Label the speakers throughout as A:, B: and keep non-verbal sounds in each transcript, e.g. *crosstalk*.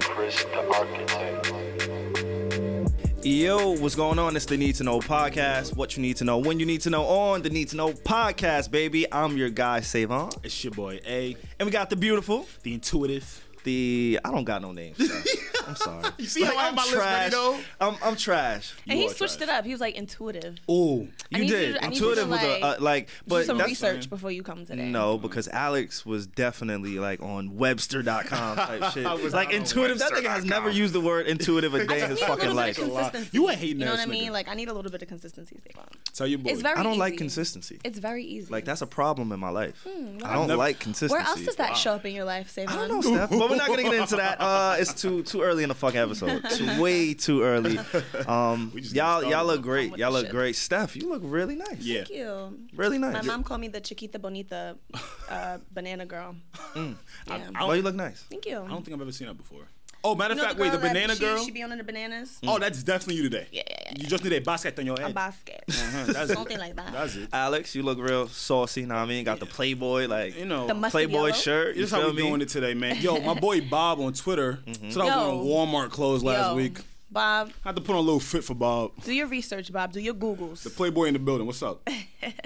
A: Chris the Architect.
B: Yo, what's going on? It's the Need to Know podcast. What you need to know, when you need to know, on the Need to Know podcast, baby. I'm your guy, Savon,
C: It's your boy A,
B: and we got the beautiful,
C: the intuitive.
B: the I don't got no name. so
C: *laughs*
B: I'm sorry.
C: You see how I have my list
B: trash.
C: ready though?
B: I'm, I'm trash.
D: And he
C: are
D: switched
C: trash.
D: it up. He was like intuitive.
C: Ooh,
B: You
D: need you
B: did
D: to- I need you to,
B: intuitive with a uh,
D: like,
B: like, but
D: Do some
B: that's-
D: research before you come today.
B: No, because Alex was definitely like on Webster.com
C: *laughs*
B: type shit.
C: was
B: like
C: not on
B: intuitive. That nigga has
C: Webster.com.
B: never used the word intuitive
C: *laughs*
B: a day in
D: I
B: his
D: need a little
B: fucking
D: bit
B: life.
D: of consistency.
C: You a hating
D: You know what
C: ass
D: I mean?
C: nigga.
D: Like I need a little bit of consistency. Savon.
C: tell your boy.
D: It's very.
B: I don't like
D: easy.
B: consistency.
D: It's very easy.
B: Like that's a problem in my life.
D: Hmm,
B: I
C: I've
B: don't
C: never-
B: like consistency.
D: Where else does that show up in your life, Savon?
B: I don't know, Steph. But we're not gonna get into that. Uh, it's too too early in the fucking episode. It's
D: *laughs*
B: way too early. Um,
C: We just get
B: y'all
C: started.
B: y'all look great.
D: with
B: Y'all
D: the
B: look
D: shit.
B: great. Steph, you look really nice.
C: yeah.
D: Thank you.
B: really
D: My
B: nice.
D: mom called me the Chiquita Bonita uh, banana girl.
C: I,
D: Yeah.
C: I
B: Oh, you
C: don't,
B: look nice.
D: Thank you.
C: I don't think I've ever seen that before. Oh, matter
D: You
C: of
D: know
C: fact, wait, the
D: girl that
C: banana
D: she,
C: girl.
D: She be on the bananas.
C: oh, that's definitely you today.
D: Yeah, yeah, yeah,
C: You just need a basket on your
D: A
C: head.
D: basket.
C: Mm-hmm. That's it.
D: Something like that.
C: That's it.
B: Alex, you look real saucy. Know what I mean? Got the Playboy like
C: You know,
D: The mustard
B: Playboy
D: yellow.
B: shirt. You
C: this is how
B: feel
C: we
B: me? Mm-hmm.
C: doing it today, man. Yo,
D: *laughs*
C: my boy Bob on Twitter said I
D: Yo.
C: was wearing Walmart clothes last
D: Yo,
C: week.
D: Bob,
C: I had to put on a little fit for Bob.
D: do your research, Bob. Do your Googles.
C: The Playboy in the building. What's
D: *laughs*
C: up?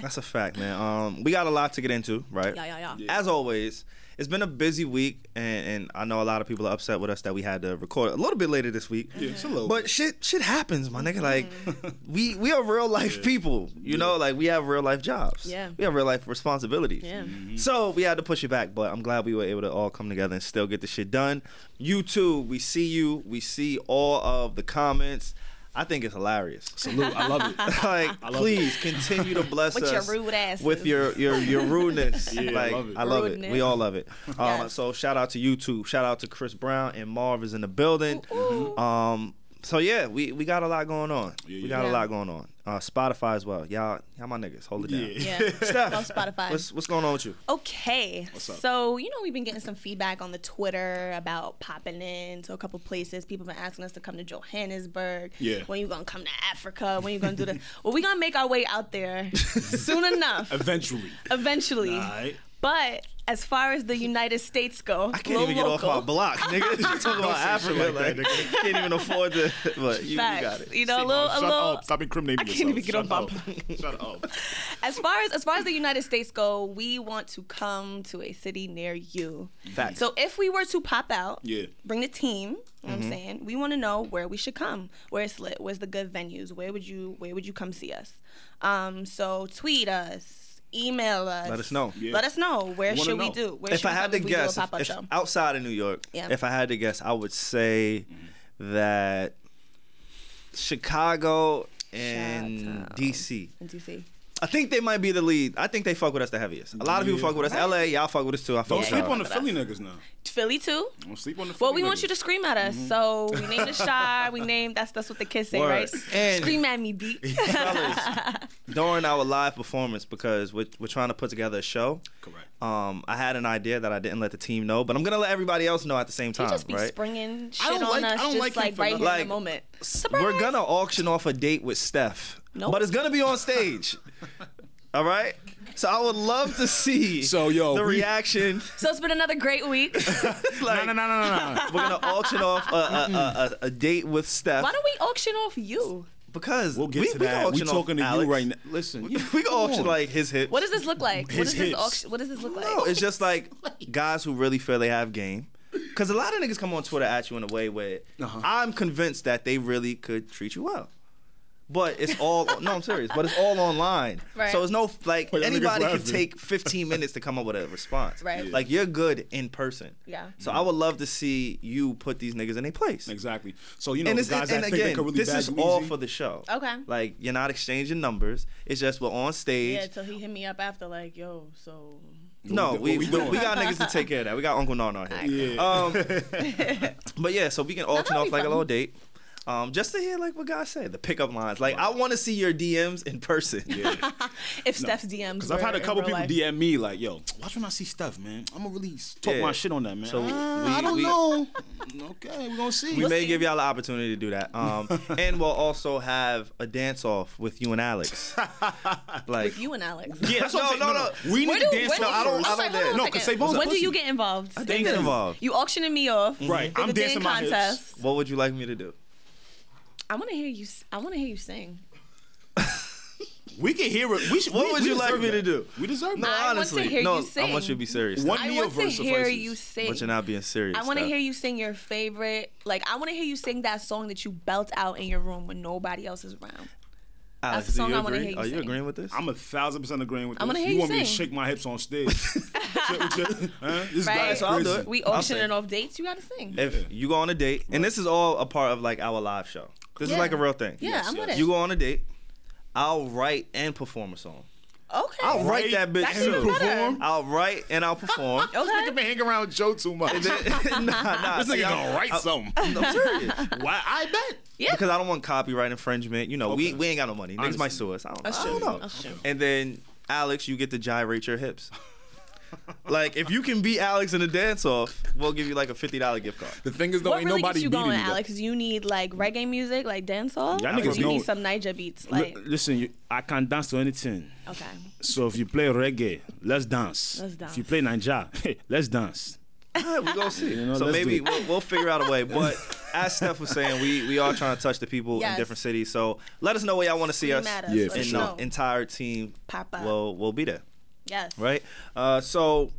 B: That's a fact, man. Um, we got a lot to get into, right?
D: Yeah, yeah, yeah.
B: As always, it's been a busy week, and, and I know a lot of people are upset with us that we had to record a little bit later this week.
C: Yeah, it's a little Mm-hmm.
B: But shit, shit happens, my nigga. Like,
C: *laughs*
B: we we are real life people, you know. Like, we have real life jobs.
D: Yeah.
B: We have real life responsibilities.
D: Yeah.
C: Mm-hmm.
B: So we had to push it back, but I'm glad we were able to all come together and still get the shit done. You too. We see you. We see all of the comments. I think it's hilarious
C: Salute. I love it.
B: *laughs*
D: *laughs*
B: like
C: love
B: please continue to bless
D: With your
B: us
D: rude asses.
B: with your your your *laughs* rudeness.
C: Yeah, I
B: like
C: love it.
B: I love it.
D: Rudeness.
B: We all love it. Um,
D: Yes.
B: So shout out to you two. Shout out to Chris Brown and Marv is in the building.
D: Ooh.
C: Mm-hmm.
B: Um. So yeah, we, we got a lot going on.
C: Yeah,
B: We
C: yeah.
B: got a
D: Yeah.
B: lot going on. Uh, Spotify as well. Y'all, y'all my niggas, hold it down.
C: Yeah. *laughs*
D: yeah.
B: *laughs* Steph,
D: Love Spotify.
B: What's what's going on with you?
D: Okay.
C: up?
D: So, you know, we've been getting some feedback on the Twitter about popping in to a couple places. People been asking us to come to Johannesburg.
C: Yeah.
D: When you going to come to Africa? When you going to do this? *laughs* well, we going to make our way
B: *laughs*
D: out there soon enough,
C: Eventually.
D: eventually.
C: All right.
D: But as far as the United States go,
B: I can't even get off my block, *laughs* nigga. You talking about Africa, like, can't even afford to. But you, you got it. oh,
D: You know, a little, a
C: Shut
D: little.
C: up. Stop incriminating
D: I can't even get
C: yourself.
D: on *laughs*
C: Shut up. Shut up.
D: As far as as far as the United States go, we want to come to a city near you.
B: Facts.
D: So if we were to pop out,
C: Yeah.
D: bring the team. You know what
B: Mm-hmm.
D: I'm saying we want to know where we should come, where it's lit, where's the good venues, where would you where would you come see us? Um, so tweet us, email us,
B: Let us know.
C: Yeah.
D: let us know where
C: wanna
D: should we
C: know.
D: do? Where
B: if
D: should
B: I
D: we
B: had
D: come
B: to
D: if we
B: guess,
D: do a pop-up
B: if-
D: show?
B: outside of New York,
D: Yeah.
B: if I had to guess, I would say
C: Mm-hmm.
B: that Chicago and
D: Chi-town.
B: DC.
D: in DC.
B: I think they might be the lead. I think they fuck with us the heaviest. A lot of people
C: Yeah.
B: fuck with us. LA, y'all fuck with us too. I fuck
C: Don't
B: with
C: sleep
B: y'all.
C: on the Philly niggas now.
D: Philly too.
C: Don't sleep on the Philly
D: Well, we
C: niggas.
D: want you to scream at us. So we named the shot. We named that's that's what the kids say,
B: Mm-hmm. Word.
D: right?
B: And-
D: scream at
B: *laughs*
D: me, beat.
B: During our live performance, because we're, we're trying to put together a show.
C: Correct.
B: Um, I had an idea that I didn't let the team know, but I'm gonna let everybody else know at the same
D: He
B: time,
D: just be
B: right?
D: springing
C: I
D: shit
C: don't
D: on
C: like- I
D: us,
C: don't
D: just
C: like
D: like,
C: him for
D: right here
C: nothing.
B: Like,
D: in the moment.
B: We're gonna auction off a date with Steph,
D: Nope.
B: but it's gonna be on
D: *laughs*
B: stage. All right. So I would love to see
C: So, yo,
B: the
C: we- *laughs*
B: reaction. *laughs*
D: So it's been another great week.
B: Like,
C: no, no, no, no,
D: *laughs*
C: no.
B: We're gonna auction off a, a, a, a, a date with Steph
D: Why don't we auction off you?
B: because
C: We'll get
B: we,
C: to
B: we can
C: that. We
B: auction off
C: talking to
B: Alex.
C: you right now. Listen,
B: We can auction like his hip.
D: What does this look like? What
C: His
D: does this
C: hips.
D: auction? What does this look like?
B: No, it's just
D: *laughs*
B: like guys who really feel they have game. Because a lot of niggas come on Twitter at you in a way where
C: Uh-huh.
B: I'm convinced that they really could treat you well. But it's
D: *laughs*
B: all no, I'm serious. But it's all online,
D: Right.
B: so it's no like
C: Wait, that nigga's
B: anybody could
C: laughing.
B: take 15 minutes to come up with a response.
D: Right. Yeah.
B: Like you're good in person.
D: Yeah.
B: So I would love to see you put these niggas in a place.
C: Exactly. So you know
B: And,
C: the
B: it's,
C: guys
B: and
C: that think they
B: again,
C: could really
B: this
C: bag
B: is
C: you
B: all
C: easy?
B: for the show.
D: Okay.
B: Like you're not exchanging numbers. It's just we're on stage.
D: yeah, so he hit me up after like, yo, so
B: No,
C: What
B: we,
C: we-
B: we,
C: what we doing?
B: we got niggas to take care of that. We got Uncle Nana here.
C: *laughs* Yeah. *laughs*
B: Um, but yeah, so we can auction
D: that'll
B: off
D: be
B: like a
D: fun.
B: little date. Um, just to hear like what God said, the pickup lines. Like I want to see your DMs in person.
D: if Steph's DMs.
C: Because I've had
B: *laughs*
D: were
C: a
D: in
C: couple
D: real
C: people
D: life.
C: DM me like, "Yo, watch when I see stuff, man. I'm gonna really talk
B: Yeah.
C: my shit on that, man."
B: So
C: So
B: we-
C: I don't
B: we-
C: know. *laughs* okay, we're gonna see.
B: We may
D: see.
B: give y'all the opportunity to do that.
C: *laughs*
B: Um, and we'll also have a dance off with you and
C: *laughs*
B: Alex. Like
D: With you and Alex.
C: yeah, that's what I'm
B: No,
C: saying.
B: no, no.
C: We
D: Where
C: need
D: do,
C: to dance.
D: when
C: to
D: do
B: I
D: you-
B: don't- I
D: I'm sorry,
B: don't
D: hold on
B: dance.
D: a
C: No, 'cause
D: second.
C: Savon's a
D: When do you
C: pussy.
D: get involved? I
B: didn't get involved. Mm-hmm.
D: You auctioning me off.
C: Right,
D: There's
C: I'm
D: a
C: dancing my hips.
D: contest.
B: what would you like me to do?
D: I want to hear you. s- I want to hear you sing.
C: we can hear it. We should,
B: What
C: we-
B: would
C: we
B: you like
C: deserve
B: me to
C: that.
B: do?
C: We deserve
D: No,
C: that.
D: I want to
B: Honestly,
D: hear
B: no,
D: you
B: I want you to be
D: suffices.
B: serious.
C: One-
B: now,
D: I
C: Neo
D: want to
C: verse
D: hear
C: suffices.
D: you sing.
B: but you're not being serious.
D: I want to
B: Steph.
D: hear you sing your favorite. Like I want to hear you sing that song that you belt out in your room when nobody else is around.
B: Alex,
D: the
B: do
D: song
B: you
D: I wanna
B: agree?
D: hear you
B: Are you
D: sing.
B: agreeing with this?
C: I'm a thousand percent agreeing with
D: I
C: this.
D: wanna hear
C: you
D: you
C: want me to
D: sing.
C: shake my hips
B: *laughs*
C: on stage? *laughs* Huh? This
D: Right.
C: guy's
B: so I'll do it.
D: We
B: I'll
D: auctioning
B: sing.
D: off dates. You gotta sing.
B: if you go on a date, and this is all a part of like our live show. This
D: Yeah.
B: is like a real thing.
D: Yeah, I'm with it.
B: You go on a date, I'll write and perform a song.
D: okay.
B: I'll write,
C: Write
B: that bitch
C: and
B: too.
C: perform?
B: I'll write and I'll perform.
D: *laughs*
B: *laughs*
C: This
D: Okay.
C: nigga been hanging around with Joe too much.
B: nah,
C: *laughs*
B: nah.
C: This
B: see,
C: nigga
B: I'm-
C: gonna write something.
B: I'm serious.
C: Why? I bet.
D: Yeah.
B: Because I don't want copyright infringement. You know,
C: Okay.
B: we, we ain't got no money. Niggas might
C: Understand.
B: sue us. I don't,
D: That's
B: I don't
D: true.
B: know.
D: That's true.
B: And then Alex, you get to gyrate your
C: *laughs*
B: hips. like if you can beat Alex in a dance off, we'll give you like a fifty dollar gift card.
C: The thing is, though,
D: what
C: ain't
D: really
C: nobody
D: gets you
C: beating
D: going,
C: me, though.
D: Alex? You need like reggae music, like dancehall.
C: Y'all
D: Or
C: niggas
D: you
C: know-
D: need some Niger beats,
C: L-
D: like
C: listen, you, I can dance to anything.
D: okay.
C: So if you play reggae, let's dance.
D: Let's
C: If
D: dance.
C: you play *laughs* Ninja, let's dance.
B: Alright, we gonna see.
C: You know,
B: so
C: let's do
B: maybe
C: it.
B: we'll, we'll figure out a way.
C: *laughs*
B: But as Steph was saying, we we are trying to touch the people
D: Yes.
B: in different cities. So let us know where y'all want to see us.
D: Mad us.
C: Yeah, for
D: Let us
B: And
C: sure.
B: the
D: know.
B: entire team
D: Pop up.
B: will will be there.
D: Yes.
B: Right. Uh, so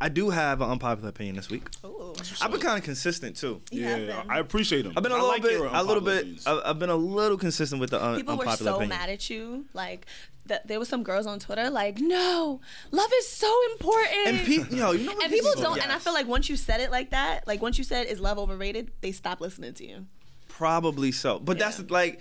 B: I do have an unpopular opinion this week.
D: Ooh.
B: I've been kind of consistent too.
D: Yeah, then.
C: I appreciate them.
B: I've been a
C: I
B: little
C: like
B: bit,
C: your
B: a little
C: unpopular
B: bit. uh,
C: opinions.
B: I've, I've been a little consistent with the un-
D: People were
B: unpopular
D: so
B: opinion.
D: mad at you. Like th- there was some girls on Twitter like, "No, love is so important."
B: And pe- yo, you know what
D: And
B: this
D: people
B: is-
D: don't. And I
B: Yes.
D: feel like once you said it like that, like once you said is love overrated, they stop listening to you.
B: probably so, but
D: Yeah.
B: that's like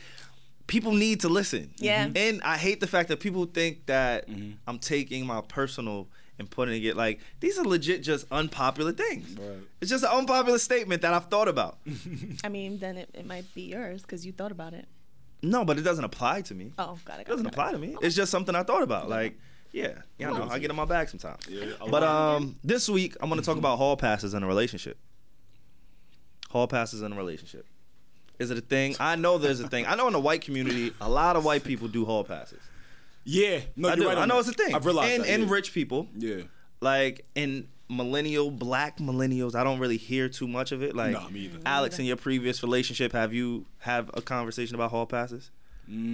B: people need to listen.
D: Yeah. Mhm.
B: and I hate the fact that people think that I'm taking my personal and putting it like these are legit just unpopular things.
C: Right.
B: It's just an unpopular statement that I've thought about. *laughs*
D: I mean, then it, it might be yours because you thought about it.
B: no, but it doesn't apply to me.
D: Oh, got
B: It
D: it.
B: doesn't apply to me. It's just something I thought about. Like, yeah, yeah, I know. I get in my bag sometimes.
C: Yeah, I
B: But
C: like- Mm-hmm.
B: um, this week I'm gonna talk about hall passes in a relationship. Hall passes in a relationship. Is it a thing? I know there's a thing. I know in the white community, a lot of white people do hall passes.
C: yeah, no,
B: I
C: you're
B: do.
C: right.
B: I
C: on
B: know
C: that.
B: it's a thing.
C: I've realized
B: and
C: that,
B: and
C: yeah.
B: rich people,
C: Yeah,
B: like in millennial, black millennials, I don't really hear too much of it. Like,
C: Nah, me either.
B: Alex, in your previous relationship, have you have a conversation about hall passes?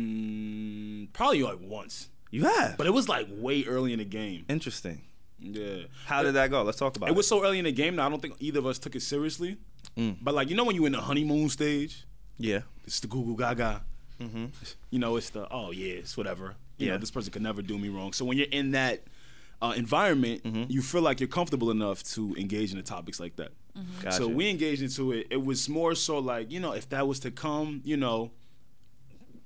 C: mm, probably like once,
B: You have.
C: but it was like way early in the game.
B: Interesting.
C: Yeah,
B: How did that go? Let's talk about it.
C: it was so early in the game that I don't think either of us took it seriously.
B: Mm.
C: But like you know when you in the honeymoon stage,
B: yeah.
C: it's the goo goo gaga. You know, it's the oh Mm-hmm. yeah, it's whatever. You
B: Yeah.
C: know, this person could never do me wrong. So when you're in that uh, environment, you feel like you're comfortable enough to engage in the topics like that.
B: Gotcha.
C: So we engaged into it. It was more so like you know, if that was to come, you know,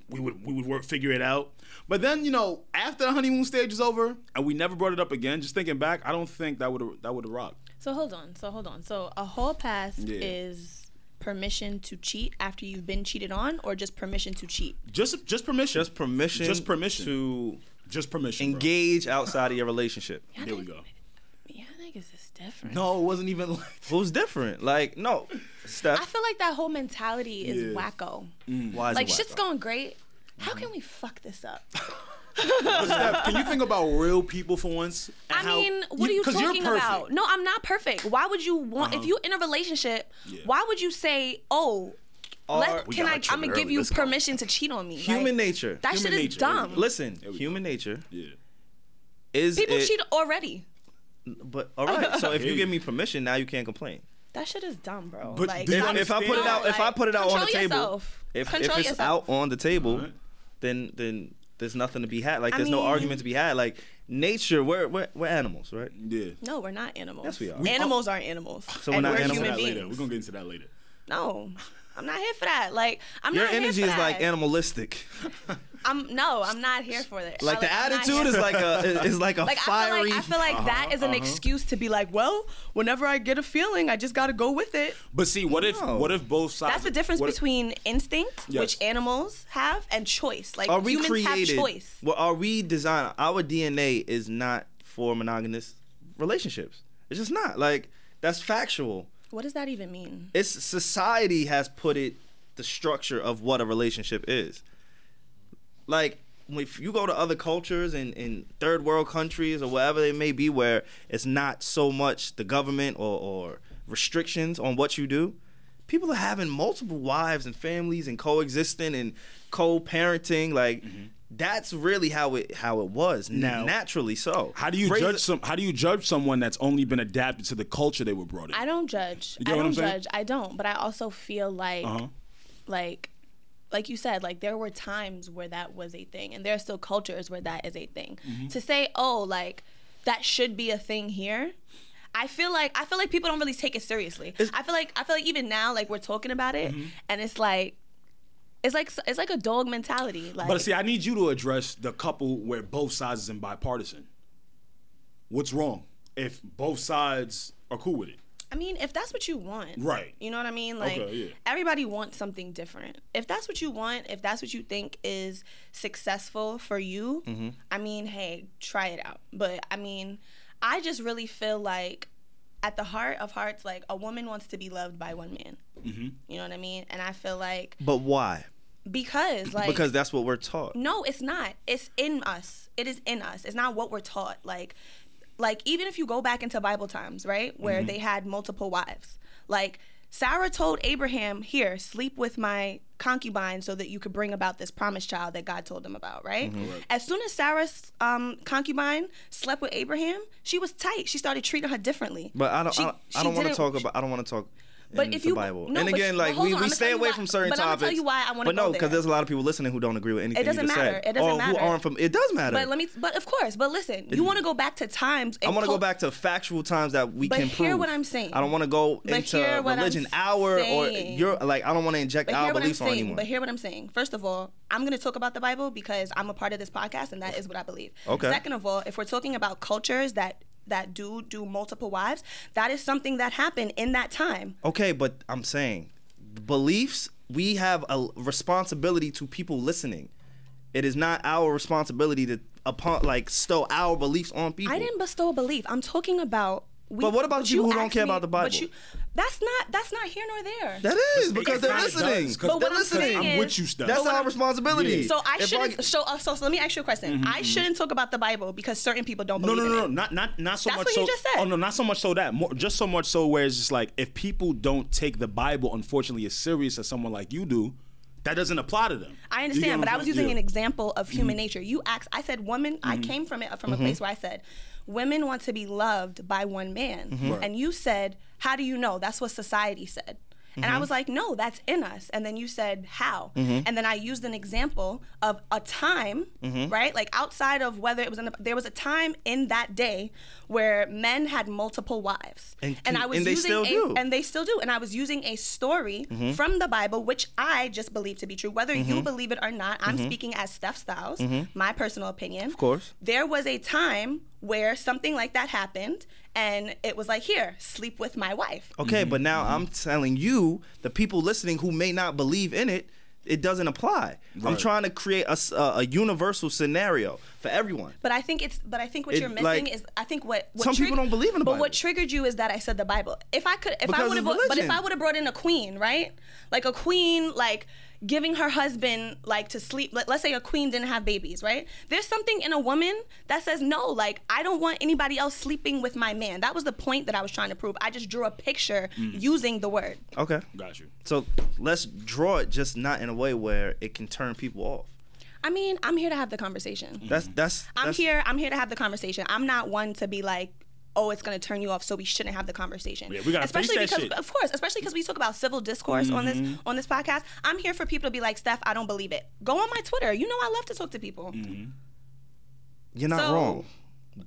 C: we would we would work figure it out. But then you know, after the honeymoon stage is over, and we never brought it up again. Just thinking back, I don't think that would that would have rocked.
D: So hold on. So hold on. So a hall pass
C: Yeah.
D: is permission to cheat after you've been cheated on, or just permission to cheat.
C: Just just permission.
B: just permission
C: Just permission.
B: to
C: just permission. bro.
B: engage outside of your relationship
C: There we go.
D: Yeah, niggas is different.
C: No, it wasn't even like.
B: who's different like no
D: I
B: Steph
D: feel like that whole mentality is
C: Yeah.
D: wacko.
B: why is
D: Like
B: it whack,
D: shit's
B: bro?
D: going great. How can we fuck this up?
C: But Steph, can you think about real people for once? And
D: I
C: how-
D: mean, what are you
C: 'cause you're
D: talking
C: perfect.
D: about? No, I'm not perfect. Why would you want
B: Uh-huh.
D: if you in a relationship?
C: Yeah.
D: Why would you say, "Oh, let,
B: Or
D: can
C: got
D: I?
C: it
D: I'm gonna
C: early.
D: give you
C: Let's go.
D: permission to cheat on me."
B: human
D: Like,
B: nature
D: That
C: Human
D: shit is
C: nature.
D: dumb.
B: listen
C: There we
B: human nature
C: Yeah.
B: is
D: People
B: it-
D: cheat already.
B: but all right
D: *laughs*
B: so if you
C: Hey.
B: give me permission now you can't complain
D: That shit is dumb, bro.
C: But
D: like,
C: then
D: stop-
B: if, if I put it
D: no,
B: out if I
D: like,
B: put it out on the
D: control
B: table
D: yourself.
B: if, if
D: Control
B: it's
D: yourself.
B: out on the table
C: Alright.
B: then then there's nothing to be had like
D: I
B: there's no
D: mean-
B: argument to be had like nature we're we're, we're animals right
C: Yeah.
D: No, we're not animals.
B: Yes, we are.
D: Animals aren't animals.
B: So we're
D: and
B: not
D: we're
B: animals.
C: We're gonna
D: human
C: get into that later. We're
D: beings.
C: gonna get into that later.
D: No. I'm not here for that. Like I'm
B: Your
D: not
B: energy
D: here
B: is
D: for that.
B: like animalistic.
D: I'm no, I'm not here for this.
B: Like the
D: I'm not
B: attitude
D: here
B: is
D: for
B: like
D: *laughs*
B: a is like a
D: Like
B: fiery. Uh-huh,
D: I feel like I feel like that is an excuse to be like, well, whenever I get a feeling, I just got to go with it.
C: But see, what if
B: No.
C: what if both sides?
D: That's the difference
C: what if-
D: between instinct,
C: Yes.
D: which animals have, and choice. Like
B: are we
D: humans
B: created?
D: have choice.
B: Well, are we designed? Our DNA is not for monogamous relationships. It's just not like that's factual.
D: What does that even mean?
B: It's society has put it the structure of what a relationship is. Like if you go to other cultures and in third world countries or wherever they may be, where it's not so much the government or, or restrictions on what you do, people are having multiple wives and families and coexisting and co-parenting. Like that's really how it how it was
C: Mm-hmm. Now-
B: naturally. So
C: How do you
B: Raise-
C: judge some? How do you judge someone that's only been adapted to the culture they were brought in?
D: I don't judge.
C: You get
D: I
C: what
D: don't
C: I'm saying?
D: judge. I don't. But I also feel like,
C: Uh-huh.
D: like, like you said, like there were times where that was a thing, and there are still cultures where that is a thing.
C: Mm-hmm.
D: To say, oh, like that should be a thing here. I feel like I feel like people don't really take it seriously. I feel like I feel like even now, like we're talking about it,
C: Mm-hmm.
D: and it's like, it's like it's like a dog mentality. Like,
C: But see, I need you to address the couple where both sides is in bipartisan. What's wrong if both sides are cool with it?
D: I mean, if that's what you want,
C: Right.
D: You know what I mean? Like
C: Okay, yeah.
D: everybody wants something different. If that's what you want, if that's what you think is successful for you,
C: Mm-hmm.
D: I mean, hey, try it out. But I mean, I just really feel like at the heart of hearts, like a woman wants to be loved by one man.
C: Mm-hmm.
D: You know what I mean? And I feel like
B: But why?
D: because like
B: Because that's what we're taught.
D: no, it's not. It's in us. It is in us. It's not what we're taught. Like, like even if you go back into Bible times, right, where
B: Mm-hmm.
D: they had multiple wives, like Sarah told Abraham, "Here, sleep with my concubine, so that you could bring about this promised child that God told him about." Right.
B: Mm-hmm.
D: As soon as Sarah's um, concubine slept with Abraham, she was tight. She started treating her differently.
B: But I don't.
D: She-
B: I don't, I
D: she
B: don't want to
D: didn't-
B: talk about. I don't want to talk.
D: But
B: in
D: if
B: the
D: you-
B: Bible.
D: no,
B: and
D: but-
B: again,
D: but
B: like
D: hold
B: we,
D: on,
B: we
D: I'ma
B: stay
D: tell you
B: away
D: why-
B: from certain
D: but I'ma tell
B: topics.
D: you why I wanna
B: But
D: go
B: no, because
D: there.
B: there's a lot of people listening who don't agree with anything.
D: doesn't
B: you just
D: matter.
B: Said.
D: It doesn't
B: or
D: matter.
B: Who aren't from? It does matter.
D: But let me. But of course. But listen, you want to go back to times.
B: I
D: and
B: want to go
D: cul-
B: back to factual times that we
D: But
B: can prove.
D: hear what I'm saying.
B: I don't want to go
D: But
B: into
D: hear what I'm
B: religion hour or
D: saying.
B: your like. I don't want to inject
D: But
B: our
D: hear what I'm
B: beliefs on
D: saying.
B: anyone.
D: But hear what I'm saying. First of all, I'm going to talk about the Bible because I'm a part of this podcast, and that is what I believe.
B: Okay.
D: Second of all, if we're talking about cultures that that do do multiple wives, that is something that happened in that time.
B: okay, but I'm saying beliefs. We have a responsibility to people listening. It is not our responsibility to upon like stow our beliefs on people.
D: I didn't bestow a belief. I'm talking about. We,
B: But what about people who don't
D: asked
B: care about the Bible?
D: but you- that's not that's not here nor there.
B: That is because they're
C: kinda
B: listening.
C: does,
B: they're
C: 'cause
D: But what I'm
B: listening.
D: saying
C: I'm with
D: is-
C: you, Steph.
B: That's
C: But
B: our responsibility.
C: Yeah.
D: so I
B: If Mm-hmm,
D: shouldn't. so, uh, so so let me ask you a question. I shouldn't talk about the Bible because certain people don't
C: No,
D: believe
C: no,
D: in
C: no, no,
D: it.
C: not not not so
D: Oh, That's
C: much.
D: what
C: so,
D: you just said.
C: Oh no, not so much. So that more, just so much. So where it's just like if people don't take the Bible, unfortunately, as serious as someone like you do, that doesn't apply to them. You
D: I
C: get
D: understand,
C: what
D: but
C: I'm
D: I was
C: saying?
D: using
C: Yeah.
D: an example of
B: Mm-hmm.
D: human nature. You asked, I said women, I came from it from a place where I said women want to be loved by one man.
B: Mm-hmm.
D: And you said, How do you know? That's what society said. And
B: Mm-hmm.
D: I was like, no, that's in us. And then you said, how? And then I used an example of a time,
B: Mm-hmm.
D: right? Like outside of whether it was in the, there was a time in that day where men had multiple wives,
B: And can- and they still
D: a,
B: do.
D: and they still do. And I was using a story from the Bible, which I just believe to be true. Whether you believe it or not, I'm speaking as Steph Styles, my personal opinion. Of
B: course.
D: There was a time where something like that happened, and it was like, here, sleep with my wife.
B: Okay, but now I'm telling you, the people listening who may not believe in it, it doesn't apply. I'm trying to create a, s- a- a universal scenario for everyone.
D: But I think it's. But I think what
B: It,
D: you're missing
B: like,
D: is. I think what, what
B: some people don't believe in the
D: But
B: Bible.
D: what triggered you is that I said the Bible. If I could, if
B: Because
D: I would have,
B: it's
D: but if
B: religion.
D: I would have brought in a queen, right? Like a queen, like giving her husband like to sleep. Let, let's say a queen didn't have babies, right? There's something in a woman that says no. Like I don't want anybody else sleeping with my man. That was the point that I was trying to prove. I just drew a picture
B: Mm.
D: using the word.
B: Okay.
C: Got you.
B: So let's draw it, just not in a way where it can turn people off.
D: I mean, I'm here to have the conversation.
B: That's that's.
D: Mm-hmm. I'm
B: that's-
D: here. I'm here to have the conversation. I'm not one to be like, oh, it's gonna turn you off, so we shouldn't have the conversation.
C: Yeah, we gotta face
D: especially
C: that
D: because,
C: shit. Mm-hmm.
D: of course, especially because we talk about civil discourse on this on this podcast. I'm here for people to be like, Steph, I don't believe it. Go on my Twitter. You know, I love to talk to people.
C: Mm-hmm.
B: You're not
D: so-
B: wrong.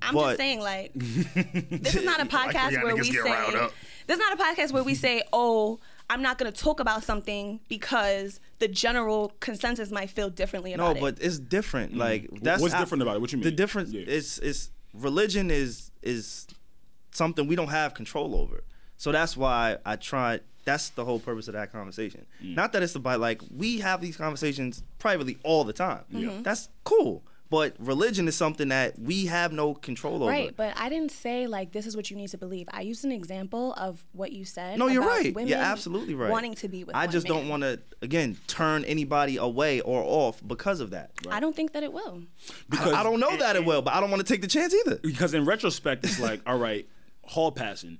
D: I'm
B: But-
D: just
C: *laughs*
D: saying, like, this is not a
C: Like,
D: podcast
C: yeah,
D: where
C: niggas
D: we
C: get
D: say
C: riled up. *laughs*
D: this is not a podcast where we say, oh,
E: I'm not going to talk about something because the general consensus might feel differently
B: No,
E: about it.
B: but it's different. Like that's
C: Mm-hmm. What's different about it? What you
B: The
C: mean?
B: difference
C: Yeah.
B: is is religion is is something we don't have control over. So that's why I try. That's the whole purpose of that conversation.
C: Mm.
B: Not that it's about like we have these conversations privately all the time.
E: Mm-hmm.
B: That's cool. But religion is something that we have no control over.
D: Right, but I didn't say like this is what you need to believe. I used an example of what you said.
B: No, you're
D: about
B: right.
D: women
B: You're absolutely right.
E: wanting to be with
B: I
E: one
B: just don't
E: man.
B: want to again turn anybody away or off because of that.
D: I don't think that it will.
C: Because
B: I don't know that it will, but I don't want to take the chance either.
C: because in retrospect, it's like, all right, hall passing.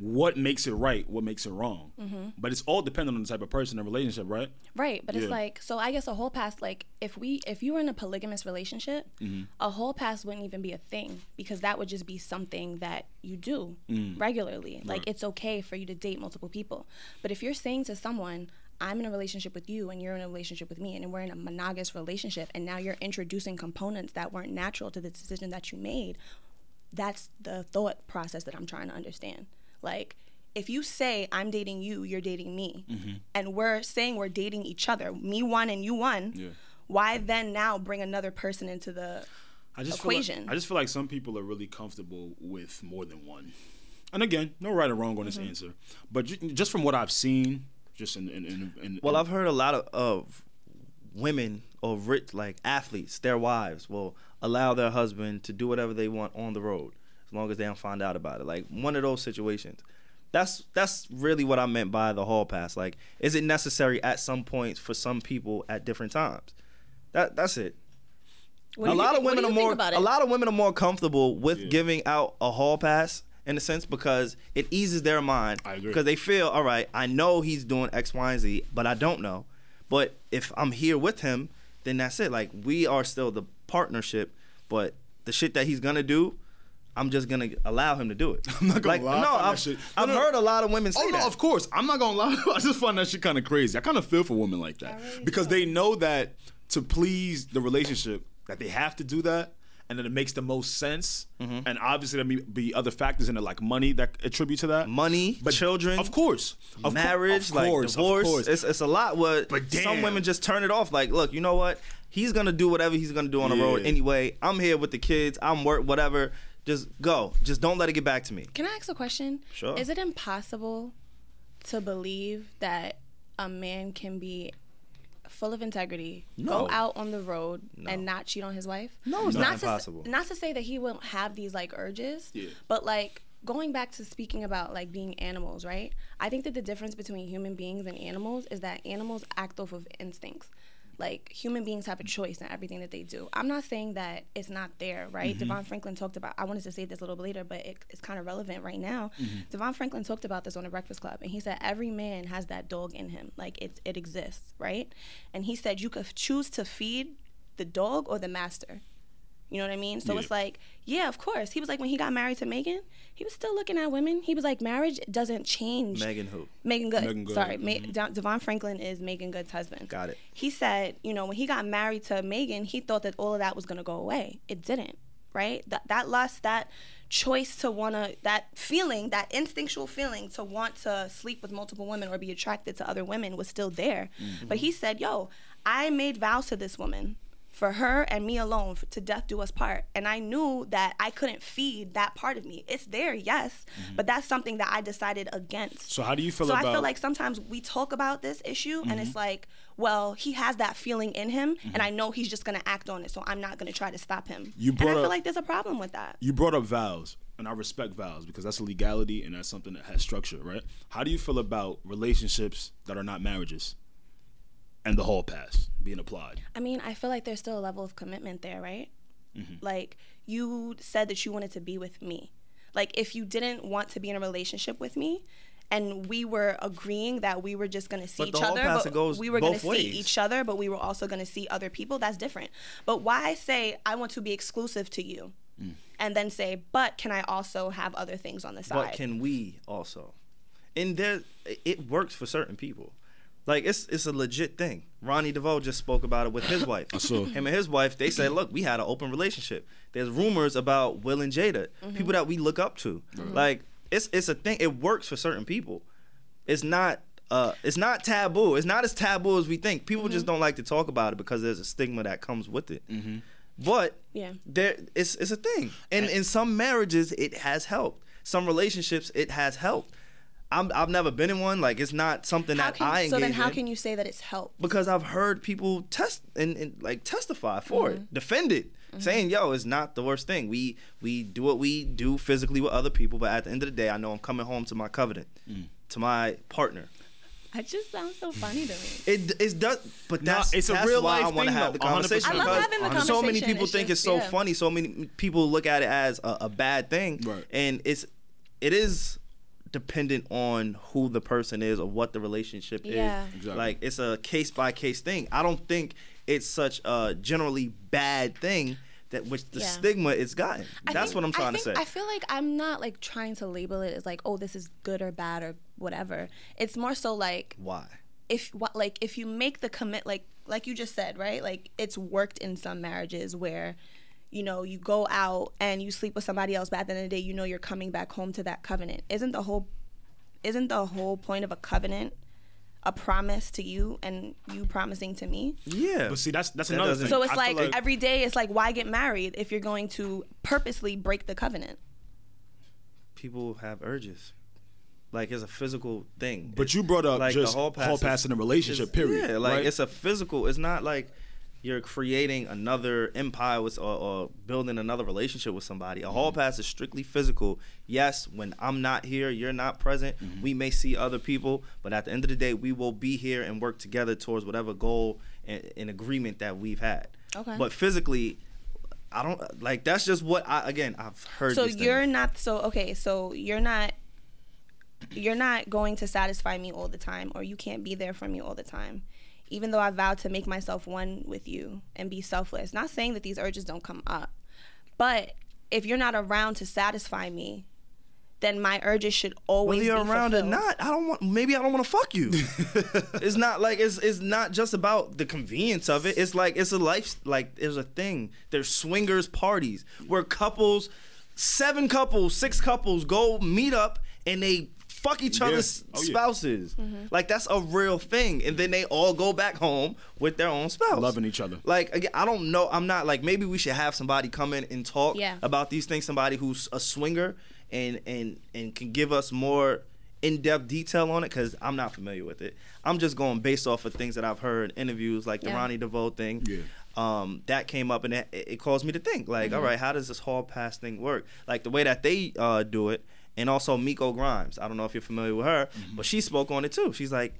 C: What makes it right? What makes it wrong?
D: Mm-hmm.
C: But it's all dependent on the type of person and relationship, right?
D: Right, but
C: Yeah.
D: it's like so. I guess a whole pass like if we if you were in a polygamous relationship, a whole pass wouldn't even be a thing because that would just be something that you do regularly. Like it's okay for you to date multiple people, but if you're saying to someone, "I'm in a relationship with you, and you're in a relationship with me, and we're in a monogamous relationship," and now you're introducing components that weren't natural to the decision that you made, that's the thought process that I'm trying to understand. Like, if you say I'm dating you, you're dating me,
B: Mm-hmm.
D: and we're saying we're dating each other, me one and you one, why then now bring another person into the?
C: I just Feel
D: Equation.
C: like, I just feel like some people are really comfortable with more than one. And again, no right or wrong on
D: Mm-hmm.
C: this answer, but ju- just from what I've seen, just in, in, in, in
B: Well, I've heard a lot of, of women or rich like athletes, their wives will allow their husband to do whatever they want on the road as long as they don't find out about it. Like one of those situations. That's that's really what I meant by the hall pass. Like, is it necessary at some points for some people at different times? That that's it.
D: What
B: a
D: do you
B: lot
D: thi-
B: of
D: what
B: women
D: do
B: are
D: you think
B: more
D: about it?
B: a lot of women are more comfortable with giving out a hall pass in a sense because it eases their mind
C: I agree.
B: because they feel all right I know he's doing X Y and Z but I don't know but if I'm here with him then that's it like we are still the partnership but the shit that he's gonna do I'm just gonna allow him to do
C: *laughs*
B: it I'm
C: not gonna
B: like,
C: lie, I
B: no
C: find that
B: I've,
C: shit-
B: I've
C: No, no.
B: heard a lot of women say
C: Oh no,
B: that
C: of course. I'm not gonna lie. *laughs* I just find that shit kind of crazy. I kind of feel for women like that because they know that to please the relationship that they have to do that, and that it makes the most sense.
B: Mm-hmm.
C: And obviously there may be other factors in it like money that attribute to that.
B: Money, children,
C: of course, Of cour-
B: marriage,
C: of
B: like
C: course, of
B: divorce.
C: course.
B: It's it's a lot. What
C: But
B: some
C: damn.
B: women just turn it off. Like, look, you know what? He's gonna do whatever he's gonna do on the road
C: Yeah.
B: anyway. I'm here with the kids. I'm work. Whatever. Just go. Just don't let it get back to me.
D: Can I ask a question?
B: Sure.
D: Is it impossible to believe that a man can be full of integrity,
C: No.
D: go out on the road and not cheat on his wife?
B: No, it's not
D: to s-
B: impossible.
D: not to say that he won't have these like urges,
C: Yeah.
D: but like going back to speaking about like being animals, right? I think that the difference between human beings and animals is that animals act off of instincts. Like human beings have a choice in everything that they do. I'm not saying that it's not there, right? Devon Franklin talked about. I wanted to say this a little bit later, but it, it's kind of relevant right now. Devon Franklin talked about this on the Breakfast Club, and he said every man has that dog in him, like it it exists, right? And he said you could choose to feed the dog or the master. You know what I mean? So
C: Yeah.
D: it's like, yeah, of course. He was like, when he got married to Megan, he was still looking at women. He was like, marriage doesn't change.
B: Megan, who?
D: Megan Good.
C: Megan Good,
D: Sorry, Ma- Don- Devon Franklin is Megan Good's husband.
B: Got it.
D: He said, you know, when he got married to Megan, he thought that all of that was going to go away. It didn't, right? That that lust, that choice to want to, that feeling, that instinctual feeling to want to sleep with multiple women or be attracted to other women was still there.
C: Mm-hmm.
D: But he said, yo, I made vows to this woman for her and me alone f- to death do us part and i knew that i couldn't feed that part of me it's there yes but that's something that i decided against
C: Mm-hmm. So how do you feel
D: so
C: about?
D: I feel like sometimes we talk about this issue and
C: Mm-hmm.
D: it's like, well, he has that feeling in him and I know he's just gonna act on it, so I'm not gonna try to stop him.
C: You
D: and I
C: brought
D: feel
C: up-
D: like there's a problem with that.
C: You brought up vows, and I respect vows because that's a legality and that's something that has structure, right? How do you feel about relationships that are not marriages and the hall pass being applied?
D: I mean, I feel like there's still a level of commitment there, right?
B: Mm-hmm.
D: Like you said that you wanted to be with me. Like if you didn't want to be in a relationship with me and we were agreeing that we were just going to see
B: But
D: each
B: the hall
D: other
B: pass,
D: but
B: it goes
D: we were gonna
B: both
D: see
B: ways.
D: each other but we were also going to see other people that's different but why say i want to be exclusive to you and then say but can i also have other things on the side
B: Mm. But can we also? And there, it works for certain people. Like it's it's a legit thing. Ronnie DeVoe just spoke about it with
C: *laughs*
B: his wife.
C: saw.
B: Him and his wife, they said, "Look, we had an open relationship." There's rumors about Will and Jada, people that we look up to. Like it's it's a thing. It works for certain people. It's not uh, it's not taboo. It's not as taboo as we think. People just
D: Mm-hmm.
B: don't like to talk about it because there's a stigma that comes with it. But
D: Yeah.
B: there it's it's a thing. And in some marriages it has helped. Some relationships it has helped. I'm, I've never been in one. Like it's not something
D: How
B: that
D: can-
B: I engage
D: so then how
B: in
D: can you say that it's helped?
B: because I've heard people test and, and like testify for
D: Mm-hmm.
B: it, defend it, saying, "Yo, it's not the worst thing. We we do what we do physically with other people, but at the end of the day, I know I'm coming home to my covenant,
D: Mm.
B: to my partner.
D: That just sounds so funny to me.
B: It it does, but that's
C: it's a
B: that's
C: real
B: why
C: life
B: I want to
C: thing,
B: have the
C: though, 100%.
B: conversation.
D: I love
B: because
D: having the
B: So many
D: conversation,
B: people
D: it's
B: think it's
D: just-
B: so
D: yeah.
B: funny. So many people look at it as a, a bad thing,
C: Right.
B: and it's it is dependent on who the person is or what the relationship
D: Yeah.
B: is.
C: Exactly.
B: Like it's a case by case thing. I don't think it's such a generally bad thing that which the
D: Yeah.
B: stigma it's gotten.
D: I
B: That's
D: think-
B: what I'm
D: I
B: trying to say.
D: think- I feel like I'm not like trying to label it as like, oh, this is good or bad or whatever. It's more so like
B: Why?
D: if what like if you make the commit like like you just said right like it's worked in some marriages where you know you go out and you sleep with somebody else but at the end of the day you know you're coming back home to that covenant isn't the whole isn't the whole point of a covenant a promise to you and you promising to me
B: Yeah.
C: But see, that's that's
B: That
C: another
B: doesn't-
C: thing.
D: so
C: I
D: it's
C: feel
D: like, every day it's like why get married if you're going to purposely break the covenant
B: people have urges. Like it's a physical thing.
C: But you brought up
B: the
C: just hall pass in a relationship,
B: is-
C: period,
B: Yeah, like
C: right?
B: it's a physical. It's not like you're creating another empire with, or, or building another relationship with somebody. A
C: Mm-hmm.
B: hall pass is strictly physical. Yes, when I'm not here, you're not present.
C: Mm-hmm.
B: We may see other people, but at the end of the day, we will be here and work together towards whatever goal and, and agreement that we've had.
D: Okay.
B: But physically, I don't like. That's just what I again. I've heard.
D: so
B: these
D: you're
B: things.
D: not so okay so you're not you're not going to satisfy me all the time or you can't be there for me all the time even though i vowed to make myself one with you and be selfless not saying that these urges don't come up but if you're not around to satisfy me then my urges should always
B: whether you're
D: be
B: around
D: fulfilled.
B: or not i don't want maybe i don't want to fuck
C: *laughs*
B: you it's not like it's it's not just about the convenience of it it's like it's a life like there's a thing there's swingers parties where couples seven couples six couples go meet up and they fuck each
C: Yeah.
B: other's
C: Oh, yeah.
B: spouses like that's a real thing and then they all go back home with their own spouse
C: Loving each other.
B: like again, i don't know i'm not like maybe we should have somebody come in and talk
D: Yeah.
B: about these things somebody who's a swinger and and and can give us more in-depth detail on it because i'm not familiar with it i'm just going based off of things that i've heard interviews like the
D: Yeah.
B: ronnie DeVoe thing
C: Yeah.
B: um, that came up and it, it caused me to think like all right how does this hall pass thing work like the way that they uh, do it and also miko grimes i don't know if you're familiar with her but she spoke on it too she's like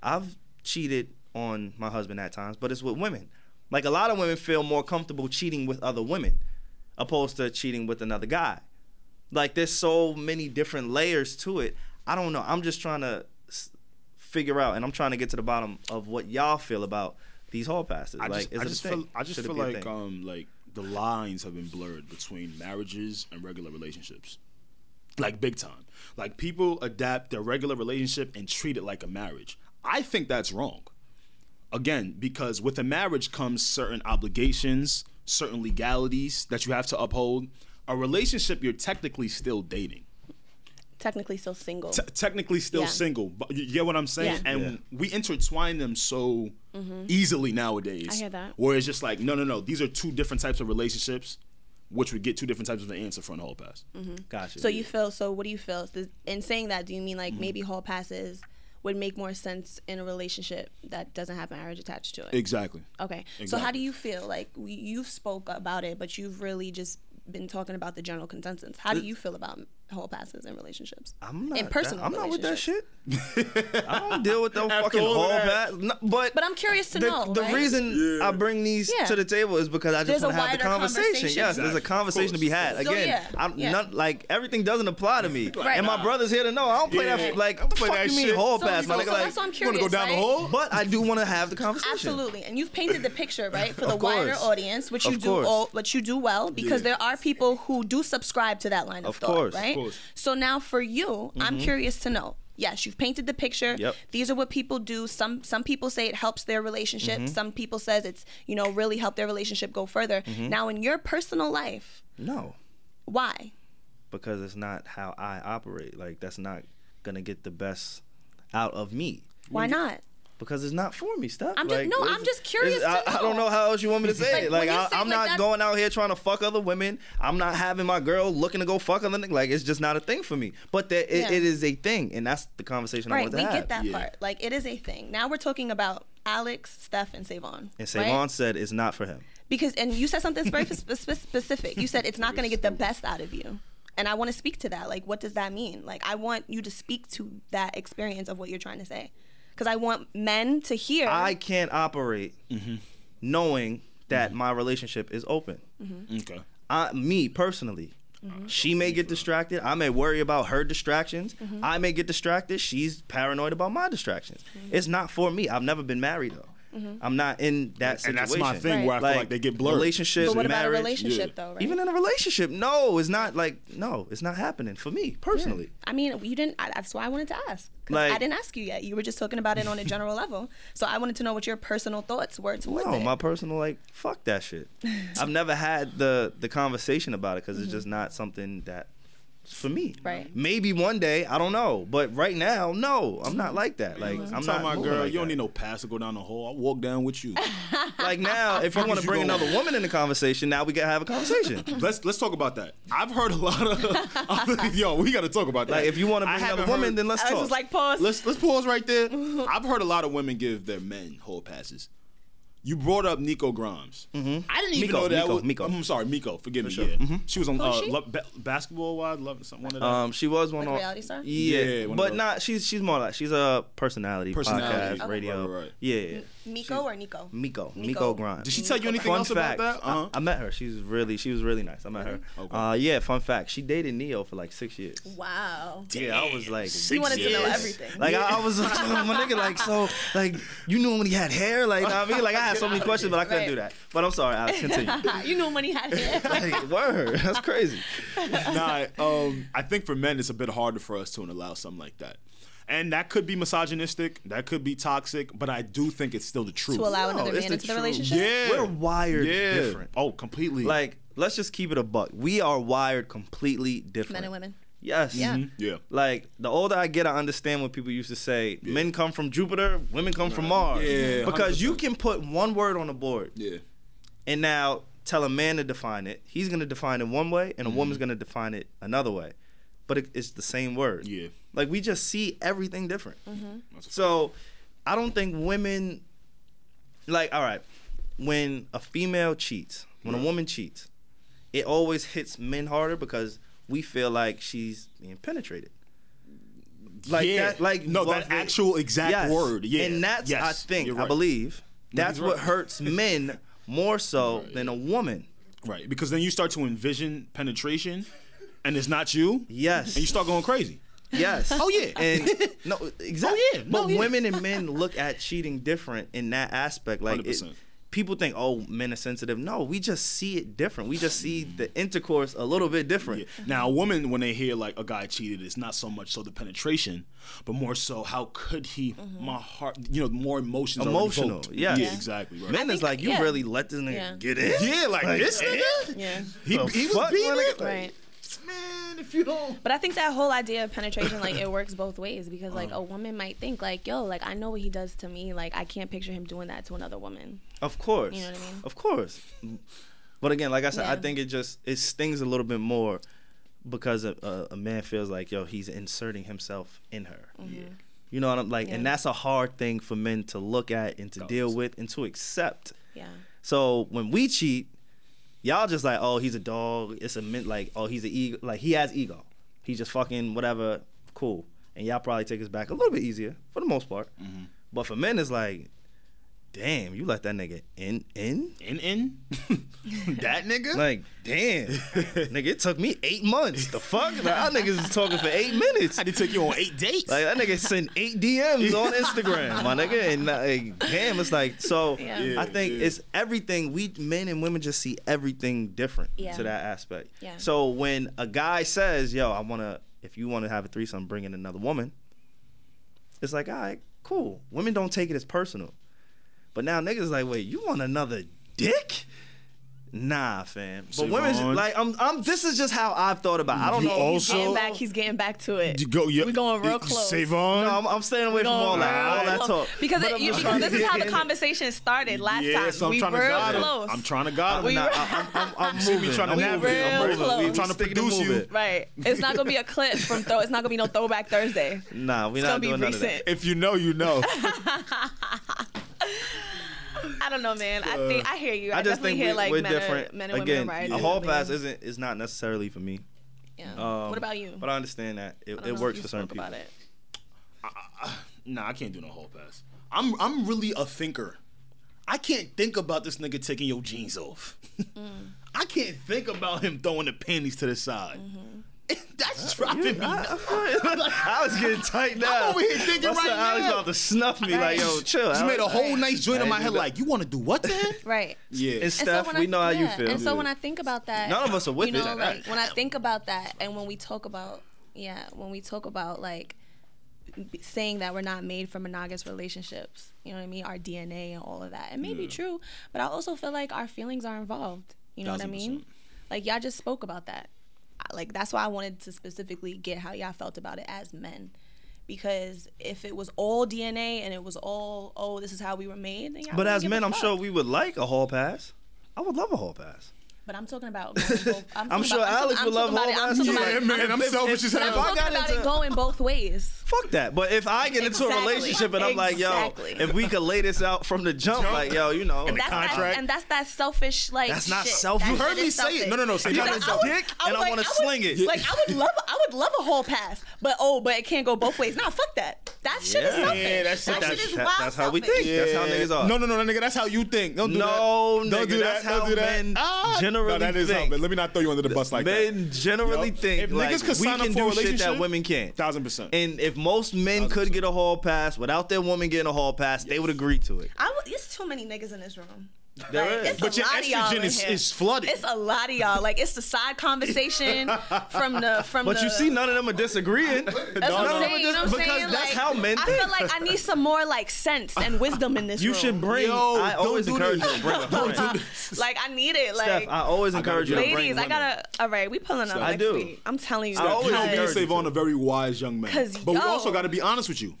B: i've cheated on my husband at times but it's with women like a lot of women feel more comfortable cheating with other women opposed to cheating with another guy like there's so many different layers to it i don't know i'm just trying to s- figure out and i'm trying to get to the bottom of what y'all feel about these hall passes
C: I
B: like
C: just,
B: is
C: I
B: it a
C: just
B: thing?
C: feel, I just
B: Should it
C: feel
B: be a
C: like
B: thing?
C: um like the lines have been blurred between marriages and regular relationships, like big time. Like people adapt their regular relationship and treat it like a marriage. I think that's wrong. Again, because with a marriage comes certain obligations, certain legalities that you have to uphold. A relationship, you're technically still dating
D: technically still single
C: te- technically still
D: Yeah.
C: single, but you get what I'm saying?
D: Yeah. Mm-hmm.
C: And we intertwine them so easily nowadays.
D: I hear that.
C: Where it's just like, no, no, no, these are two different types of relationships, which would get two different types of an answer from the whole pass.
D: Mm-hmm.
B: gotcha
D: so you feel so what do you feel Does- in saying that do you mean
B: Mm-hmm.
D: like maybe hall passes would make more sense in a relationship that doesn't have marriage attached to it
C: Exactly.
D: Okay. So how
C: Exactly.
D: do you feel? Like we- you spoke about it, but you've really just been talking about the general consensus. How do you feel about whole passes in relationships?
B: I'm not,
D: in personal
B: I'm not with that
D: relationships?
B: shit.
C: *laughs*
B: I don't deal with no
C: After
B: fucking
C: all
B: hall
C: of that.
B: pass. No, but
D: But I'm curious to
B: the,
D: know.
B: the
D: right?
B: reason
C: Yeah.
B: I bring these
D: Yeah.
B: to the table is because I
D: There's
B: just
D: a
B: want to have the
D: wider
B: conversation.
D: conversation.
B: Yes, there's a
C: Exactly.
B: conversation to be had.
D: So,
B: Again,
D: yeah.
B: I'm
D: Yeah.
B: not like everything doesn't apply to me.
C: *laughs* Right.
B: And my
C: Nah.
B: brother's here to know. I don't play that.
C: Yeah.
B: Like,
C: Don't
B: what the
C: play
B: fuck
C: that
B: you mean
C: shit.
B: hall
D: So-
B: pass,
D: so-
B: my nigga?
D: so that's why I'm
B: Like,
D: curious.
C: You want to go down
D: right?
C: the hole?
B: but I do want to have the conversation.
D: Absolutely, and you've painted the picture right for the
B: Of
D: wider
B: course.
D: audience, which you
B: Of
D: do,
B: course.
D: all, which you do well, because
C: Yeah.
D: there are people who do subscribe to that line
B: Of
D: of, thought,
B: course.
D: right?
B: Of
C: course.
D: So now for you, I'm curious to know. Yes, you've painted the picture.
B: Yep.
D: These are what people do. Some some people say it helps their relationship.
B: Mm-hmm.
D: Some people says it's you know really help their relationship go further.
B: Mm-hmm.
D: Now in your personal life,
B: No,
D: why?
B: because it's not how I operate. Like, that's not gonna get the best out of me.
A: Why not?
B: because it's not for me. Stop.
A: I'm just- no,
B: it's-
A: I'm just curious
B: it's- I,
A: to
B: I don't
A: know.
B: know how else
A: *laughs*
B: you want me to
A: Like,
B: say it.
A: when
B: Like,
A: you
B: I,
A: say
B: I'm
A: like
B: not
A: that-
B: going out here trying to fuck other women. I'm not having my girl looking to go fuck other niggas. Like, it's just not a thing for me. But that it,
A: Yeah.
B: it is a thing, and that's the conversation I
F: Right,
B: want to
F: we
B: have.
F: get that
C: Yeah.
F: part. Like it is a thing. Now we're talking about Alex, Steph, and Savon.
B: And
F: right?
B: Savon said it's not for him.
F: because and you said something very
B: *laughs*
F: spe- spe- specific. You said it's not going to get the best out of you. And I want to speak to that. Like what does that mean? Like I want you to speak to that experience of what you're trying to say. Cuz I want men to hear
B: I can't operate knowing that my relationship is open.
C: Okay.
B: I, me personally,
A: Mm-hmm.
B: she may get distracted. I may worry about her distractions.
A: Mm-hmm.
B: I may get distracted. She's paranoid about my distractions.
A: Mm-hmm.
B: It's not for me. I've never been married though. I'm not in that situation.
C: And that's my
A: Right.
C: thing where I feel like they get blurred.
B: Relationships,
A: But what about a
B: marriage,
A: relationship
C: yeah.
A: though? Right?
B: even in a relationship, no, it's not like no, it's not happening for me personally.
F: I mean, you didn't. I, that's why I wanted to ask. 'Cause
B: Like-
F: I didn't ask you yet. You were just talking about it on a general level. So I wanted to know what your personal thoughts were towards
B: No,
F: it.
B: my personal like fuck
F: *laughs*
B: that shit. I've never had the the conversation about it because it's
F: Mm-hmm.
B: just not something that for me.
A: Right.
B: Maybe one day, I don't know, but right now, no, I'm
F: Mm-hmm.
B: not like that. Like I'm,
C: I'm
B: not
C: talking about
B: moving
C: girl.
B: Like
C: you don't
B: that.
C: need no pass to go down the hole. I'll walk down with
D: *laughs*
C: you.
B: Like
C: *laughs*
B: now, if you want
C: is
B: to
C: you
B: bring
C: going?
B: another woman in the conversation, now we gotta have a
F: *laughs*
B: conversation.
C: let's let's talk about that. I've heard a lot
D: *laughs*
C: of *laughs* yo. We got to talk about that.
B: Like if you want to
C: I
B: bring another
C: haven't
B: woman,
C: heard-
B: then let's
F: Alex
B: talk.
F: was like,
B: *laughs*
F: pause.
C: let's let's pause right there. I've heard a lot of women give their men whole passes. You brought up Nico Grimes. I didn't even
B: Mm-hmm. Miko,
C: know that
B: Miko,
C: was.
B: Miko.
C: I'm sorry, Miko. Forgive me.
B: sure. Mm-hmm.
C: Yeah. She was on
F: is
C: uh,
F: Oh, she?
C: Love- Ba- basketball wide love something. One of them.
B: um, she was one
F: Like
B: on
F: Reality Star?
B: Yeah,
C: Yeah, one of
B: but
C: those.
B: not. She's she's more like she's a personality,
C: Personality.
B: podcast,
C: Okay.
B: radio.
C: Right, right, right.
B: Yeah, yeah.
F: Miko or Nico?
B: Miko, Miko,
F: Miko.
B: Grimes.
C: Did she tell you anything
B: fun
C: else
B: fact,
C: about that?
B: I-
C: Uh-huh.
B: I, met her. She's really, she was really nice. I met her.
C: Okay.
B: Uh, yeah, fun fact. She dated Neo for like six years.
F: Wow.
B: Yeah, I was like,
F: You wanted to know
C: Yes.
F: everything. *laughs*
B: like I, I was like, *laughs* my nigga, like so, like you knew when he had hair, like know what I mean, like I had so many questions, but I couldn't
F: Right.
B: do that. But I'm sorry, Alex,
D: *laughs*
B: continue.
F: you know money had
B: *laughs*
F: hair.
B: like, word, that's crazy.
C: *laughs* nah, um, I think for men it's a bit harder for us to allow something like that. And that could be misogynistic, that could be toxic, but I do think it's still the truth.
F: to allow
B: No,
F: another man
B: it's the
F: into the
B: truth.
F: relationship.
C: yeah.
B: We're wired different.
C: Oh, completely.
B: Like, let's just keep it a buck. We are wired completely different.
F: Men and women.
B: Yes.
F: Yeah.
C: yeah.
B: Like the older I get, I understand when people used to say men come from Jupiter, women come from Mars.
C: Yeah,
B: because you can put one word on a board
C: Yeah.
B: and now tell a man to define it. He's gonna define it one way, and a woman's
C: Mm-hmm.
B: gonna define it another way. But it, it's the same word.
C: Yeah.
B: Like we just see everything different. So I don't think women like all right when a female cheats when a woman cheats it always hits men harder because we feel like she's being penetrated like
C: Yeah.
B: that like
C: No,
B: was
C: that actual exact word. Yeah.
B: and that's i
C: Yes.
B: think
C: You're
B: i
C: right.
B: believe that's
C: he's right.
B: what hurts men more so than a woman
C: Right. Because then you start to envision penetration and it's not you.
B: Yes.
C: And you start going crazy.
B: Yes.
C: Oh, yeah.
B: And
C: *laughs*
B: no, exactly.
C: Oh, yeah. No,
B: But
C: yeah.
B: women and men look at cheating different in that aspect. Like, it,
C: 100%.
B: people think, oh, men are sensitive. No, we just see it different. We just see the intercourse a little bit different.
C: Yeah. Now, a woman, when they hear like a guy cheated, it's not so much so the penetration, but more so how could he? My heart, you know, more emotions. are
B: Mm-hmm. Emotional,
C: revoked.
B: yes.
C: yeah,
B: Yeah.
C: exactly. Right.
B: Men is like, you
A: yeah.
B: really let this nigga
A: Yeah.
B: get in?
C: yeah, like, this
B: eh?
C: nigga.
A: Yeah.
C: He,
B: The
C: he was
B: fuck,
C: beating
B: my
C: it.
B: nigga?
A: Right.
C: Man, if you don't.
A: But I think that whole idea of penetration, like, it works both ways because,
B: Uh-huh.
A: like, a woman might think, like, yo, like, I know what he does to me. Like, I can't picture him doing that to another woman.
B: Of course.
A: You know what I mean?
B: Of course. But again, like I said, I
A: Yeah.
B: think it just it stings a little bit more because a, a, a man feels like yo he's inserting himself in her.
A: Mm-hmm.
B: Yeah. You know what I'm like, and that's a hard thing for men to look at and to deal with and to accept.
A: Yeah.
B: So when we cheat, y'all just like, oh, he's a dog. It's a mint. Like, oh, he's an ego. Like he has ego. He just fucking whatever. Cool. And y'all probably take us back a little bit easier for the most part. But for men, it's like, damn, you let that nigga in in.
C: In, in? *laughs* that nigga?
B: Like, damn, nigga, it took me eight months. The fuck, like, our niggas is talking for eight minutes.
C: I did take you on eight dates.
B: Like that nigga sent eight DMs on Instagram, my nigga, and like, damn, it's like so.
A: Yeah.
B: I think
C: Yeah.
B: it's everything. We men and women just see everything different
A: Yeah.
B: to that aspect.
A: Yeah.
B: So when a guy says, "Yo, I wanna," if you wanna have a threesome, bring in another woman. It's like, all right, cool. Women don't take it as personal, but now niggas like, wait, you want another dick? Nah, fam. But
C: Savon.
B: women's like, I'm, I'm. This is just how I've thought about. It. I don't
C: You
B: know.
C: also-
A: He's getting back. He's getting back to it.
C: You go, yeah,
A: We're going real
C: it-
A: close.
C: Savon.
B: No, I'm, I'm staying away from all that.
C: All
B: All
C: right,
B: that
A: close
B: talk.
D: Because,
B: But
D: it,
B: I'm
D: you,
B: just
D: because
B: trying
D: this
B: to
D: is how
B: get
D: the
B: in.
D: conversation started last
C: yeah,
D: time.
C: so I'm
D: we
C: trying
D: were
C: to guide
D: close.
C: it. I'm trying to guide
B: I'm *laughs*
C: it.
B: not. I'm, I'm, I'm, I'm
C: See, we
B: moving.
C: trying to
B: I'm
C: navigate.
B: moving. I'm
D: Real
B: moving.
D: close.
B: We-
D: I'm
B: we
C: trying to
B: sticking
C: produce you.
B: moving.
D: Right. It's not gonna be a clip from throw. It's not gonna be no throwback Thursday.
B: Nah, we're
D: It's
B: not
D: gonna be
B: doing none of that.
D: recent.
C: If you know, you know.
D: I don't know, man. I think I hear you. I,
B: Uh, I just
D: definitely
B: think
D: hear
B: we,
D: like
B: we're
D: men,
B: different.
D: Are, men and
B: Again,
D: women are
B: a hall
D: rising.
B: pass isn't is not necessarily for me.
D: Yeah.
B: Um,
D: what about you?
B: But I understand that it,
D: I don't
B: it
D: know if
B: works
D: you
B: for certain
D: spoke
B: people.
D: About it.
C: *laughs* nah, I can't do no whole pass. I'm I'm really a thinker. I can't think about this nigga taking your jeans off. *laughs* I can't think about him throwing the panties to the side. *laughs* That's driving me.
B: I, I,
C: nuts.
B: feel it. *laughs* I was getting tight now.
C: over here thinking
B: That's
C: right
B: how Alex
C: now.
B: about to snuff me like, yo, chill. Alex.
C: Just made a whole nice joint in my head. Like, you want to do *laughs* what to him?
G: Right.
C: yeah.
B: And
G: And so
B: Steph,
G: when
B: we
G: I-
B: know how you
G: yeah,
B: feel.
G: And so when I think about that,
B: None of us are with
G: you know,
B: it.
G: Like
B: *laughs*
G: when I think about that, and when we talk about, yeah, when we talk about like b- saying that we're not made for monogamous relationships, you know what I mean? Our DNA and all of that. It may
B: Mm.
G: be true, but I also feel like our feelings are involved. You know what I
C: Thousand
G: mean?
C: percent.
G: Like y'all just spoke about that. I- Like that's why I wanted to specifically get how y'all felt about it as men. Because if it was all DNA and it was all, oh, this is how we were made, then y'all
B: but
G: wouldn't
B: as
G: give a
B: men, I'm
G: fuck.
B: sure we would like a hall pass. I would love a hall pass.
G: But I'm talking
B: *laughs*
G: about. going both- I'm,
B: I'm
G: talking
B: sure
G: about- I'm
B: Alex
G: talking-
B: would love
G: I'm talking about
B: whole
G: it- I'm
B: ass.
G: talking
B: Yeah,
G: about it-
C: man, I'm selfish as
G: I'm
C: hell.
B: I got
G: talking about
B: into-
G: it going both ways.
B: Fuck that. But if I get into a
G: Exactly.
B: relationship and I'm like, yo,
G: Exactly.
B: if we could lay this out from the jump, like, yo, you know,
G: That's
C: contract.
G: That, and that's that selfish like.
B: That's not
G: shit.
B: selfish.
G: That
B: You
G: shit
C: heard me
G: is
C: say it.
G: selfish.
C: No, no, no, say
G: You
C: not
G: know,
C: as
G: I
C: a
G: would-
B: dick,
G: I
B: and I
G: would-
B: wanna
G: would-
B: sling it.
G: Like I would love, I would love a whole pass, but oh, but it can't go both ways. Nah, fuck that. That shit is
B: Yeah.
G: selfish.
C: Yeah, that shit-
G: that
C: that
G: shit is
B: shit-
G: wild.
B: that's how we
G: selfish.
B: think. That's how niggas are.
C: No, no, no, no, nigga. That's how you think. Don't do
B: No,
C: that.
B: nigga, that's how men generally
C: Ah. no, that is
B: think.
C: How, let me not throw you under the bus like that.
B: men generally
C: Yup.
B: think
C: If
B: like,
C: niggas could
B: we
C: sign up
B: can
C: for a
B: do shit that
C: relationship,
B: women can't.
C: Thousand percent.
B: And if most men could get a hall pass without their woman getting a hall pass, they would agree to it.
D: I w- it's too many niggas in this room.
B: There is.
D: it's
C: But
D: a
C: your
D: lot of y'all
C: estrogen
D: in
C: is,
D: here.
C: is flooded.
D: It's a lot of y'all. Like it's
B: *laughs*
D: the side conversation from the from.
B: But
D: the,
B: you see, none of them are
C: *laughs*
B: disagreeing.
D: That's what
C: No,
D: I'm
C: no,
D: saying. You know what I'm
B: because
D: saying?
B: that's
D: Like,
B: how men
D: I
B: think.
D: feel like I need some more like sense and wisdom in this
B: You
D: room.
B: should bring.
C: Yo,
B: I
C: don't
B: always
C: do
B: encourage
C: this.
B: you to
C: *laughs*
B: bring a friend.
D: *laughs* Like I need it. Like
B: Steph, I always encourage you to bring
D: ladies, I
B: women.
D: gotta. All right, we pulling up
B: I
D: next
B: do.
D: week. I'm telling you.
B: I always
C: You know, me
D: because-
C: and
B: encourage you
C: Save on a very wise young man.
D: 'Cause,
C: But we
D: yo.
C: also got to be honest with you.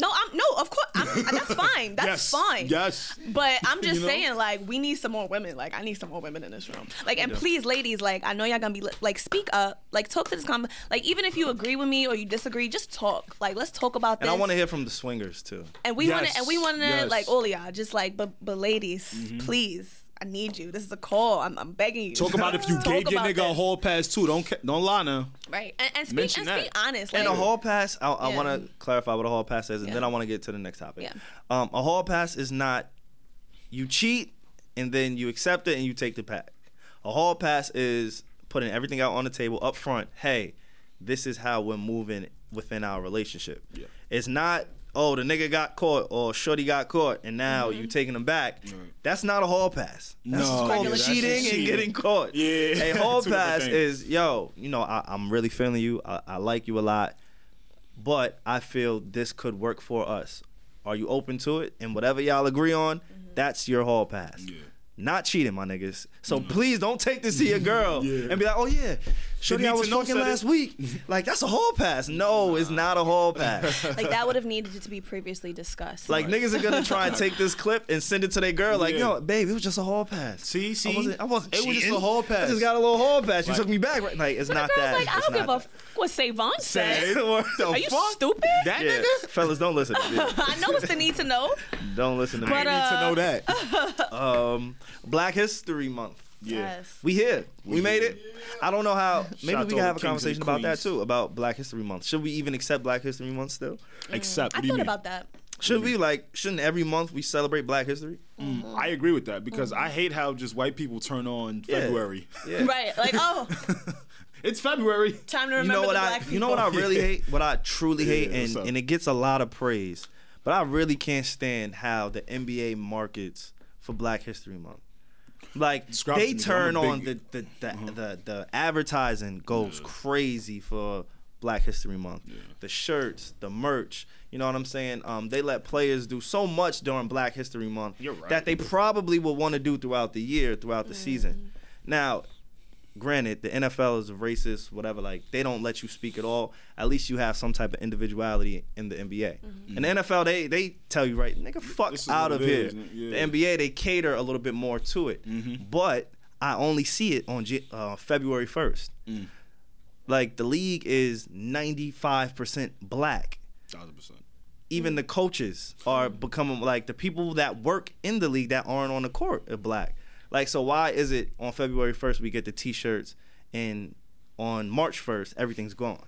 D: No, I'm no. Of course, I'm,
B: *laughs*
D: that's fine. That's
C: yes.
D: fine.
C: Yes.
D: But I'm just
C: You know?
D: saying, like, we need some more women. Like, I need some more women in this room. Like, and please, ladies, like, I know y'all gonna be li- like, speak up. Like, talk to this com. Like, even if you agree with me or you disagree, just talk. Like, let's talk about
B: And
D: this.
B: I want to hear from the swingers too.
D: And we want
C: Yes,
D: to. And we want to.
C: yes. Mm-hmm.
D: Like, all y'all, just like, but but ladies, please, I need you. This is a call. I'm, I'm begging you.
C: Talk about
D: *laughs*
C: if you
D: Talk
C: gave your
D: about
C: nigga a
D: this.
C: whole pass too. Don't ca- don't lie now.
D: Right. And, and speak
C: Mention
D: and speak
C: that.
D: honest.
B: And a
D: like-
B: hall pass, I, I
D: Yeah.
B: want to clarify what a hall pass is, and then
D: Yeah.
B: I want to get to the next topic.
D: Yeah.
B: Um, a hall pass is not you cheat and then you accept it and you take the pack. A hall pass is putting everything out on the table up front. Hey, this is how we're moving within our relationship.
C: Yeah.
B: It's not oh the nigga got caught or shorty got caught and now
D: Mm-hmm.
B: you taking them back. That's not a hall pass. That's
C: No,
B: called
C: yeah, that's
B: cheating and
C: cheating.
B: getting caught.
C: Yeah.
B: A hall
C: *laughs* Two different
B: pass
C: things.
B: is yo, you know, I, I'm really feeling you. I, I like you a lot, but I feel this could work for us. Are you open to it? And whatever y'all agree on, that's your hall pass.
C: Yeah. Mm-hmm.
B: Not cheating, my niggas. So please don't take this to your girl
C: *laughs* Yeah.
B: and be like, oh yeah, shorty,
C: need
B: I
C: to
B: was
C: know
B: fucking
C: said it."
B: last week. Like that's a hall pass. No, it's not a hall
C: *laughs*
B: pass.
D: Like that would have needed to be previously discussed.
B: Like niggas are gonna try and take this clip and send it to their girl. Like,
C: Yeah.
B: yo, babe, it was just a hall pass.
C: See, see?
B: I wasn't. I wasn't
C: It was just
B: cheating.
C: a hall
B: I
C: pass.
B: just got a little hall pass. You
C: Like-
B: took me back. Right? Like, it's
D: But
B: not
D: the girl's
B: that.
D: like, I
B: It's
D: don't
B: not
D: give a
B: that.
D: f- what Savon
C: Say
B: *laughs*
D: said.
C: the word. The
D: Are you
C: fuck?
D: stupid?
C: That
B: yeah.
C: nigga.
B: fellas, don't listen. to
C: *laughs*
B: me.
D: *laughs* I know it's the need to know.
B: Don't listen to me.
D: But,
C: I need to know that.
D: uh,
B: *laughs* um, Black History Month.
C: Yeah.
B: We here. We, made it. I don't know how. Maybe
C: Shout out
B: we
C: to
B: can
C: all
B: have a
C: the kings and
B: conversation about that
C: queens.
B: too. About Black History Month. Should we even accept Black History Month still?
C: Except. Mm.
D: I
C: What do you
D: thought
C: mean?
D: about that.
B: Should we like? Shouldn't every month we celebrate Black History?
C: Mm. I agree with that because I hate how just white people turn on
B: Yeah.
C: February.
B: Yeah.
D: Right. Like, oh,
C: it's February.
D: time to
B: You
D: remember
B: know what
D: the
B: I?
D: black people.
B: You know what I really hate? What I truly hate,
C: Yeah, what's
B: and
C: up?
B: and it gets a lot of praise, but I really can't stand how the NBA markets for Black History Month. Like
C: Describe
B: they
C: to me, 'cause I'm
B: turn
C: a big- Uh-huh.
B: on the the the, the the advertising goes crazy for Black History Month. The shirts, the merch. You know what I'm saying? Um, they let players do so much during Black History Month
C: You're right.
B: that they probably will want to do throughout the year, throughout the season. Now, granted, the NFL is racist, whatever. Like they don't let you speak at all. At least you have some type of individuality in the NBA. And the NFL, they they tell you right, nigga, fuck
C: This is
B: out of
C: what it
B: here.
C: is, n- yeah. Mm-hmm.
B: The NBA, they cater a little bit more to it. But I only see it on J- uh, February first.
C: Mm.
B: Like the league is ninety five percent black
C: Thousand percent. Mm.
B: even the coaches are becoming like the people that work in the league that aren't on the court are black. Like, so why is it on February 1st we get the t shirts and on March 1st everything's gone?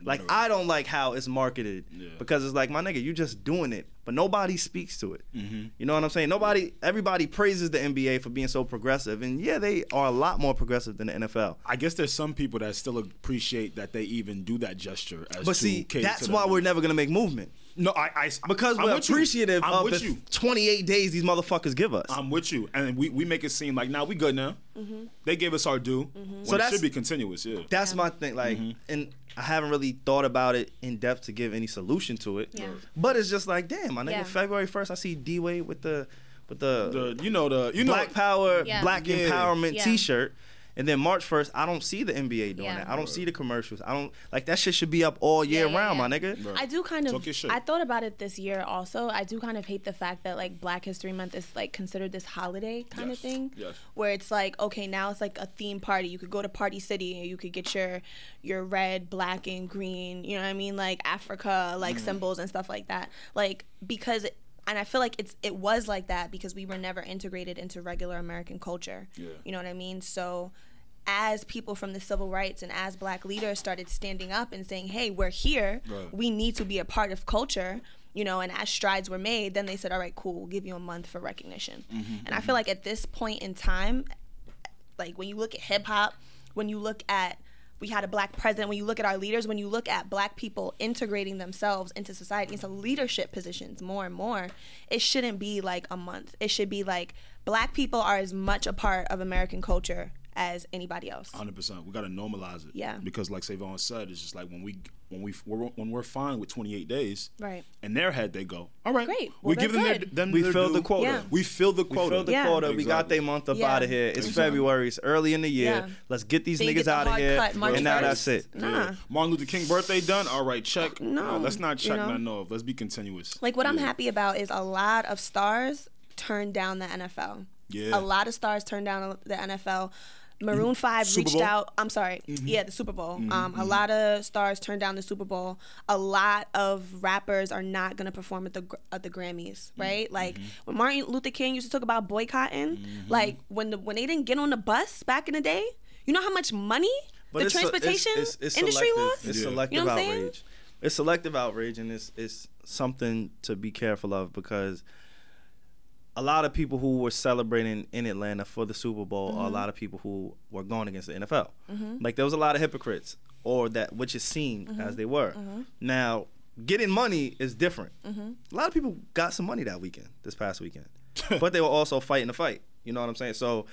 B: Like, I don't like how it's marketed
C: Yeah.
B: because it's like, my nigga, you just doing it, but nobody speaks to it.
C: Mm-hmm.
B: You know what I'm saying? Nobody, everybody praises the NBA for being so progressive. And yeah, they are a lot more progressive than the NFL.
C: I guess there's some people that still appreciate that they even do that gesture. As
B: But
C: to
B: see,
C: cater
B: that's
C: to
B: why
C: them.
B: we're never gonna make movement.
C: no, I, I
B: Because
C: I'm
B: we're
C: with you.
B: appreciative
C: I'm
B: of
C: with
B: the
C: you.
B: 28 days these motherfuckers give us.
C: I'm with you, and we, we make it seem like now we good now.
D: Mm-hmm.
C: They gave us our due. So that
B: that's-
C: should be continuous. Yeah.
B: That's my thing. Like,
C: Mm-hmm.
B: and I haven't really thought about it in depth to give any solution to it.
D: Yeah.
B: But it's just like, damn, my nigga,
D: Yeah.
B: February first, I see D Wade with the with the,
C: the you know the you
B: Black
C: know
B: Power,
D: Yeah.
B: Black
C: Yeah.
B: Empowerment
D: Yeah.
B: T-shirt. And then March first, I don't see the NBA doing
D: Yeah.
B: that. I don't see the commercials. I don't like that shit should be up all year
D: Yeah, yeah,
B: round,
D: yeah.
B: my nigga.
C: Right.
D: I do kind of.
C: Talk your shit.
D: I thought about it this year also. I do kind of hate the fact that like Black History Month is like considered this holiday kind
C: Yes,
D: of thing.
C: yes.
D: Where it's like okay, now it's like a theme party. You could go to Party City and you could get your your red, black, and green. You know what I mean? Like Africa,
C: Mm-hmm.
D: like symbols and stuff like that. Like because. and I feel like it's it was like that because we were never integrated into regular American culture.
C: Yeah.
D: You know what I mean? So as people from the civil rights and as black leaders started standing up and saying, "Hey, we're here.
C: Right.
D: We need to be a part of culture." You know, and as strides were made, then they said, "All right, cool. We'll give you a month for recognition." and I feel like at this point in time, like when you look at hip hop, when you look at we had a black president, when you look at our leaders, when you look at black people integrating themselves into society, into leadership positions more and more, it shouldn't be like a month. It should be like black people are as much a part of American culture as anybody else.
C: hundred percent. We got to normalize it.
D: Yeah.
C: Because like Savon said, it's just like when we when we we're, when we're fine with 28 days.
D: Right.
C: In their head, they go, all right,
D: Great.
C: We
D: Well,
C: give them
D: they're
C: their,
D: good.
C: them
B: We
C: their
B: filled
C: due.
B: the quota.
D: Yeah.
C: We filled the
B: We
C: quota.
B: filled the
D: Yeah.
B: quota. We got
C: Exactly.
B: their month up
D: Yeah.
B: out of here. It's
C: Exactly.
B: February. It's early in the year.
D: Yeah.
B: Let's get these
D: Then you
B: niggas
D: get the
B: out of
D: hard
B: here.
D: cut March
B: and now that's
D: 1st.
B: it.
D: Nah.
C: Martin Luther King birthday done. All right, check.
D: No,
C: let's not
D: you
C: check
D: know?
C: nothing off. Let's be continuous.
D: Like what I'm
C: Yeah.
D: happy about is a lot of stars turned down the NFL.
C: Yeah.
D: A lot of stars turned down the NFL.
B: Mm-hmm.
D: Maroon Five
C: Super
D: reached
C: Bowl?
D: out. I'm sorry. Yeah, the Super Bowl. Um, a lot of stars turned down the Super Bowl. A lot of rappers are not gonna perform at the gr- at the Grammys,
B: Mm-hmm.
D: right? Like when Martin Luther King used to talk about boycotting.
B: Mm-hmm.
D: Like when the when they didn't get on the bus back in the day, you know how much money the
B: it's-
D: transportation
B: it's- it's
D: industry
B: selective,
D: lost.
B: It's
C: Yeah.
B: selective
D: You know what I'm saying?
B: outrage. It's selective outrage, and it's it's something to be careful of because a lot of people who were celebrating in Atlanta for the Super Bowl are a
D: Mm-hmm.
B: lot of people who were going against the NFL. Like there was a lot of hypocrites, or that which is seen
D: Mm-hmm.
B: as they were. Now, getting money is different.
D: Mm-hmm.
B: A lot of people got some money that weekend, this past
D: *laughs*
B: weekend, but they were also fighting the fight. You know what I'm saying? So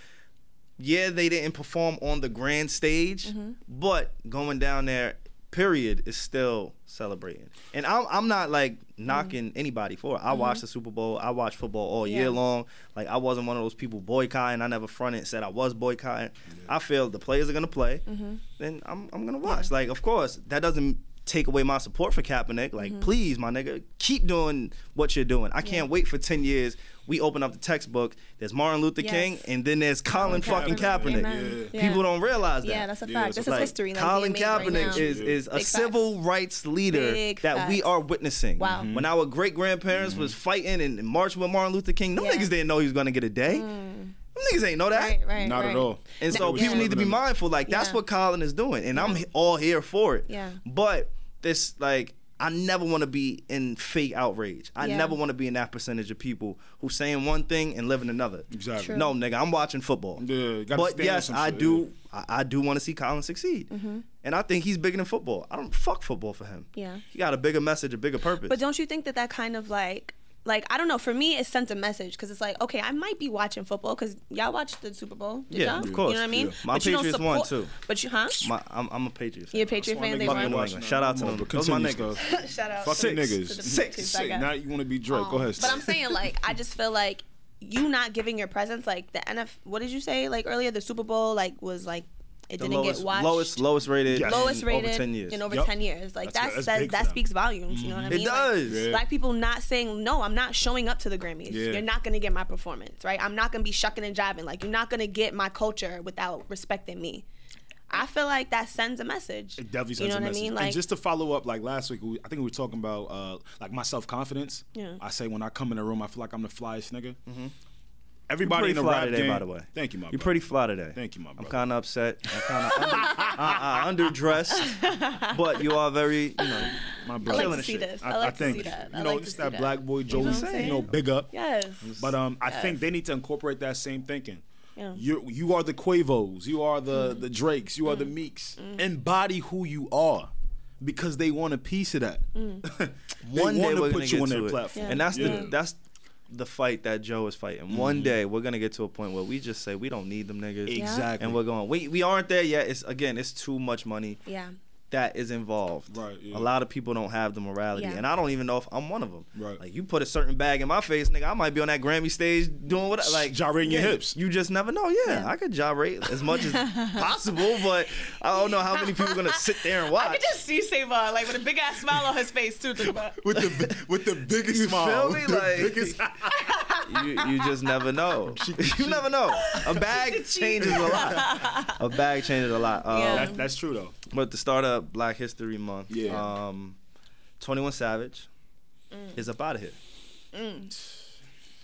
B: yeah, they didn't perform on the grand stage,
D: Mm-hmm.
B: but going down there, period, is still celebrating. And I'm, I'm not like
D: Mm-hmm.
B: knocking anybody for it. I watched the Super Bowl. I watched football all year
D: Yeah.
B: long. Like I wasn't one of those people boycotting. I never fronted and said I was boycotting. I feel the players are gonna play,
D: Mm-hmm.
B: then I'm, I'm gonna watch. Like of course that doesn't take away my support for Kaepernick.
D: Mm-hmm.
B: Like please, my nigga, keep doing what you're doing. I can't wait for ten years. We open up the textbook. There's Martin Luther
D: Yes.
B: King, and then there's Colin fucking
C: Kaepernick.
B: Kaepernick.
C: Amen.
D: Yeah.
B: People don't realize that.
D: Yeah, that's a fact.
C: Yeah, it's
D: this
C: a
D: is
C: fact.
D: history. Like,
B: Colin
D: being made
B: Kaepernick
D: right now.
B: is is a
D: Big facts.
B: civil rights leader
D: Big
B: that we
D: facts.
B: are witnessing.
D: Wow. Mhm.
B: When our great grandparents
C: Mm-hmm.
B: was fighting and marching with Martin Luther King, no
D: Yeah. Mm.
B: niggas didn't know he was gonna get a day. Them niggas ain't know that.
D: Right, right,
C: Not
D: right.
C: at all.
B: And so
C: Yeah.
B: people need to be mindful. Like that's
D: Yeah.
B: what Colin is doing, and I'm he- all here for it.
D: Yeah.
B: But this like. I never want to be in fake outrage. I
D: Yeah.
B: never want to be in that percentage of people who saying one thing and living another.
C: Exactly. True.
B: No, nigga, I'm watching football.
C: Yeah, you gotta
B: but
C: stand on
B: yes,
C: some
B: I
C: shit,
B: do. I, I do want to see Colin succeed, and I think he's bigger than football. I don't fuck football for him.
D: Yeah.
B: he got a bigger message, a bigger purpose.
D: But don't you think that that kind of like like I don't know. For me, it sent a message because it's like, okay, I might be watching football because y'all watched the Super Bowl. Did
B: Yeah,
D: y'all?
B: of course.
D: You know what I mean?
B: Yeah. My
D: you don't
B: Patriots won,
D: support-
B: too.
D: But you, huh?
B: My, I'm, I'm a Patriot. Fan.
D: You're a Patriot fan. They
B: Fucking
D: won.
B: New England. Shout out to them. Those my niggas.
D: Shout out.
C: Fuck
B: Six.
C: niggas.
B: To the
D: Six. Patriots, I
C: Six.
D: guess. Um,
C: Now you want to be Drake. Go ahead.
D: But I'm saying like I just feel like you not giving your presence like the NF. What did you say like earlier? The Super Bowl like was like
F: it
B: The
F: didn't
B: lowest,
F: get watched.
B: lowest, lowest rated,
C: Yes.
F: lowest
B: in
F: rated
B: over ten years.
F: in over
C: Yup.
F: 10 years. Like
C: That's-
F: that
C: that's
F: says
C: big
F: that
C: for them.
F: speaks volumes, you know what I
B: It
F: mean? Like,
B: does. Yeah.
F: Black people not saying, "No, I'm not showing up to the Grammys.
C: Yeah.
F: You're not going to get my performance, right? I'm not going to be shucking and jiving. Like you're not going to get my culture without respecting me." I feel like that sends a message.
C: It definitely sends
F: you know
C: a
F: what
C: message.
F: I mean? Like
C: and just to follow up, like last week, we, I think we were talking about uh, like my self confidence.
F: Yeah.
C: I say when I come in a room, I feel like I'm the flyest nigga. Everybody
B: pretty
C: in the
B: fly
C: rap
B: today,
C: game,
B: by the way.
C: Thank you, my.
B: You're
C: brother.
B: pretty fly today.
C: Thank you, my
B: I'm
C: brother.
B: kind of upset. I'm kind of under, *laughs* uh, uh, underdressed, but you are very, you know,
C: my
F: I
C: brother.
F: like
B: killing
F: to
B: the
F: see
B: shit.
F: this.
C: I,
F: I like
C: I
F: to
C: think
F: see that. I
C: you know
F: like to
C: it's
F: see
C: that,
F: that.
C: black boy Joe. You
B: what I'm saying?
C: know, big up.
F: Yes.
C: But um, I think they need to incorporate that same thinking.
F: Yeah.
C: You you are the Quavos, you are the the Drakes, you are the Meeks. Embody who you are, because they want a piece of that. *laughs* They
B: One day
C: wanna
B: we're gonna
C: put you
B: get
C: on
B: to
C: their
B: it.
C: platform,
B: and that's
C: Yeah.
B: the that's the fight that Joe is fighting.
C: Mm-hmm.
B: One day we're gonna get to a point where we just say we don't need them niggas,
C: Exactly.
B: and we're going. We we aren't there yet. It's again, it's too much money.
F: Yeah.
B: that is involved.
C: Right, yeah.
B: A lot of people don't have the morality,
F: Yeah.
B: and I don't even know if I'm one of them.
C: Right.
B: Like you put a certain bag in my face, nigga, I might be on that Grammy stage doing what, I- like
C: Gyrating your
B: yeah,
C: hips.
B: You just never know. Yeah, I could gyrate as much as possible, but I don't know how many people gonna sit there and watch.
D: I could just see Savon like with a big ass smile on his face too. Think about it.
C: with the with *laughs* the biggest
B: You
C: smile,
B: feel me?
C: with the
B: Like-
C: *laughs* biggest-
B: you, you just never
C: *laughs*
B: know. *laughs* you never know. A bag changes a lot. A bag changes a lot. Um,
F: Yeah.
C: that's, that's true though.
B: But to start up Black History Month,
C: Yeah.
B: um, 21 Savage is up out of here.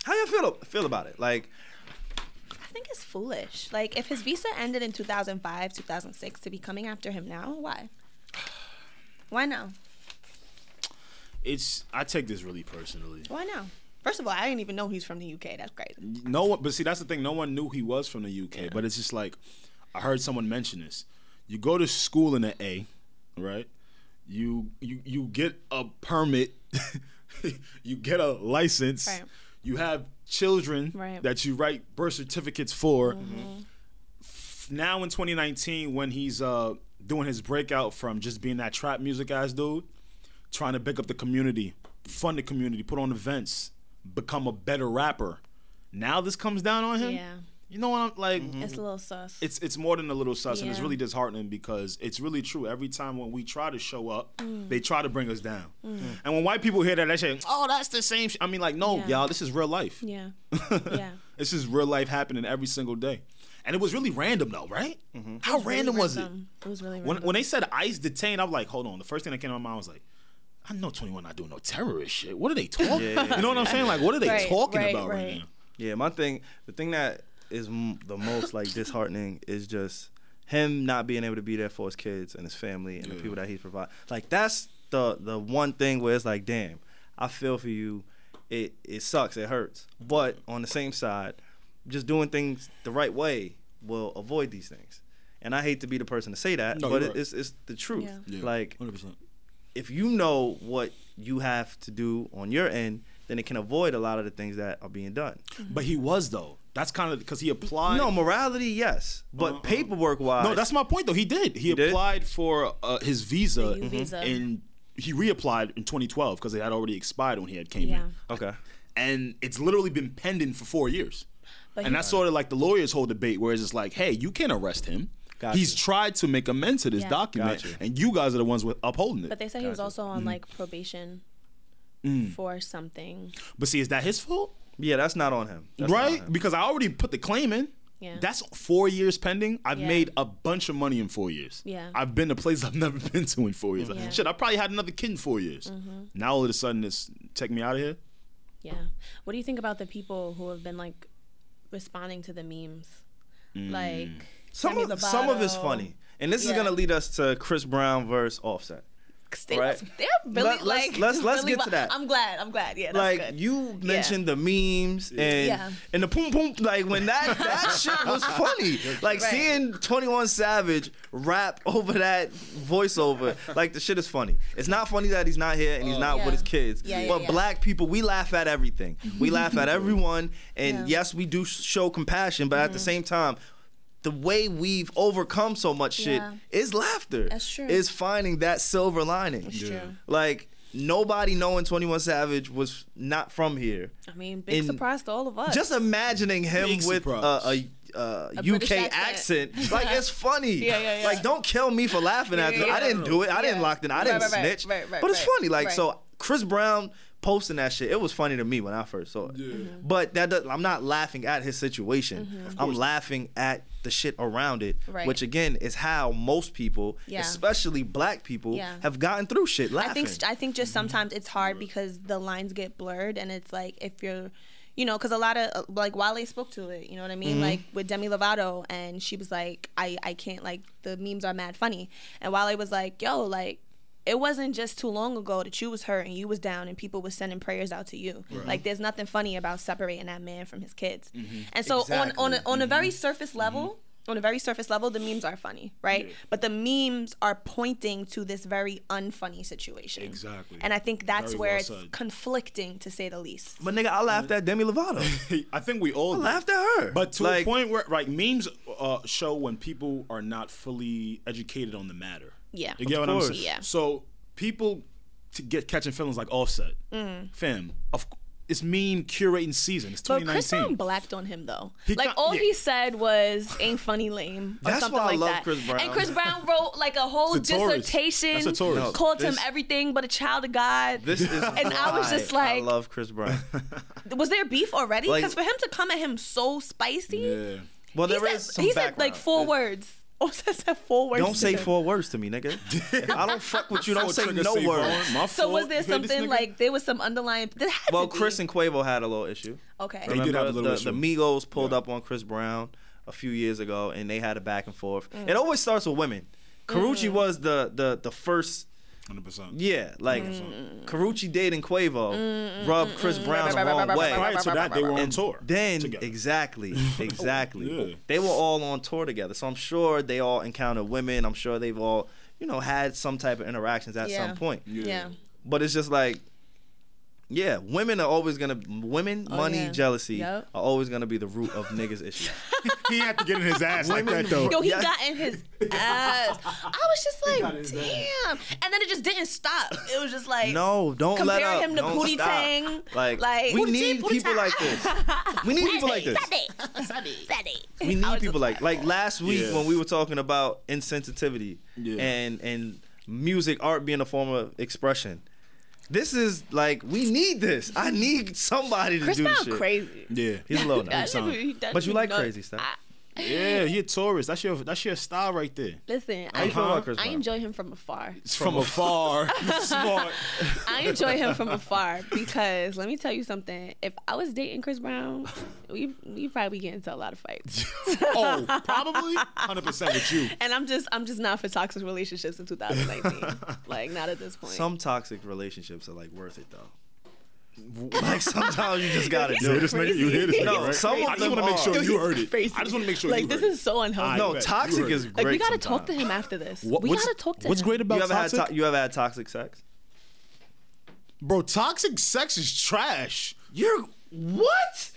B: How you feel feel about it? Like,
F: I think it's foolish. Like, if his visa ended in 2005, 2006, to be coming after him now, why? Why now?
C: It's I take this really personally.
F: Why now? First of all, I didn't even know he's from the UK. That's great.
C: No one, but see that's the thing. No one knew he was from the UK. But it's just like I heard someone mention this. You go to school in the A, right? You you you get a permit. *laughs* you get a license.
F: Right.
C: You have children
F: Right. Mm-hmm.
C: that you write birth certificates for. F- Now in 2019, when he's uh, doing his breakout from just being that trap music ass dude, trying to pick up the community, fund the community, put on events, become a better rapper. Now this comes down on him.
F: Yeah.
B: Mm-hmm.
C: You know what I'm like?
D: Mm-hmm.
F: It's a little sus.
C: It's it's more than a little sus, and it's
F: Yeah.
C: really disheartening because it's really true. Every time when we try to show up,
F: Mm.
C: they try to bring us down. Mm. And when white people hear that, they say, "Oh, that's the same." Sh-. I mean, like, no,
F: Yeah.
C: y'all, this is real
B: *laughs*
C: life.
F: yeah. yeah.
C: This is real life happening every single day. And it was really random though, right? How random was it?
F: Random. It was really
C: When,
F: random.
C: when they said ICE detained, I was like, hold on. The first thing that came to my mind was like, I know 21 not doing no terrorist shit. What are they talking? *laughs* you know what I'm saying? Like, what are they
F: Right,
C: talking
F: right,
C: about right,
F: right.
C: now?
B: yeah, my thing, the thing that is m- the most like disheartening is just him not being able to be there for his kids and his family and the people that he's provide. Like, that's the the one thing where it's like, damn, I feel for you. It it sucks. It hurts. But on the same side, just doing things the right way will avoid these things. And I hate to be the person to say that,
C: No,
B: but
C: you're
B: it,
C: right.
B: it's it's the truth.
F: Yeah.
C: Yeah,
B: Like
C: 100%.
B: if you know what you have to do on your end, then it can avoid a lot of the things that are being done.
C: But he was though. That's kind of because he applied.
B: No, morality, yes, but
C: Uh-uh.
B: paperwork wise,
C: No, that's my point though. He did. He,
B: did?
C: applied for uh, his visa,
F: The U visa.
C: and he reapplied in 2012 because it had already expired when he had came
F: Yeah.
C: in.
B: okay.
C: and it's literally been pending for four years.
F: But
C: and
F: he-
C: that's sort of like the lawyer's whole debate, whereas it's like, hey, you can't arrest him.
B: Got
C: He's
B: you.
C: tried to make amends to this
F: Yeah.
C: document,
B: Got you.
C: and you guys are the ones with upholding it.
F: but
C: But,
F: they said he was also
B: Mm.
F: on like probation for something.
C: see, is that his fault?
B: Yeah, that's not on him, That's not on
C: right?
B: him.
C: Because I already put the claim in.
F: Yeah.
C: That's four years pending. I've
F: Yeah.
C: made a bunch of money in four years.
F: Yeah.
C: I've been to places I've *laughs* never been to in four years. Like,
F: Yeah. Mm-hmm.
C: Shit, I probably had another kid in four years. Now all of a sudden it's take me out of here.
F: Yeah. What do you think about the people who have been like responding to the memes?
B: Mm.
F: Like
B: Some
F: Demi
B: of some of it's
F: Lovato.
B: funny, and this is
F: Yeah.
B: gonna lead us to Chris Brown versus Offset.
F: 'Cause They,
B: Right.
F: They're really
B: Let- let's-
F: like.
B: let's- let's
F: really
B: get to
F: wi-
B: that.
F: I'm glad. I'm glad. Yeah. That's
B: like
F: good.
B: you mentioned the memes and
F: Yeah.
B: and the poom poom like
F: *laughs*
B: when that that shit was funny like
F: Right.
B: seeing 21 savage rap over that voiceover like the shit is funny it's not funny that he's not here and he's not
F: Yeah.
B: with his kids
F: Yeah, yeah,
B: but
F: yeah.
B: black people we laugh at everything we
F: *laughs*
B: laugh at everyone and yes we do show compassion but at
F: Mm-hmm.
B: the same time the way we've overcome so much shit
F: Yeah.
B: is laughter
F: That's true.
B: is finding that silver lining
F: true.
B: like nobody knowing 21 Savage was not from here.
H: I mean, big
B: And
H: surprise to all of us.
B: Just imagining him
C: Big
B: with
C: surprise.
B: a, a, uh
H: British
B: UK
H: accent.
I: *laughs*
B: accent, like it's funny.
I: Yeah, yeah, yeah.
B: Like don't kill me for laughing at
I: yeah,
B: it. I
I: yeah.
B: didn't do it. I didn't lock in. I didn't
I: right, right,
B: snitch.
I: right, right,
B: but it's
I: right,
B: funny. Like
I: right.
B: so, Chris Brown posting that shit. It was funny to me when I first saw it.
I: Mm-hmm.
B: But that does, I'm not laughing at his situation. I'm laughing at the shit around it,
H: Right.
B: which again is how most people,
H: Yeah.
B: especially Black people,
H: Yeah.
B: have gotten through shit laughing.
D: I think I think just sometimes it's hard because the lines get blurred and it's like if you're you know because a lot of like Wale spoke to it you know what I mean like with Demi Lovato and she was like I I can't like the memes are mad funny and Wale was like yo like it wasn't just too long ago that you was hurt and you was down and people was sending prayers out to you like there's nothing funny about separating that man from his kids and so
B: Exactly.
D: on on a, on
C: Mm-hmm.
D: a very surface level on a very surface level, the memes are funny, right? But the memes are pointing to this very unfunny situation.
C: Exactly.
D: And I think that's
C: Very
D: where
C: well
D: it's
C: said.
D: conflicting, to say the least.
B: but nigga, I laughed at Demi
C: *laughs*
B: Lovato.
C: I think we all
B: I
C: did.
B: laughed at her.
C: But to
B: Like,
C: a point where, like, memes uh, show when people are not fully educated on the matter.
D: Yeah.
C: you get
D: Of
C: what I'm
B: course.
C: saying.
D: Yeah.
C: So people to get catching feelings like Offset, fam. Of c- it's meme curating season. It's
D: Mm. But Chris
C: 2019.
D: Brown blacked on him though.
C: He
D: like
C: got-
D: all
C: yeah.
D: he said was "ain't funny, lame" or
B: That's
D: something
B: why I
D: like
B: love
D: that.
B: Chris Brown.
D: And Chris Brown wrote like a whole
C: That's a Taurus.
D: dissertation,
C: That's a Taurus. No,
D: called him
B: this-
D: everything but a child of God.
B: This is
D: And I was just
B: why I
D: like-
B: love Chris Brown.
C: *laughs*
D: *laughs* was there beef already?
B: Like-
D: Because for him to come at him so spicy,
C: yeah.
B: Well,
D: he
B: there is
D: said,
B: some
D: he said
B: background.
D: like four words. *laughs* Oh, said four words.
B: Don't
D: to
B: say
D: him.
B: four words to me, nigga. If I don't fuck with you, don't
C: Full
B: say
C: trigger
B: no
C: safe
B: words.
C: word. My
D: So
C: fault.
D: was there
C: You hear this
D: something
C: nigga?
D: like there was some underlying? There had
B: Well,
D: to be.
B: Chris and Quavo had a little issue.
D: Okay.
C: They did have a
B: Remember,
C: little
B: the,
C: issue.
B: the Migos pulled up on Chris Brown a few years ago, and they had a back and forth. It always starts with women. Karuchi was the the the first.
C: 100%.
B: Yeah, like Karuchi dating Quavo rubbed Chris Brown the
I: right, right,
B: wrong
I: right,
B: way.
I: right,
C: Prior to that, they were on
B: And
C: tour.
B: Then
C: together. *laughs* Oh,
B: exactly, exactly.
C: Yeah.
B: They were all on tour together, so I'm sure they all encountered women. I'm sure they've all, you know, had some type of interactions at
D: Yeah.
B: some point.
D: Yeah.
B: But it's just like, yeah, women are always gonna women, money,
D: yeah.
B: jealousy
D: Yup.
B: are always gonna be the root of niggas issues.
J: He had to get in his ass like that though.
D: Yo, he
B: Yeah.
D: got in his
C: *laughs*
D: ass. I was just like, damn. And then it just didn't stop. It was just like,
B: No, don't let
D: compare
B: up.
D: him to
B: Don't
D: Pootie
B: stop.
D: Tang.
B: Like,
D: Like,
B: we
D: Pootie
B: need
D: Tang, Pootie
B: people
D: Tang.
B: like this. We need people like this. We need people like like last week
C: Yeah.
B: when we were talking about insensitivity
C: Yeah.
B: and and music art being a form of expression. This is like we need this. I need somebody to
H: Chris
B: do this
H: Brown
B: shit.
H: crazy.
C: Yeah.
B: He's low now.
H: That nigga- he- that
B: But you
H: nigga
B: like
H: nuts.
B: crazy stuff.
H: I-
C: Yeah, he a Taurus. That's your that's your style right there.
H: Listen,
B: you feel about
H: I,
B: Chris
H: I
B: Brown?
H: enjoy him from afar.
C: It's from, afar. *laughs* Smart.
H: I enjoy him from afar because let me tell you something. If I was dating Chris Brown, we we probably get into a lot of fights.
C: Oh, probably 100 percent with you.
H: And I'm just I'm just not for toxic relationships in
C: *laughs*
H: 2019. like not at this point.
B: Some toxic relationships are like worth it though. *laughs* like sometimes you just gotta
J: You
B: do
J: hear
B: it.
J: this nigga? You hear this nigga,
B: No,
J: right?
B: some
C: I
B: of
C: just
B: them
C: want to make
B: are.
C: sure you heard it.
H: Crazy.
C: I just want to make sure.
H: like
C: you
H: this
C: heard
H: is so unhealthy.
B: No,
C: bet. You
B: toxic
C: heard
B: is
C: it.
B: great.
H: like we gotta talk
B: sometimes.
H: to him after this.
C: What-
H: we
C: what's-
H: gotta talk to
C: What's
H: him.
C: great
B: You
C: about
B: ever
C: toxic?
B: had to- you ever had toxic sex?
C: Bro, toxic sex is trash.
B: You're what?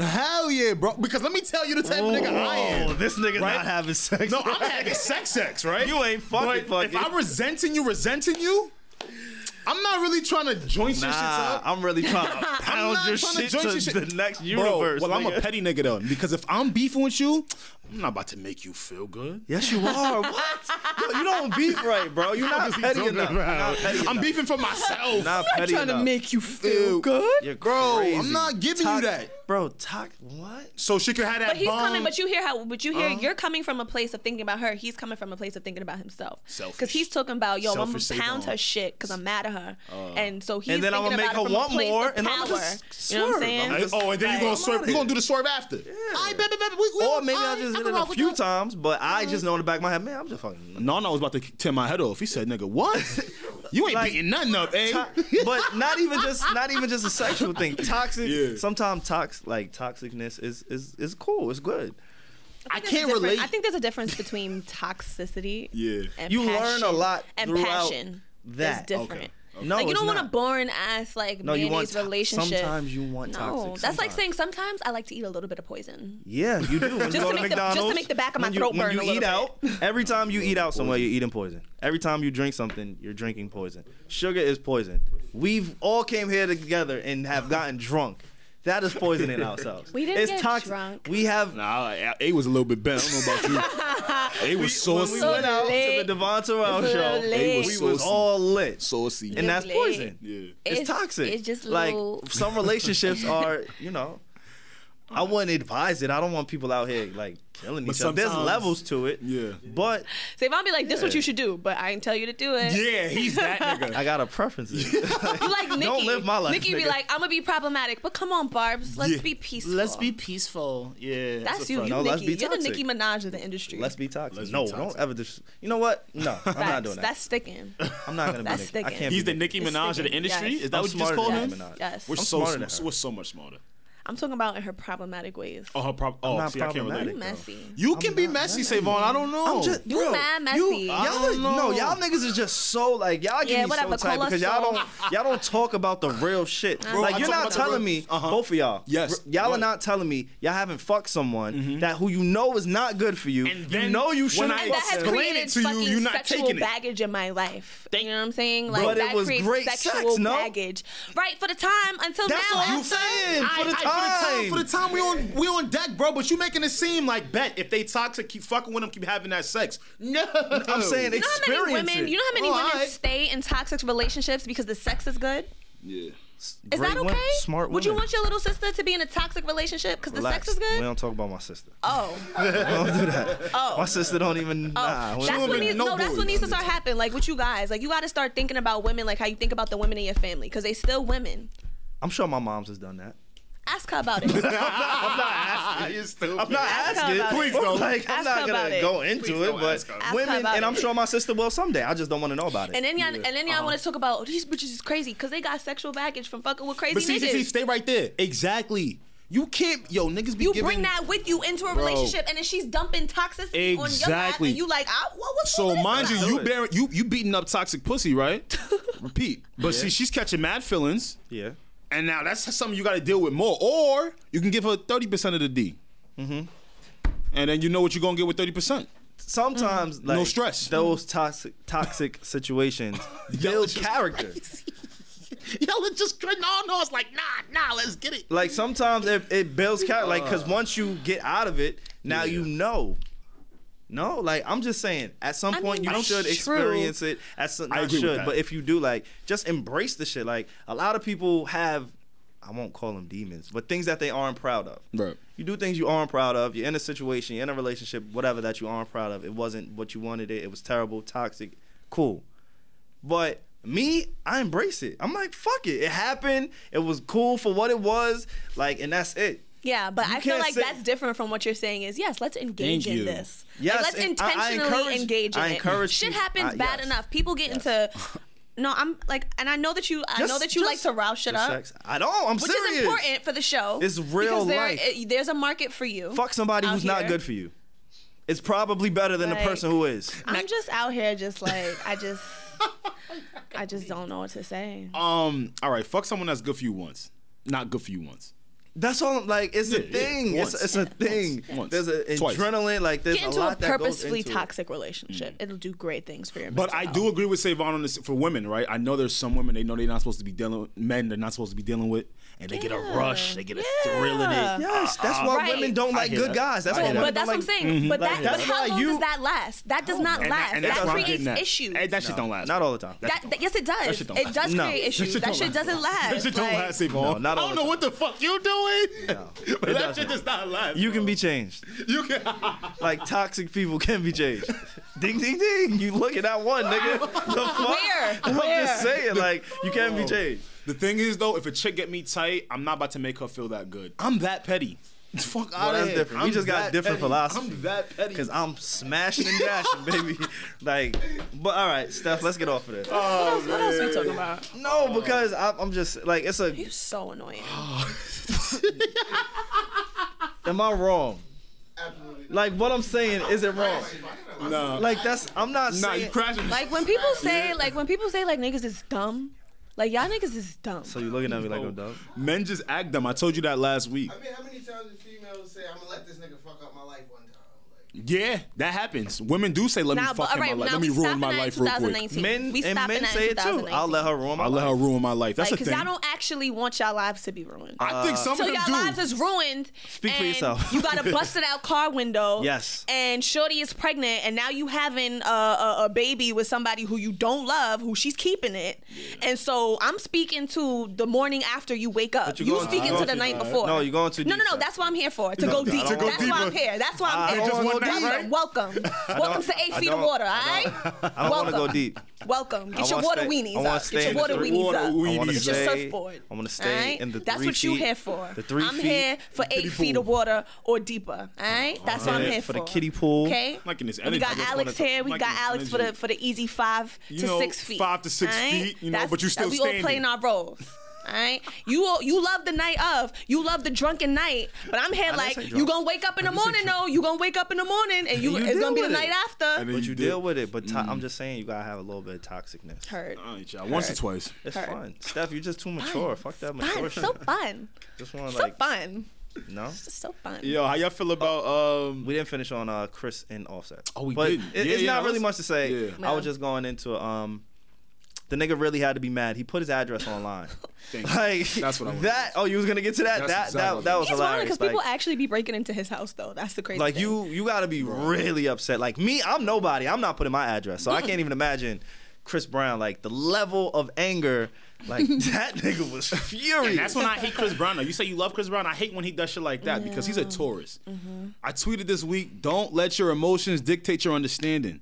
C: Hell yeah, bro. Because let me tell you the type of nigga I
B: Oh,
C: am.
B: this nigga
C: Right?
B: not having sex.
C: No, I'm having sex, sex, right?
B: You ain't fucking
C: But If
B: fucking.
C: I'm resenting you, resenting you, I'm not really trying to joint your shit
B: Nah,
C: up.
B: I'm really trying to
C: *laughs* I'm
B: pound
C: not
B: your
C: tryna
B: shit to,
C: joint your shit.
B: the next
C: Bro,
B: universe.
C: well, I'm a
B: nigga.
C: petty nigga though, because if I'm beefing with you, I'm not about to make you feel good.
B: *laughs* Yes, you are. What? Yo, you don't beef right, bro. You're not petty enough. You're Not petty
C: I'm
B: enough.
C: beefing for myself.
B: Not petty
D: trying
B: enough.
D: to make you feel
C: Ew.
D: good.
B: You're
C: Bro, I'm
B: crazy.
C: not giving you
B: Tox-
C: that.
B: Bro, talk. What?
C: So she could have that.
D: But he's
C: bond.
D: coming, but you hear how, but you hear, you're coming from a place of thinking about her. He's coming from a place of thinking about himself. Because
C: Selfish.
D: he's talking about, yo, I'm going
C: Selfish,
D: to
C: say
D: pound
C: wrong.
D: her shit because I'm mad at her. and so he's
B: Uh. and then I'm
D: thinking
B: gonna make
D: about
B: her
D: it from a
B: want
D: place
B: more,
D: of
B: and I'm
D: power.
B: gonna just
D: you know what I'm
B: swerve.
D: saying?
B: I'm
C: Hey,
B: just-
C: oh, and then
B: Like,
C: you're gonna
B: I'm
C: swerve.
B: outta
C: You
B: here.
C: gonna do the swerve after? I bet, bet, bet, we, we,
B: Or maybe I
C: aight,
B: just did
C: can
B: it a
C: rock with
B: few
C: that.
B: times, but
D: Mm-hmm.
B: I just know in the back of my head, man, I'm just fucking.
C: Nana was about to tear my head off. He said,
B: *laughs*
C: "Nigga, what? You ain't
B: Like-
C: beating nothing up, eh?"
B: but not even just not even just a sexual
D: *laughs*
B: thing. Toxic.
C: Yeah.
B: Sometimes tox like toxicness is is is cool. It's good.
C: I can't
D: think there's a difference-
C: relate.
D: I think there's a difference
B: *laughs*
D: between toxicity.
C: Yeah.
D: And
B: You learn
D: passion.
B: a lot
D: and
B: throughout
D: passion.
B: that.
D: is different.
C: Okay.
B: No,
D: like you
B: it's
D: don't want a
B: not.
D: boring ass like
B: No, you want
D: mayonnaise
B: to-
D: relationship.
B: sometimes you want
D: no,
B: toxic,
D: that's like
B: sometimes.
D: saying sometimes I like to eat a little bit of poison.
B: Yeah, you do. When
D: Just
B: you go to
D: to make the- just
B: McDonald's,
D: to make the back of my
B: when you-
D: throat burn
B: When
D: a
B: you
D: little
B: eat
D: bit. *laughs*
B: out, every time you eat out somewhere, you're eating poison. Every time you drink something, you're drinking poison. Sugar is poison. We've all came here together and have gotten drunk. That is
D: *laughs*
B: poisoning ourselves.
D: We didn't
B: it's
D: get
B: toxic.
D: drunk.
B: We have
C: *laughs* Nah, A- A was a little bit better. I don't know about
D: *laughs*
C: you. A was
B: when
C: saucy.
B: we went out to
D: lit.
B: the Devon Terrell
D: It's
B: show.
D: lit. They
C: were
B: Oh, We was
C: saucy.
B: all lit,
C: saucy.
B: and that's
D: lit.
B: poison.
C: yeah.
B: It's,
D: It's-
B: toxic.
D: it's just
B: like
D: little- *laughs*
B: some relationships are, you know. I wouldn't advise it. I don't want people out here like killing
C: But
B: each other. There's
C: sometimes-
B: levels to it.
C: Yeah.
B: But
D: So if i be like, this is what you should do, but I ain't tell you to do it.
C: Yeah, he's that nigga.
B: I got a preference.
D: *laughs*
C: *laughs*
D: You like Nikki.
B: Don't live my life,
D: Nikki
B: nigga.
D: be like, I'm gonna be problematic, but come on, Barb's, let's
C: Yeah.
D: be peaceful.
C: peaceful. Yeah.
D: That's you, you
B: No, let's
D: Nikki.
B: be
D: You're the
B: toxic.
D: Nicki Minaj of the industry.
B: *laughs* Let's be toxic.
C: Let's be
B: no,
C: toxic.
B: don't ever just. You know what? No, I'm
D: Facts.
B: not doing that.
D: That's sticking.
B: *laughs* I'm not
C: *laughs*
B: gonna
D: that's
B: be. Nicki. I
D: sticking.
B: can't.
C: He's
B: be
C: the Nicki Minaj of the
D: sticking,
C: industry.
D: yes.
C: Is that
B: I'm
C: what you just
B: smarter
C: called
B: than
C: him?
B: Nicki Minaj.
D: yes.
C: We're
B: I'm
C: so
B: smarter than
C: sm-
B: her.
C: we're so much smarter.
D: I'm talking about in her problematic ways.
C: Oh, her prob- oh,
B: not
C: see, I can't
B: problematic.
C: relate.
D: You messy.
C: You can be messy, Savon. I don't know.
B: I'm just,
D: You
B: bro,
D: mad messy.
B: You,
D: I
B: y'all
C: don't
B: are-
C: know.
B: no, y'all niggas is just so like y'all get
D: Yeah,
B: me
D: whatever,
B: so tight
D: call us
B: because y'all
D: soft.
B: don't y'all don't talk about the real shit.
C: I
B: like you're
C: talk
B: not
C: about the
B: telling
C: real-
B: me
C: Uh-huh.
B: both of y'all.
C: Yes,
B: r- y'all
C: right.
B: are not telling me y'all haven't fucked someone that who you know is not good for you.
C: And
B: you
C: then
B: know you
C: when
B: shouldn't.
C: I
D: And that
B: fuck
D: has
B: them.
C: Explain it
D: created
C: to you,
D: fucking
C: you're not
D: sexual
C: taking it.
D: baggage in my life. you know what I'm saying? Like
B: But it
D: that
B: was
D: creates
B: great sex,
D: sexual
B: no?
D: baggage. Right for the time until
B: That's
D: now.
B: all I'm
D: after-
B: saying. For the
C: I-
B: time.
C: for the time, for the time we on we on deck, bro. But you making it seem like bet if they toxic, keep fucking with them, keep having that sex. No,
B: I'm saying
D: You know how many
B: experience
D: women?
B: it.
D: You know how many
C: Oh,
D: women
C: alright.
D: stay in toxic relationships because the sex is good?
C: Yeah.
D: Is
B: Great
D: that okay?
B: women, smart
D: Would you
B: women.
D: want your little sister to be in a toxic relationship because the
B: Relax.
D: sex is
B: We
D: good?
B: don't talk about my sister. *laughs*
D: Oh,
B: My sister don't even. Nah, we
D: that's
B: don't-
D: what
C: women,
D: needs.
C: no
D: No, that's what
C: boys.
D: needs to start happening. Like with you guys, like you got to start thinking about women, like how you think about the women in your family, because they still women.
B: I'm sure my mom's has done that.
D: Ask
C: *laughs*
D: her about it.
C: Ah, you're stupid.
B: I'm not asking.
D: about it.
B: Please
C: don't.
B: Like, I'm
D: Ask
B: not
D: her
B: gonna
D: about it.
B: go into
C: Please
B: it,
C: don't
B: but
C: ask her.
D: Ask her
B: women,
D: about
B: and I'm
D: it.
B: sure my sister will someday. I just don't want to know about it.
D: And then y'all, and then y'all
C: uh-huh.
D: want to talk about oh, these bitches is crazy because they got sexual baggage from fucking with crazy
C: But see,
D: niggas.
C: see, see, stay right there. Exactly. You can't, yo, niggas be
D: you
C: giving.
D: bring that with you into a relationship, and then she's dumping toxicity on your lap,
C: Exactly.
D: and you like, I, what was
C: So mind you, you
B: Good.
C: bearing, you you beating up toxic pussy,
B: *laughs*
C: right? Repeat. But see, she's catching mad feelings,
B: yeah,
C: and now that's something you got to deal with more. Or you can give her thirty percent of the D, mm-hmm. and then you know what you're gonna get with thirty percent.
B: sometimes like,
C: Mm. No stress.
B: Those toxic toxic situations
C: Y'all
B: build
C: just
B: character.
C: *laughs* Y'all are just grin on us like, nah, nah, let's get it.
B: Like sometimes it, it builds character. Like
C: Uh.
B: because once you get out of it, now you know. No, like I'm just saying, at some
D: I
B: point
D: mean,
B: you
D: that's
B: should
D: true.
B: experience it. At some,
C: I
B: not
C: agree with
B: should,
C: that.
B: but if you do, like, just embrace the shit. Like a lot of people have, I won't call them demons, but things that they aren't proud of.
C: Right.
B: You do things you aren't proud of. You're in a situation, you're in a relationship, whatever that you aren't proud of. It wasn't what you wanted. It. It was terrible, toxic. Cool. But me, I embrace it. I'm like, fuck it. It happened. It was cool for what it was. Like, and that's it.
D: Yeah, but
B: You
D: I feel
B: can't
D: like
B: say-
D: that's different from what you're saying. Is yes, let's engage
C: Thank you.
D: in this. Like,
B: Yes,
D: let's
B: and I- I
D: intentionally
B: encourage-
D: engage in
B: I encourage
D: it. Shit
B: you.
D: happens
B: I-
D: bad
B: yes.
D: enough. People get into. No, I'm like, and I know that you. I know
B: Just-
D: that you
B: just-
D: like to rouse shit
B: just
D: up,
B: sex. I don't. I'm
D: which
B: serious.
D: is important for the show.
B: It's real
D: because there-
B: life.
D: it- there's a market for you.
B: Fuck somebody
D: out
B: who's not
D: here.
B: good for you. It's probably better than the
D: Like-
B: person who is.
D: I'm just out here, just like
B: *laughs*
D: I just,
B: Oh
D: I just don't know what to say.
C: Um, all right, fuck someone that's good for you once, not good for you once.
B: That's all. Like it's a
C: Yeah, yeah.
B: thing. It's,
C: Once.
B: it's a thing.
C: Once.
B: There's an
C: Twice.
B: adrenaline. Like there's
D: Get into
B: a
D: a,
B: lot that goes
D: purposefully
B: into it.
D: toxic relationship. It'll do great things for your.
C: But
D: mental
C: I
D: health.
C: do agree with Savon on this for women, right? I know there's some women they know they're not supposed to be dealing with men they're not supposed to be dealing with, and they get a rush, they get a thrill in
D: Yeah.
C: it.
B: Yes, that's why
D: uh, Right.
B: women don't
C: I
B: like
C: hear
B: good
C: that.
B: guys. That's
C: I
B: why
C: hear
B: women
C: that.
D: But, but
B: don't
D: that's what I'm
B: like-
D: saying.
C: mm-hmm.
D: But that,
B: That's
D: but how
B: why
D: long
B: you-
D: does that last? That does not
C: Oh, And that-
D: last.
C: and
D: that
C: that's where I'm
D: creates
C: getting at.
D: issues.
C: Hey, that shit don't last.
B: Mm. Not all the time.
D: That- that- yes, it does.
C: shit don't
D: it
C: last.
D: does
B: No.
D: create
B: That
D: issues.
C: shit
D: That,
C: don't
D: shit
C: last.
D: doesn't last.
C: That shit don't
D: Like,
C: last, Savon.
B: No, not
C: I
B: all
C: don't
B: the
C: know what the fuck you doing, *laughs* but
B: it
C: that
B: doesn't.
C: shit does not last.
B: you can be changed.
C: *laughs* you can. *laughs*
B: Like toxic people can be changed. ding ding ding. You look at that one, nigga. The fuck?
D: Where?
B: I'm just saying, like you can be changed.
C: The thing is though, if a chick get me tight, I'm not about to make her feel that good. I'm that petty. *laughs* Fuck out
B: that's
C: of here.
B: different. We
C: I'm
B: just got
C: that
B: different
C: petty.
B: philosophy.
C: I'm that petty.
B: Cause I'm smashing and dashing, baby. *laughs* Like, but all right, Steph, let's get off of this.
D: What else, what else we
C: Oh,
D: talking about?
B: no, because I'm, I'm just like it's a.
D: You're so annoying.
C: Oh,
B: Am I wrong? Like what I'm saying, is it wrong?
C: nah,
B: Like that's I'm not
C: nah, you
B: saying.
C: crashing.
D: Like when people say, like when people say, like niggas is dumb. Like y'all niggas is dumb.
B: So you looking at me
D: Oh.
B: like I'm dumb?
C: Men just act dumb. I told you that last week.
K: I mean, how many times do females say, I'm gonna let this nigga fuck up my life one time?
C: Yeah, that happens. Women do say, "Let me
D: Nah,
C: fuck
D: but all
C: him.
D: right,
C: my life.
D: now
C: Let
D: we
C: me ruin
D: stopping
C: my
D: at
C: life real quick."
D: 2019.
B: Men
D: we
B: and
D: stopping
B: men
D: at
B: say it too.
D: 2019.
B: I'll let her ruin my
C: I let
B: life.
C: her ruin my life. That's
D: Like,
C: a
D: cause
C: thing.
D: y'all don't actually want y'all lives to be ruined.
C: I think some
D: so
C: of them
D: y'all
C: do.
D: lives is ruined.
B: Speak for
D: and
B: yourself. *laughs*
D: you got a busted out car window.
B: Yes.
D: And Shorty is pregnant, and now you having a, a, a baby with somebody who you don't love, who she's keeping it. And so I'm speaking to the morning after you wake up.
B: But you're
D: You
B: going-
D: speaking
B: you're going
D: to the
B: too
D: night
B: far.
D: before.
B: No, you're going too
D: No, no,
B: deep,
D: no.
B: Sam.
D: That's why I'm here for. To
B: No,
D: go
B: I
D: deep.
B: don't go
D: That's why I'm
L: deeper.
D: here. That's why
B: I
D: I'm
B: don't
D: here.
B: wanna go
L: Welcome,
B: deep.
L: right?
D: Welcome. Welcome to eight
B: *laughs* I
D: feet of
B: don't-
D: water. All
B: I
D: right.
B: don't- *laughs* I don't want to go
D: Welcome.
B: deep.
D: Welcome.
B: I
D: Get your
B: wanna
D: water
B: stay- I
D: weenies
B: wanna
D: up.
B: stay
D: Get
B: in
D: your water
B: the three-
D: weenies
C: water
D: up.
B: I want to
C: Weenies.
D: Get your
B: stay.
D: surfboard.
B: I want to stay
D: alright?
B: in the three
D: That's what you
B: feet-
D: here for.
B: The three
D: I'm
B: feet.
D: here for eight feet
C: pool.
D: of water or deeper. All right? That's what I'm
B: Yeah,
D: here
B: for
D: for.
B: the kiddie pool.
D: Okay.
C: Like in this
D: we
C: energy, I
D: got
C: just
D: Alex
C: wanna-
D: here. We
C: like in
D: got
C: this
D: Alex for the
C: energy.
D: for the easy five
C: You
D: to
C: know,
D: six feet.
C: five to six
D: alright?
C: feet, you know,
D: That's-
C: but you still
D: we all
C: standing.
D: playing our roles. All right, you all, you love the night of, you love the drunken night, but I'm here
B: didn't
D: like
B: say
D: you
B: drunk.
D: gonna wake up in the
B: didn't say
D: morning
B: drunk.
D: though. You gonna wake up in the morning and you,
B: you
D: it's
B: deal
D: gonna be the
B: with it.
D: night
C: And
D: after.
C: then Mm-hmm.
B: But you
C: did.
B: deal with it. But to- I'm just saying, you gotta have a little bit of toxicness.
D: Heard.
C: All right, y'all. Once or twice.
B: It's
D: Her.
B: fun. Steph, you're just too mature. Fuck that mature
D: Fun.
B: shit.
D: So fun.
B: just want to
D: So
B: like,
D: fun.
B: no.
D: Just so fun.
C: Yo, how y'all feel about um?
B: We didn't finish on uh, Chris and Offset.
C: Oh, we
B: but
C: didn't.
B: It,
C: Yeah,
B: it's
C: yeah,
B: not
C: I
B: really much
C: was-
B: to say.
C: Yeah.
B: I was just going into um, the nigga really had to be mad. He put his address
C: *laughs*
B: online.
C: Thank you.
B: like
C: That's what I wanted
B: That oh, you was gonna get to that.
C: That's
B: that
C: exactly
B: that
C: what
B: that
C: I
B: was
D: He's wrong
B: hilarious.
D: because people
B: like,
D: actually be breaking into his house though. That's the crazy.
B: like
D: thing.
B: you, you gotta be really upset. Like me, I'm nobody. I'm not putting my address, so I can't even imagine Chris Brown. Like the level of anger,
D: *laughs*
B: like that nigga was furious.
C: That's when I hate Chris Brown. Now, you say you love Chris Brown. I hate when he does shit like that because he's a Taurus.
D: Mm-hmm.
C: I tweeted this week: Don't let your emotions dictate your understanding.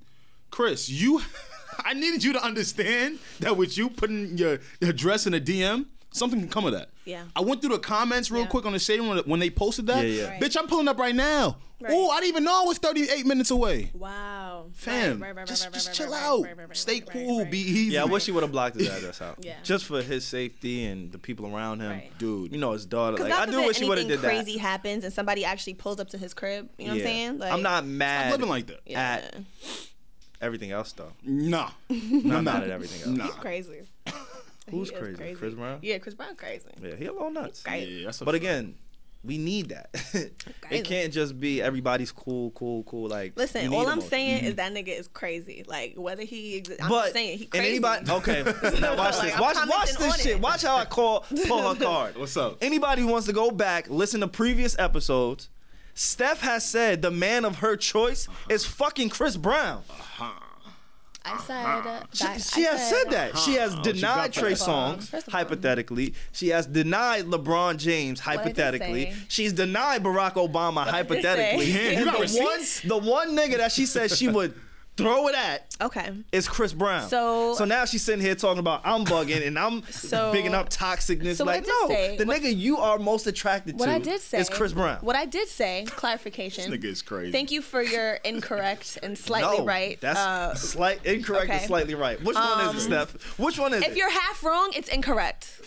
C: Chris, you, *laughs* I needed you to understand that with you putting your, your dress in a DM, something can come of that.
D: Yeah.
C: I went through the comments real
D: Yeah.
C: quick on the shade room when, when they posted that.
B: Yeah, yeah. Right.
C: Bitch, I'm pulling up right now.
D: Right.
C: Oh, I didn't even know I was 38 minutes away.
D: Wow.
C: Fam, just, just chill out. Stay cool. Be easy.
B: Yeah, I wish he would have blocked his address out.
D: Yeah.
B: Just for his safety and the people around him.
D: Right.
B: Dude. You know his daughter. Like I
D: God
B: do
D: forbid
B: wish he would have
D: anything
B: did that.
D: crazy happens and somebody actually pulls up to his crib. You know what I'm
B: Yeah.
D: saying? Like,
B: I'm not mad
C: living like
D: *laughs*
C: that.
D: Yeah.
B: at everything else though.
C: Nah.
B: No, I'm not at everything else. *laughs*
C: Nah.
D: crazy.
B: Who's
D: He is
B: crazy? Chris Brown?
D: Yeah, Chris Brown crazy.
B: Yeah, he a little nuts.
D: Right.
C: Yeah, that's a
B: But
C: fact.
B: again, we need that. *laughs* it can't just be everybody's cool, cool, cool. Like we
D: Listen,
B: need
D: all I'm
B: emotion. Mm-hmm.
D: saying is that nigga is crazy. Like whether he, exi- I'm
B: but
D: just saying he crazy.
B: And anybody, *laughs* Oh.
D: *laughs*
B: okay, now watch
D: Like,
B: this.
D: I'm
B: Watch, watch
D: commenting on
B: this shit.
D: it.
B: Watch how I
D: *laughs*
B: call pull her card.
C: What's up?
B: Anybody who wants to go back, listen to previous episodes. Steph has said the man of her choice is fucking Chris Brown.
D: I said uh,
B: She,
D: that-
B: she
D: I
B: has said that. She has denied
C: dropped
B: Trey
C: that.
B: Songs,
D: First of all.
B: hypothetically. She has denied LeBron James,
D: did it
B: hypothetically.
D: say?
B: She's denied Barack Obama,
D: did it
B: hypothetically.
D: say?
C: Yeah, you
B: And
C: got
B: the one,
C: receipts?
B: the one nigga that she said she would throw it at
D: Okay.
B: is Chris Brown.
D: So-
B: so now she's sitting here talking about I'm bugging and I'm
D: *laughs* So-
B: bigging up toxicness.
D: So what I
B: like
D: did
B: no,
D: say-
B: the
D: what-
B: nigga you are most attracted
D: What
B: to
D: I did say
B: is Chris Brown.
D: What I did say, clarification.
C: This nigga is crazy.
D: Thank you for your incorrect and slightly
B: no,
D: right.
B: That's
D: uh,
B: slight incorrect and
D: okay. Um,
B: slightly right. Which one is it, Steph? Which one is
D: if
B: it? Uh-huh.
D: you're half wrong, it's incorrect.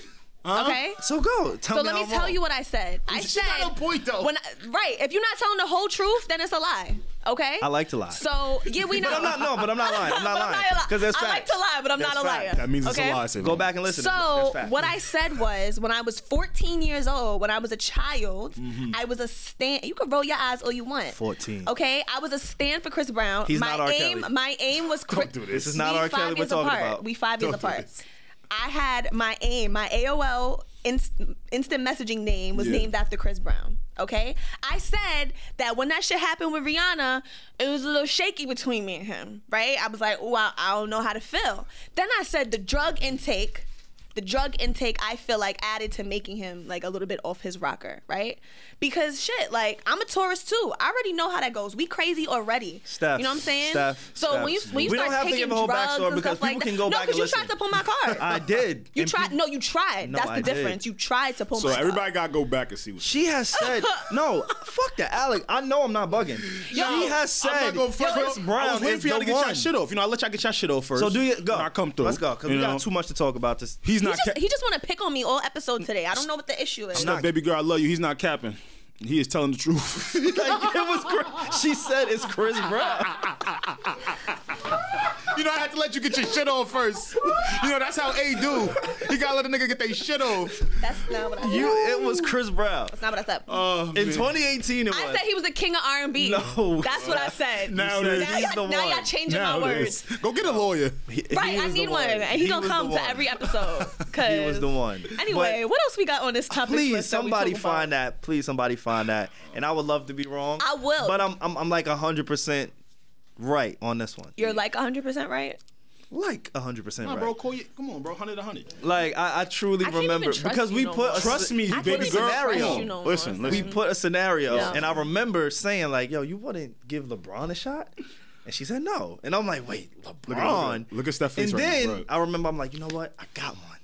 D: Okay.
B: so go. Tell
D: So
B: me
D: let
B: how
D: me
B: I'm
D: tell
B: wrong.
D: you what I said. I
C: She
D: said
C: got a point, though.
D: When I- right, if you're not telling the whole truth, then it's a lie. Okay.
B: I like to lie.
D: So yeah, we know.
B: But I'm not *laughs* no, but
D: *laughs*
B: I'm not lying. I'm not
D: But
B: lying.
D: I'm not a li-
B: Because that's
D: I
B: facts.
D: like to lie, but I'm not
B: That's
D: a liar.
B: fact.
C: That means it's
D: Okay?
C: a lie. Savannah.
B: Go back and listen.
D: So
B: That's facts.
D: what I said was when I was 14 years old, when I was a child,
B: Mm-hmm.
D: I was a stand. You can roll your eyes all you want.
B: 14.
D: Okay, I was a stand for Chris Brown.
B: He's
D: my
B: not R.
D: aim,
B: Kelly.
D: my aim was Chris.
C: do this.
B: This is not
D: we
B: R.
D: five
B: Kelly we're
D: years
B: talking
D: apart.
B: about.
D: We five years
C: Don't do
D: apart.
C: this.
D: I had my aim, my AOL inst- instant messaging name was
C: Yeah.
D: named after Chris Brown. Okay, I said that when that shit happened with Rihanna, it was a little shaky between me and him. Right? I was like, oh, I, I don't know how to feel. Then I said the drug intake. The drug intake, I feel like, added to making him like a little bit off his rocker, right? Because shit, like I'm a tourist too. I already know how that goes. We crazy already.
B: Steph,
D: you know what I'm saying?
B: Steph,
D: so when you
B: Steph.
D: when you
B: We
D: start
B: don't have to
D: taking
B: give a whole
D: drugs
B: backstory
D: and
B: because
D: stuff like
B: people
D: that,
B: can go
D: no,
B: back and
D: you
B: listen.
D: tried to pull my card.
B: *laughs* I did.
D: *laughs* You
B: And
D: tried.
B: people-
D: no, you tried.
B: No,
D: That's the
B: I did.
D: difference. You tried to pull
C: So
D: my card.
C: everybody gotta go back and see what.
B: She
D: *laughs*
B: has said no. Fuck that, Alec. I know I'm not bugging. she has said
C: I'm not gonna front,
B: Chris
C: though. I was
B: Brown
C: waiting
B: is
C: for y'all
B: the
C: to get
B: one.
C: y'all shit off. You know, I let y'all get y'all shit off first.
B: So do you go?
C: When I come through.
B: Let's go because
C: you
B: we
C: know?
B: got too much to talk about this.
C: He's
D: He
C: not.
D: just,
C: ca-
D: he just want to pick on me all episode today. I don't know what the issue is.
C: Look, baby girl, I love you. He's not capping. He is telling the truth. *laughs*
D: *laughs*
B: like, it was. Chris- She said it's Chris Brown.
M: You know, I had to let you get your shit off first. You know, that's how A do. You gotta let a nigga get their shit off.
D: That's not what I said.
B: You, it was Chris Brown.
D: That's not what I said.
C: Oh,
B: In
C: man.
B: 2018, it was.
D: I said he was the king of R&B.
B: No.
D: That's what I said.
M: Now it
D: now,
M: is.
B: He's
D: y'all,
B: the
D: now
B: one.
D: y'all changing
M: Now
D: my
M: it
D: words.
M: is. Go get a lawyer.
D: Right, I need one. And he, gonna come
B: *laughs*
D: to every episode. Cause
B: He was the one.
D: Anyway,
B: But
D: what else we got on this topic?
B: please, somebody find that. Please, somebody find that. And I would love to be wrong.
D: I will.
B: But I'm, I'm, I'm like 100% right on this one.
D: You're like 100% right.
B: like 100%
C: Nah,
B: right.
C: bro, call you. Come on, bro, hundred to hundred.
B: Like I, I truly
D: I can't
B: remember
D: even trust
B: because
D: you
B: we
D: no
B: put
D: more.
B: a
C: Trust me,
D: I
C: baby
D: can't even
C: girl.
D: trust
B: scenario.
D: you no more.
B: listen, listen, we put a scenario,
D: Yeah.
B: and I remember saying like, "Yo, you wouldn't give LeBron a shot," and she said no, and I'm like, "Wait,
M: Look at- look
B: LeBron?"
M: at- look at Steph's face
B: And
M: right now,
B: then
M: right.
B: I remember I'm like, "You know what? I got one,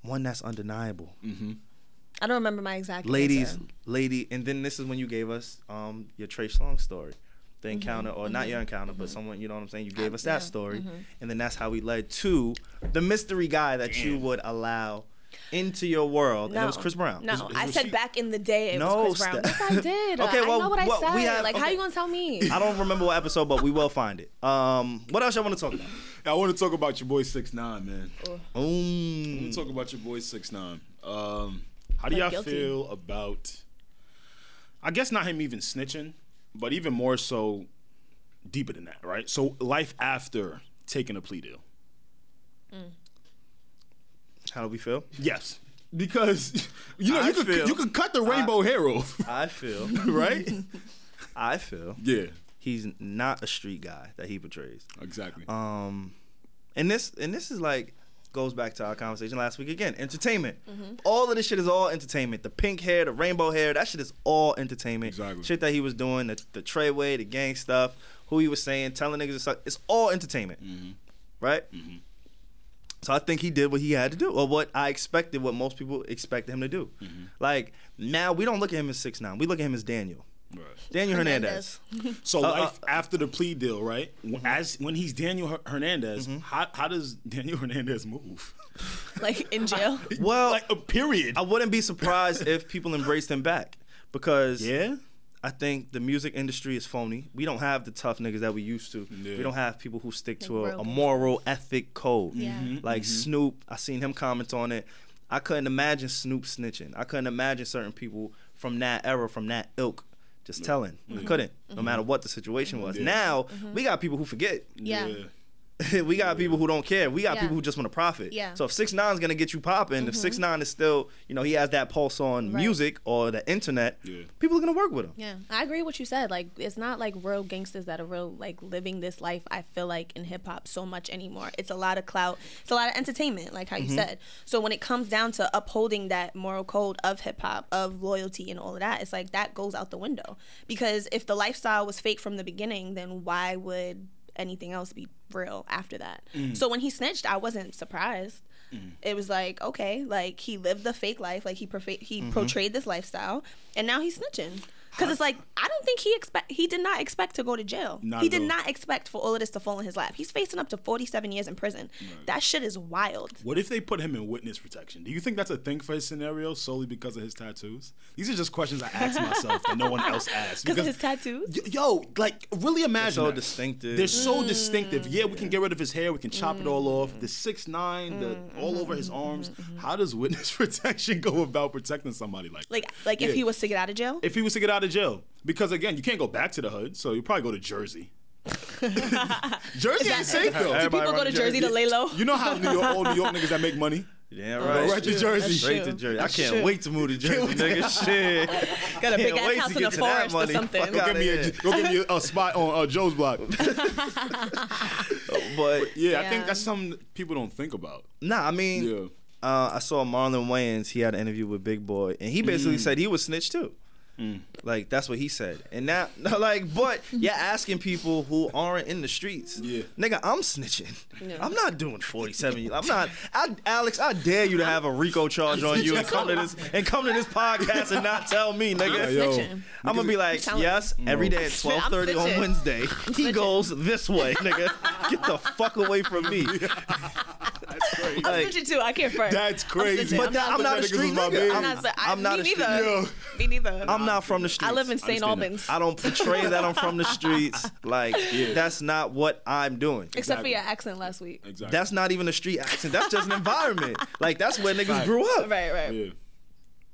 B: one that's undeniable,
D: I don't remember my exact
B: ladies,
D: answer.
B: lady." And then this is when you gave us um your Trace Long story. The
D: Mm-hmm.
B: encounter, or not your encounter, but someone, you know what I'm saying? You gave us that story.
D: Mm-hmm.
B: And then that's how we led to the mystery guy that you would allow into your world. And it was Chris Brown.
D: No, I
C: was
D: said
C: she-
D: back in the day it
B: No,
D: was Chris Brown.
B: Steph.
D: Yes, I
B: *laughs*
D: did.
B: Okay,
D: I
B: well,
D: know what I
B: well,
D: said.
B: we have-
D: like, how
B: okay.
D: you gonna tell
B: *laughs*
D: me?
B: I don't remember what episode, but we will find it. Um, what else y'all want to talk about?
C: I want to talk about your boy six nine, man.
B: Um,
C: Let me talk about your boy six nine. Um, how do
D: Like
C: y'all
D: guilty.
C: feel about? I guess not him even snitching, but even more so, deeper than that, right? So life after taking a plea deal.
B: how do we feel?
C: Yes, because you know
B: I
C: you could
B: feel-
C: you could cut the rainbow hair off, *laughs*
B: I feel. *laughs*
C: right?
B: I feel.
C: yeah,
B: He's not a street guy that he portrays.
C: exactly.
B: Um, and this and this is like goes back to our conversation last week again. Entertainment. All of this shit is all entertainment. The pink hair, the rainbow hair, that shit is all entertainment.
C: Exactly.
B: Shit that he was doing, the, the Treyway, the gang stuff, who he was saying, telling niggas to suck. It's all entertainment,
C: Mm-hmm.
B: right? So I think he did what he had to do, or what I expected, what most people expected him to do.
C: Mm-hmm.
B: Like now, we don't look at him as six nine. We look at him as Daniel,
C: Right.
B: Daniel Hernandez.
C: So
B: uh, Mm-hmm.
C: life after the plea deal, right? When- As when he's Daniel Her- Hernandez, how how does Daniel *laughs* Hernandez move?
D: Like in jail.
B: Well,
C: like a period.
B: I wouldn't be
C: *laughs*
B: surprised if people embraced him back because
C: yeah.
B: I think the music industry is phony. We don't have the tough niggas that we used to. We don't have people who stick to a, a
D: Rogan.
B: moral ethic code.
D: Yeah.
B: Like Snoop, I seen him comment on it. I couldn't imagine Snoop snitching. I couldn't imagine certain people from that era, from that ilk, just telling. I couldn't,
D: Mm-hmm.
B: no matter what the situation was. Now we got people who forget. *laughs*
D: yeah.
B: we got people who don't care. We got
D: Yeah.
B: people who just want to profit.
D: Yeah. Mm-hmm.
B: So if six nine's gonna get you popping, if six nine is still, you know, he has that pulse on
D: Right.
B: music or the internet,
C: Yeah.
B: people are gonna work with him.
D: Yeah, I agree with what you said. Like, it's not like real gangsters that are real, like living this life. I feel like in hip hop so much anymore. It's a lot of clout. It's a lot of entertainment, like how you said. So when it comes down to upholding that moral code of hip hop, of loyalty and all of that, it's like that goes out the window. Because if the lifestyle was fake from the beginning, then why would anything else be real after that? So when he snitched, I wasn't surprised it was like okay like he lived the fake life like he perfe- he portrayed this lifestyle and now he's snitching because it's like i don't think he expect he did not expect to go to jail
C: Not
D: he
C: at
D: did
C: all.
D: not expect for all of this to fall in his lap he's facing up to 47 years in prison that shit is wild
C: What if they put him in witness protection? Do you think that's a thing for his scenario solely because of his tattoos? These are just questions I ask myself that no one else asks.
D: because of his tattoos
C: Y- Yo, like really imagine
B: so
C: that.
B: distinctive.
C: They're so distinctive. Yeah, we can get rid of his hair. We can chop it all
D: Mm.
C: off. The six nine, the all over his arms. How does witness *laughs* protection go about protecting somebody like that?
D: like like
C: Yeah.
D: if he was to get out of jail
C: if he was to get out of jail? Because again, you can't go back to the hood, so you probably go to
D: *laughs*
C: Jersey. Jersey ain't safe though.
B: Everybody
D: people go
B: run
D: to jersey to lay low
C: You know how New York, all New York niggas that make money
B: Yeah,
C: go
B: right.
C: right to Jersey.
B: Straight to
D: true.
B: Jersey. I can't wait to move to Jersey, nigga. Shit.
D: got
B: Can't
D: a big ass
B: wait to
D: house in
B: get
D: the
B: to that
D: forest or
B: money.
D: something
B: Fuck out.
C: Go
B: Outta
C: give me a
B: here.
C: go give me a, a spot on uh, Joe's *laughs* block.
B: But
C: Yeah, I
D: Yeah.
C: think that's something that people don't think about.
B: nah, I mean,
C: Yeah.
B: uh, I saw Marlon Wayans. He had an interview with Big Boy, and he basically
C: Mm.
B: said he was snitch too. Like that's what he said, and now *laughs* like, but you're asking people who aren't in the streets.
C: Yeah.
B: nigga, I'm snitching. I'm not doing 47. years. I'm not. I, Alex, I dare you to have a RICO charge on you and come to this and come to this podcast and not tell me, nigga.
C: Yo, Mm.
D: Snitching.
B: I'm gonna be like,
D: telling-
B: yes, every
D: *laughs*
B: day at 12:30
D: snitching.
B: on
C: *laughs*
B: Wednesday, he goes this way, nigga. Get the fuck away from me.
C: That's crazy.
D: I'm
B: Like-
D: snitching too. I can't front.
N: That's
D: I'm
N: crazy.
D: snitching.
N: But
D: I'm
B: that-
D: not,
B: I'm not a
N: niggas
B: street
N: is my
B: nigga.
N: baby.
D: I'm not, I,
B: I'm not
D: me
B: a street
D: neither.
N: Yo.
D: Me neither.
B: I'm not from the streets.
D: I live in
C: understand
D: St.
C: that.
D: Albans.
B: I don't portray that I'm
D: *laughs*
B: from the streets. Like that's not what I'm doing.
D: Except for your accent last week.
C: Exactly.
B: That's not even a street accent. That's just an environment. Like that's where niggas
C: Right.
B: grew up.
D: Right, right.
C: yeah.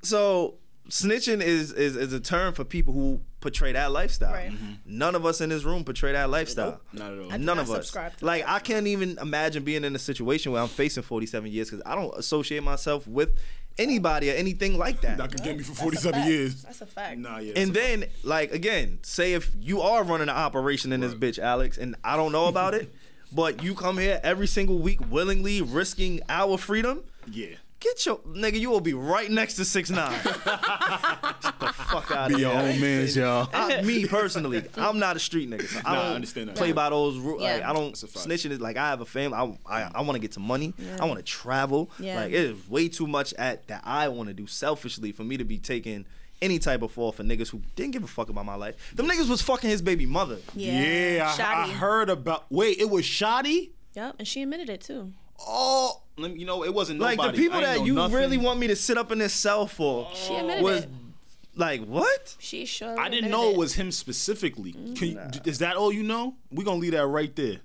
B: So snitching is, is is a term for people who portray that lifestyle.
D: Right.
B: None of us in this room portray that lifestyle.
C: Not at all.
B: None
D: I
B: of us.
D: subscribe to
B: Like I can't even imagine being in a situation where I'm facing 47 years because I don't associate myself with anybody or anything like that.
C: That could get me for 47 years.
D: That's a fact.
C: Nah, yeah.
B: And then, like again, say if you are running an operation in this bitch, Alex, and I don't know about it, but you come here every single week willingly risking our freedom.
C: yeah.
B: Get your nigga, you will be right next to six nine. Get the fuck out
N: Be
B: of
N: your
B: here.
N: own man's, y'all.
C: Ah,
D: *laughs*
B: I, me personally, I'm not a street nigga. So I
C: Nah, I
B: don't
C: understand that.
B: play by those rules. Like,
D: Yeah.
B: I don't
C: That's a fact.
B: snitching. Is like I have a family. I I, I want to get some money. I want to travel. Like it is way too much at that I want to do selfishly for me to be taking any type of fall for niggas who didn't give a fuck about my life. Them niggas was fucking his baby mother.
C: Yeah, I, I
D: Shoddy.
C: heard about. Wait, it was shoddy?
D: Yep, and she admitted it too.
C: Oh, let me, you know, it wasn't
B: Like
C: nobody.
B: the people
C: I ain't
B: that
C: know
B: you
C: nothing.
B: really want me to sit up in this cell for
D: She admitted
B: was
D: it.
B: like what?
D: She sure.
C: I didn't
D: admitted
C: know it
D: *laughs*
C: was him specifically.
D: Mm.
C: Can you, d- Is that all you know? We're going to leave that right there.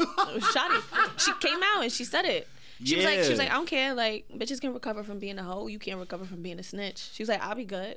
D: It was shoddy. She came out and she said it. She was like, she was
C: Yeah.
D: like, I don't care. Like, bitches can recover from being a hoe. You can't recover from being a snitch. She was like, I'll be good.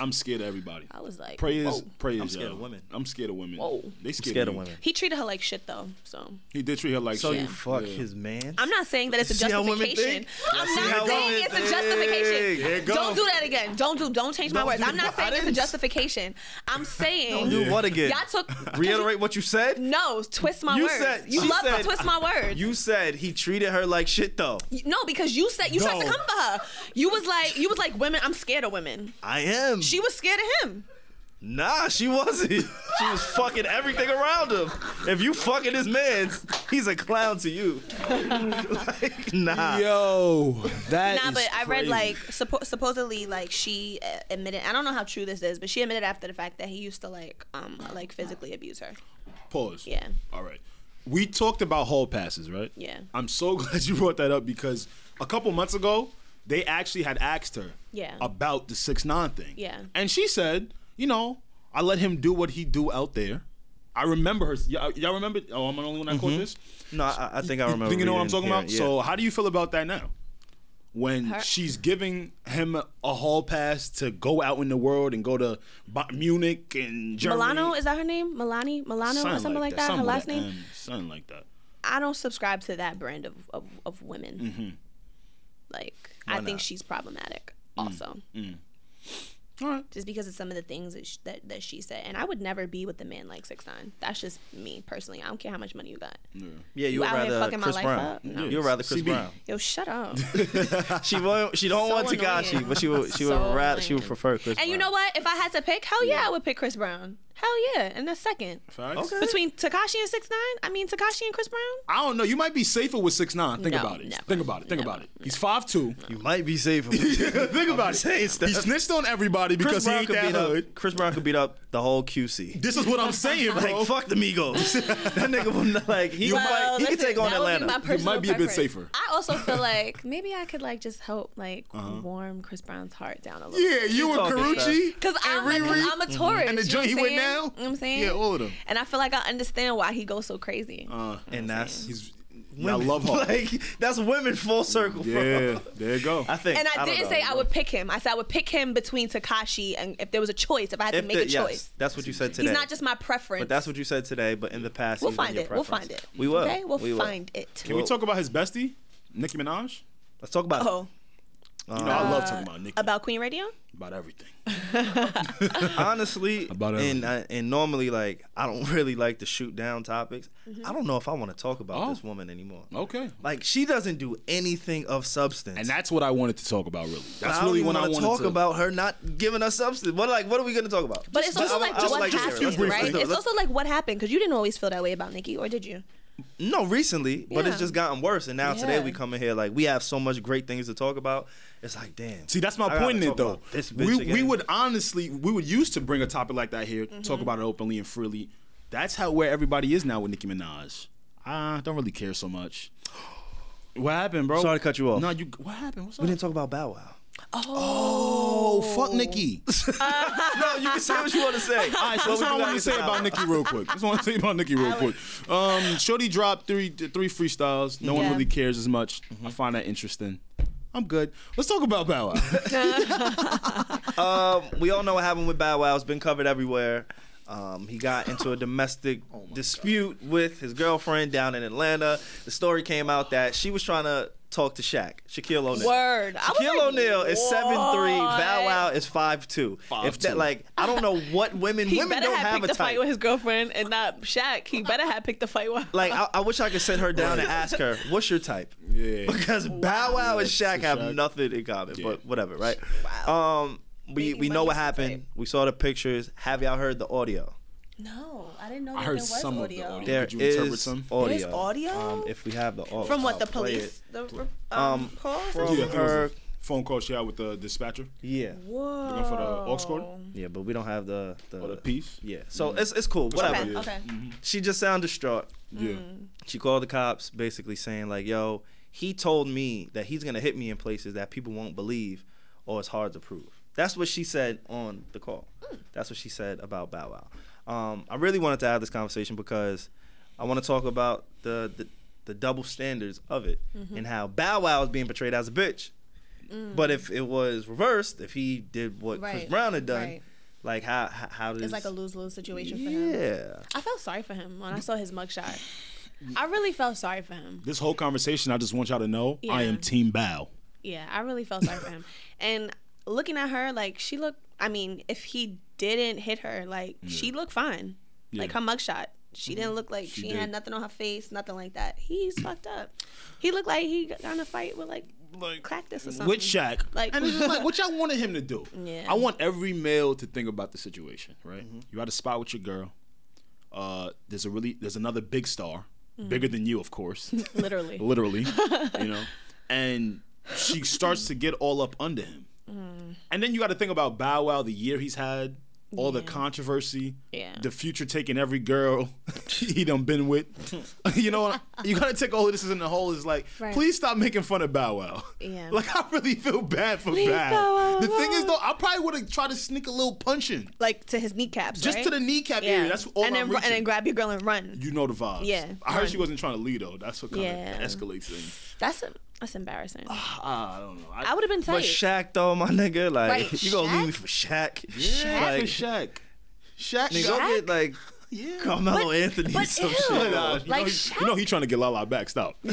C: I'm scared of everybody.
D: I was like,
C: Prayers,
D: Oh. whoa.
C: prayers.
B: I'm scared
C: yo.
B: of women.
C: I'm scared of women.
D: Whoa.
C: They scared,
B: Scared of
C: me.
B: women.
D: He treated her like shit though. So
C: He did treat her like
B: So
C: shit.
B: you fuck
C: Yeah.
B: his man.
D: I'm not saying that it's a
B: See how women
D: justification.
B: think?
D: I'm
B: See
D: not
B: how
D: saying
B: women
D: it's a
B: think. There
D: justification.
B: it go.
D: Don't do that again. Don't do. Don't change my
B: Don't
D: words.
B: do-
D: I'm not
B: I
D: saying it's a
B: didn't-
D: justification. I'm saying
B: Do what again?
D: y'all took.
B: Reiterate what you said.
D: *laughs* No, twist my
B: You
D: words.
B: said-
D: you
B: she
D: love to
B: said-
D: twist my words.
B: You said he treated her like shit though.
D: no, because you said you tried to
C: No.
D: come for her. You was like, you was like, women. I'm scared of women.
B: I am.
D: She was scared of him.
B: Nah, she wasn't. *laughs* She was fucking everything around him. If you fucking this man, he's a clown to you. *laughs* like, nah.
C: Yo, that
D: Nah,
C: is
D: but I read
C: crazy.
D: like suppo- supposedly like she uh, admitted. I don't know how true this is, but she admitted after the fact that he used to like um like physically abuse her.
C: Pause.
D: Yeah.
C: All right. We talked about hall passes, right?
D: Yeah.
C: I'm so *laughs* glad you brought that up because a couple months ago, they actually had asked her
D: Yeah.
C: about the six nine thing.
D: Yeah.
C: And she said, you know, I let him do what he do out there. I remember her. Y'all, y'all remember? Oh, I'm the only one that
B: Mm-hmm.
C: caught this.
B: No, I, I think I remember.
C: Think you know what I'm
B: reading
C: talking
B: here,
C: about?
B: yeah.
C: So how do you feel about that now? When she's giving him a hall pass to go out in the world and go to Bo- Munich and Germany,
D: Milano is that her name? Milani, Milano, or something like that. Her last name.
C: um, something like that.
D: I don't subscribe to that brand of of, of women. Like I think she's problematic. Also,
C: All right.
D: just because of some of the things that, sh- that that she said, and I would never be with a man like six nine. That's just me personally. I don't care how much money you got.
B: yeah, you
D: you
B: would
D: out here
B: rather
D: fucking my
B: Chris
D: life
B: Brown.
D: up? No.
B: You'd rather Chris
C: CB.
B: Brown.
D: Yo, shut up.
B: She
C: *laughs*
B: won't, she don't
D: So
B: want Takashi,
D: annoying.
B: but she would she
D: So
B: would rather she would
D: annoying.
B: prefer Chris.
D: and you know what? If I had to pick, hell yeah, I would pick Chris Brown. Hell yeah, in a second.
C: Facts.
B: Okay.
D: Between Takashi and six nine, I mean Takashi and Chris Brown.
C: I don't know. You might be safer with six nine. Think
D: No,
C: about it.
D: never.
C: Think about it. Think about it. He's five two.
B: You might be safe.
C: *laughs* Think about it.
B: saying
C: He
B: stuff.
C: snitched on everybody
B: Chris
C: because he
B: Brown
C: ain't
B: could
C: that
B: beat up.
C: hood.
B: Chris Brown could beat up the whole QC.
C: This
B: *laughs*
C: is what I'm saying, bro.
B: Like fuck the Migos.
D: *laughs*
B: that nigga will not, like he could fight, he could
D: listen,
B: take on
D: that would be my
B: Atlanta.
D: personal
C: might be a bit
D: preference.
C: safer.
D: I also feel like maybe I could like just help like warm Chris Brown's heart down a little.
N: Yeah, you and
B: talking
N: Karuchi.
D: Cause I'm, a, cause I'm a tourist.
N: And the
D: you know
N: joint
D: what
N: he with
D: I'm saying?
N: now?
D: You know what I'm saying?
N: Yeah, all of them.
D: And I feel like I understand why he goes so crazy.
C: Uh,
B: And that's
C: He's, yeah, I love her.
B: *laughs* like that's women full circle.
C: yeah,
B: bro.
C: there you go.
B: I *laughs* think.
D: and I,
B: don't
D: didn't
B: know,
D: say I
B: bro.
D: would pick him. I said I would pick him between Takashi and if there was a choice, if I had to
B: If
D: make
B: the-
D: a
B: yes,
D: choice.
B: that's what you said today.
D: He's not just my preference.
B: But that's what you said today. But in the past,
D: we'll
B: he's been
D: find
B: your
D: it. We'll
B: preference.
D: find it.
B: We will.
D: Okay, we'll
B: We will.
D: find it.
C: Can we talk about his bestie, Nicki Minaj?
B: Let's talk about. Um,
D: Oh,
C: You know, I love talking about Nicki. About,
D: about Queen Radio?
C: everything.
B: it. honestly,
C: About
B: and I, and normally, like I don't *laughs* really like to shoot down topics.
D: Mm-hmm.
B: I don't know if I want to talk about
C: Oh.
B: this woman anymore.
C: Okay.
B: Like she doesn't do anything of substance.
C: And that's what I wanted to talk about, really. That's
B: I don't
C: really
B: even
C: what I
B: wanna
C: wanted
B: talk
C: to
B: about her not giving us substance. What like what are we gonna talk about?
D: But it's also
B: I-
D: like
B: I would
D: what
B: like to hear it.
D: happened,
B: Let's do it. Let's
D: right?
B: do it.
D: It's
B: Let's-
D: also like what happened because you didn't always feel that way about Nikki, or did you?
B: No, recently, but it's
D: Yeah.
B: just gotten worse. And now today
D: Yeah.
B: we come in here like we have so much great things to talk about. It's like damn.
C: See, that's my
B: I gotta
C: point in
B: talk
C: it, though.
B: about This bitch
C: We, we
B: again.
C: would honestly, we would used to bring a topic like that here,
B: Mm-hmm.
C: talk about it openly and freely. That's how where everybody is now with Nicki Minaj. I don't really care so much. What happened, bro?
B: Sorry to cut you off.
C: No, you. What happened? What's
B: We
C: up?
B: didn't talk about Bow Wow.
C: oh,
B: *laughs*
C: fuck Nikki.
B: no, you can say what you want to *laughs* say.
C: All right, so that's what I want to say about Nicki real quick. Just want to say about Nicki real quick. Um, Shorty dropped three three freestyles. No one
D: Yeah.
C: really cares as much. I find that interesting. I'm good. Let's talk about Bow Wow.
B: Um, we all know what happened with Bow Wow. It's been covered everywhere. Um, he got into a
C: *laughs*
B: domestic
C: Oh
B: dispute with his girlfriend down in Atlanta. The story came out that she was trying to talk to Shaq, Shaquille O'Neal.
D: Word. I was
B: Shaquille
D: like,
B: O'Neal is seven three. Bow Wow is five two. If that
C: 5'2".
B: like, I don't know
D: *laughs*
B: what women
D: He
B: women
D: better
B: don't
D: have
B: have
D: picked
B: a
D: a fight
B: type.
D: with his girlfriend and not Shaq. He better have picked a fight with. *laughs*
B: Like, I, I wish I could sit her down and ask her, "What's your type?"
C: *laughs*
B: *laughs*
C: Yeah.
B: Because Bow Wow and Shaq have
C: Shaq.
B: nothing in common,
C: Yeah.
B: but whatever, right? Wow. Um, we, we know what happened. We saw the pictures. Have y'all heard the audio?
F: No, I didn't know
C: I
F: that
C: heard
F: there was
C: some
F: audio.
C: of the audio.
B: There
C: Could you
B: is
C: interpret some?
B: audio.
F: There's audio?
B: Um, if we have the audio
D: From what
B: I'll
D: the
B: Uh, play
D: police,
B: it.
D: the
B: Um,
D: um, call.
B: from
C: Yeah, I think it was a
B: her.
C: phone call she had with the dispatcher
B: Yeah,
C: looking for the aux cord
D: Oh.
B: yeah, but we don't have the the,
C: or Oh, the piece.
B: Yeah, so
C: Mm.
B: it's it's cool. Whatever.
D: Okay,
C: Yeah.
D: okay.
B: She just sounded distraught.
C: Yeah.
B: She called the cops, basically saying like, "Yo, he told me that he's gonna hit me in places that people won't believe, or it's hard to prove." That's what she said on the call.
D: Mm.
B: That's what she said about Bow Wow. Um, I really wanted to have this conversation because I want to talk about the, the the double standards of it
D: Mm-hmm.
B: and how Bow Wow is being portrayed as a bitch. But if it was reversed, if he did what Chris
D: Mm. Right,
B: Brown had done,
D: right.
B: like how how, how does
D: It's like a lose lose situation for him.
B: yeah
D: I felt sorry for him when I saw his mugshot. I really felt sorry for him.
C: This whole conversation, I just want y'all to know, I
D: Yeah.
C: am Team Bow.
D: Yeah, I really felt sorry for him. And looking at her, like she looked. I mean, if he didn't hit her, like she looked fine. Like
C: Yeah.
D: her mugshot, she didn't look like she,
C: did.
D: had nothing on her face, nothing like that. He's fucked up. He looked like he got in a fight with like
C: Like
D: cactus or something.
C: with Shaq.
D: Like-
C: and it's just like what
D: *laughs*
C: y'all wanted him to do.
D: Yeah.
C: I want every male to think about the situation, right? You're at a spot with your girl. Uh, there's a really there's another big star,
D: Mm-hmm.
C: bigger than you, of
D: *laughs*
C: course,
D: Literally. *laughs*
C: literally, you know, and she starts to get all up under him.
D: Mm.
C: And then you got to think about Bow Wow, the year he's had, all the controversy,
D: Yeah.
C: the future taking every girl *laughs* he done been with. *laughs* you know, what I- you got to take all of this in the whole. Is like,
D: Right.
C: please stop making fun of Bow Wow.
D: Yeah.
C: Like I really feel bad for Bow.
D: Bow Wow
C: the thing is
D: alone.
C: though, I probably would have tried to sneak a little punch in,
D: like to his kneecaps.
C: just
D: right?
C: to the kneecap area. That's all
D: and
C: I'm
D: then ru-
C: reaching.
D: and then grab your girl and run.
C: you know the vibes.
D: Yeah,
C: I heard she
D: run.
C: wasn't trying to lead though. That's what kind
D: Yeah.
C: of escalates things.
D: That's that's embarrassing.
C: Ah, I don't know.
D: I would have been
B: But
D: tight.
B: Shaq though, my nigga, like
D: Right,
B: you gonna leave
D: Shaq?
B: me for Shaq?
C: Shaq
B: like,
C: is Shaq. Shaq.
B: nigga, go get like
C: Yeah.
B: Carmelo Anthony or
D: but
B: some
D: ew.
B: shit.
C: Nah, uh, you,
D: Like
C: know, he,
D: Shaq?
C: you know he trying to get Lala back.
B: *laughs*
C: Stop. *laughs*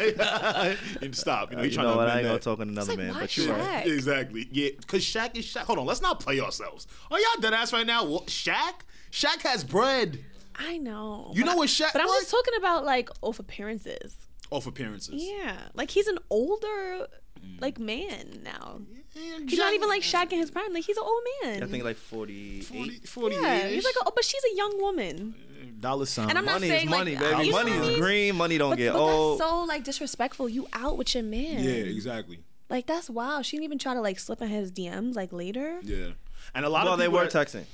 C: You stop. You know
B: Uh,
C: he
B: You
C: trying
B: know what?
C: to
B: I ain't
C: amend
B: gonna
C: that.
B: talk on another
D: like,
B: man,
D: why
B: but you're right.
D: Shaq?
C: Exactly. Yeah, because Shaq is Shaq. Hold on, let's not play ourselves. Are y'all dead ass right now? What, Shaq? Shaq has bread.
D: I know.
C: You
D: but
C: know
D: I-
C: what Shaq
D: But I'm
C: was?
D: just talking about like off appearances.
C: Off appearances.
D: Yeah, like he's an older
B: Mm.
D: like man now.
C: And
D: He's not
C: Shaq-
D: even like Shaq in his prime. Like he's an old man.
B: I think like 48.
C: 40
D: yeah, he's like, a, oh, but she's a young woman.
C: dollar sign.
D: And I'm not
B: Money is
D: saying like,
B: money,
D: uh,
B: baby.
D: you know
B: Money
D: what I
B: is
D: mean?
B: green. Money don't
D: But,
B: get
D: but
B: old.
D: that's so like disrespectful. You out with your man.
C: yeah, exactly.
D: Like that's wild. She didn't even try to like slip in his DMs like later.
C: Yeah. And a lot
B: well,
C: of
B: they
C: people
B: were
C: that-
B: texting.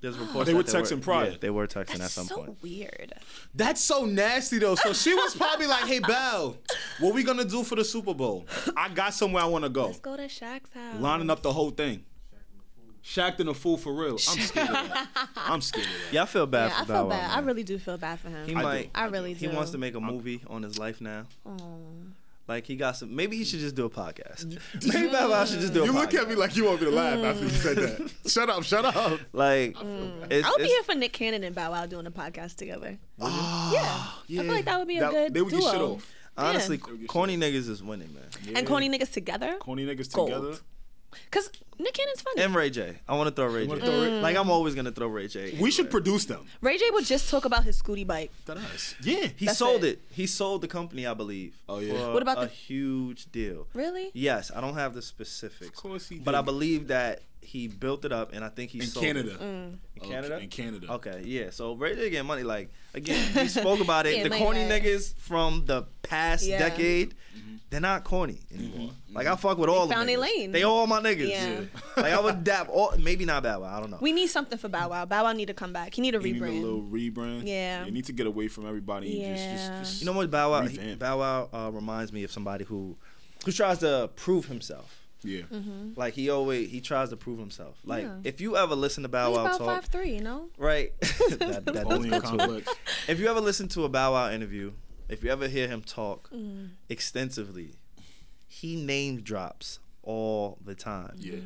B: There's reports
C: They were
B: that
C: texting prior.
B: yeah, they were texting at
D: That's
B: some
D: so
B: point.
D: weird.
C: That's so nasty though. So she was probably like, "Hey, Belle, what we gonna do for the Super Bowl? I got somewhere I want to go."
D: Let's go to Shaq's house.
C: Lining up the whole thing. Shaq and a fool for real. I'm scared. of that. I'm scared. Of that.
B: Yeah, I feel bad
D: Yeah,
B: for
D: I feel
B: Bow Wow.
D: bad. I
B: man.
D: really do feel bad for him.
B: He
D: I,
B: might.
D: really
B: He
D: do. Mm.
B: wants to make a movie on his life now. Like he got some. Maybe he should just do a podcast. Maybe Bow Wow should just do a
N: You
B: podcast.
N: look at me like you want me to laugh after you said that. Shut up, shut up.
B: Like it's,
D: I'll be
B: it's-
D: here for Nick Cannon and Bow Wow doing a podcast together. yeah. I feel like that would be a
C: That-
D: good
C: they would
D: duo.
C: get shit off.
B: honestly, corny niggas is winning, man.
D: and corny niggas together.
C: Corny niggas
D: Gold.
C: together.
D: Cause Nick Cannon's funny.
B: And Ray J. I want to throw Ray J.
C: wanna
D: Mm.
C: throw Ray-
B: Like I'm always gonna throw Ray J.
C: We should produce them.
D: Ray J would just talk about his scooty bike.
C: That us. Yeah.
B: He
D: That's
B: sold it.
D: it.
B: He sold the company, I believe.
C: Oh, yeah.
B: for
D: What about
B: a
D: the-
B: huge deal?
D: Really?
B: Yes, I don't have the specifics. Of
C: course he
B: But
C: did.
B: I believe that he built it up, and I think he
C: in
B: sold
C: Canada.
D: Mm.
B: It. In Canada. Oh.
C: In Canada.
B: Okay, yeah. So Ray J getting money. Like again,
D: *laughs*
B: we spoke about it.
D: Yeah,
B: the
D: like
B: corny
D: that.
B: niggas from the past
D: Yeah.
C: Mm-hmm.
B: decade, they're not corny anymore. Like I fuck with all
D: found
B: the
D: their
B: niggas.
D: lane.
B: They all my niggas.
D: Yeah.
B: Like I would dap all maybe not Bow Wow. I don't know.
D: We need something for Bow Wow. Bow Wow need to come back. He need a
C: You need a
D: rebrand.
C: little rebrand.
D: Yeah.
C: You need to get away from everybody. And just, just,
D: Yeah.
C: just,
B: You know what Bow Wow he-
C: Revamp.
B: Bow Wow uh, reminds me of somebody who who tries to prove himself.
C: Yeah.
B: Like he always he tries to prove himself. Like if you ever listen to Bow
D: He's
B: Wow
D: about
B: talk,
D: five three, you know. *laughs*
B: right? *laughs* that, that does
C: Only
B: go
C: in
B: to it.
C: complex.
B: If you ever listen to a Bow Wow interview, if you ever hear him talk
D: Mm.
B: extensively, he name drops all the time.
C: Yeah.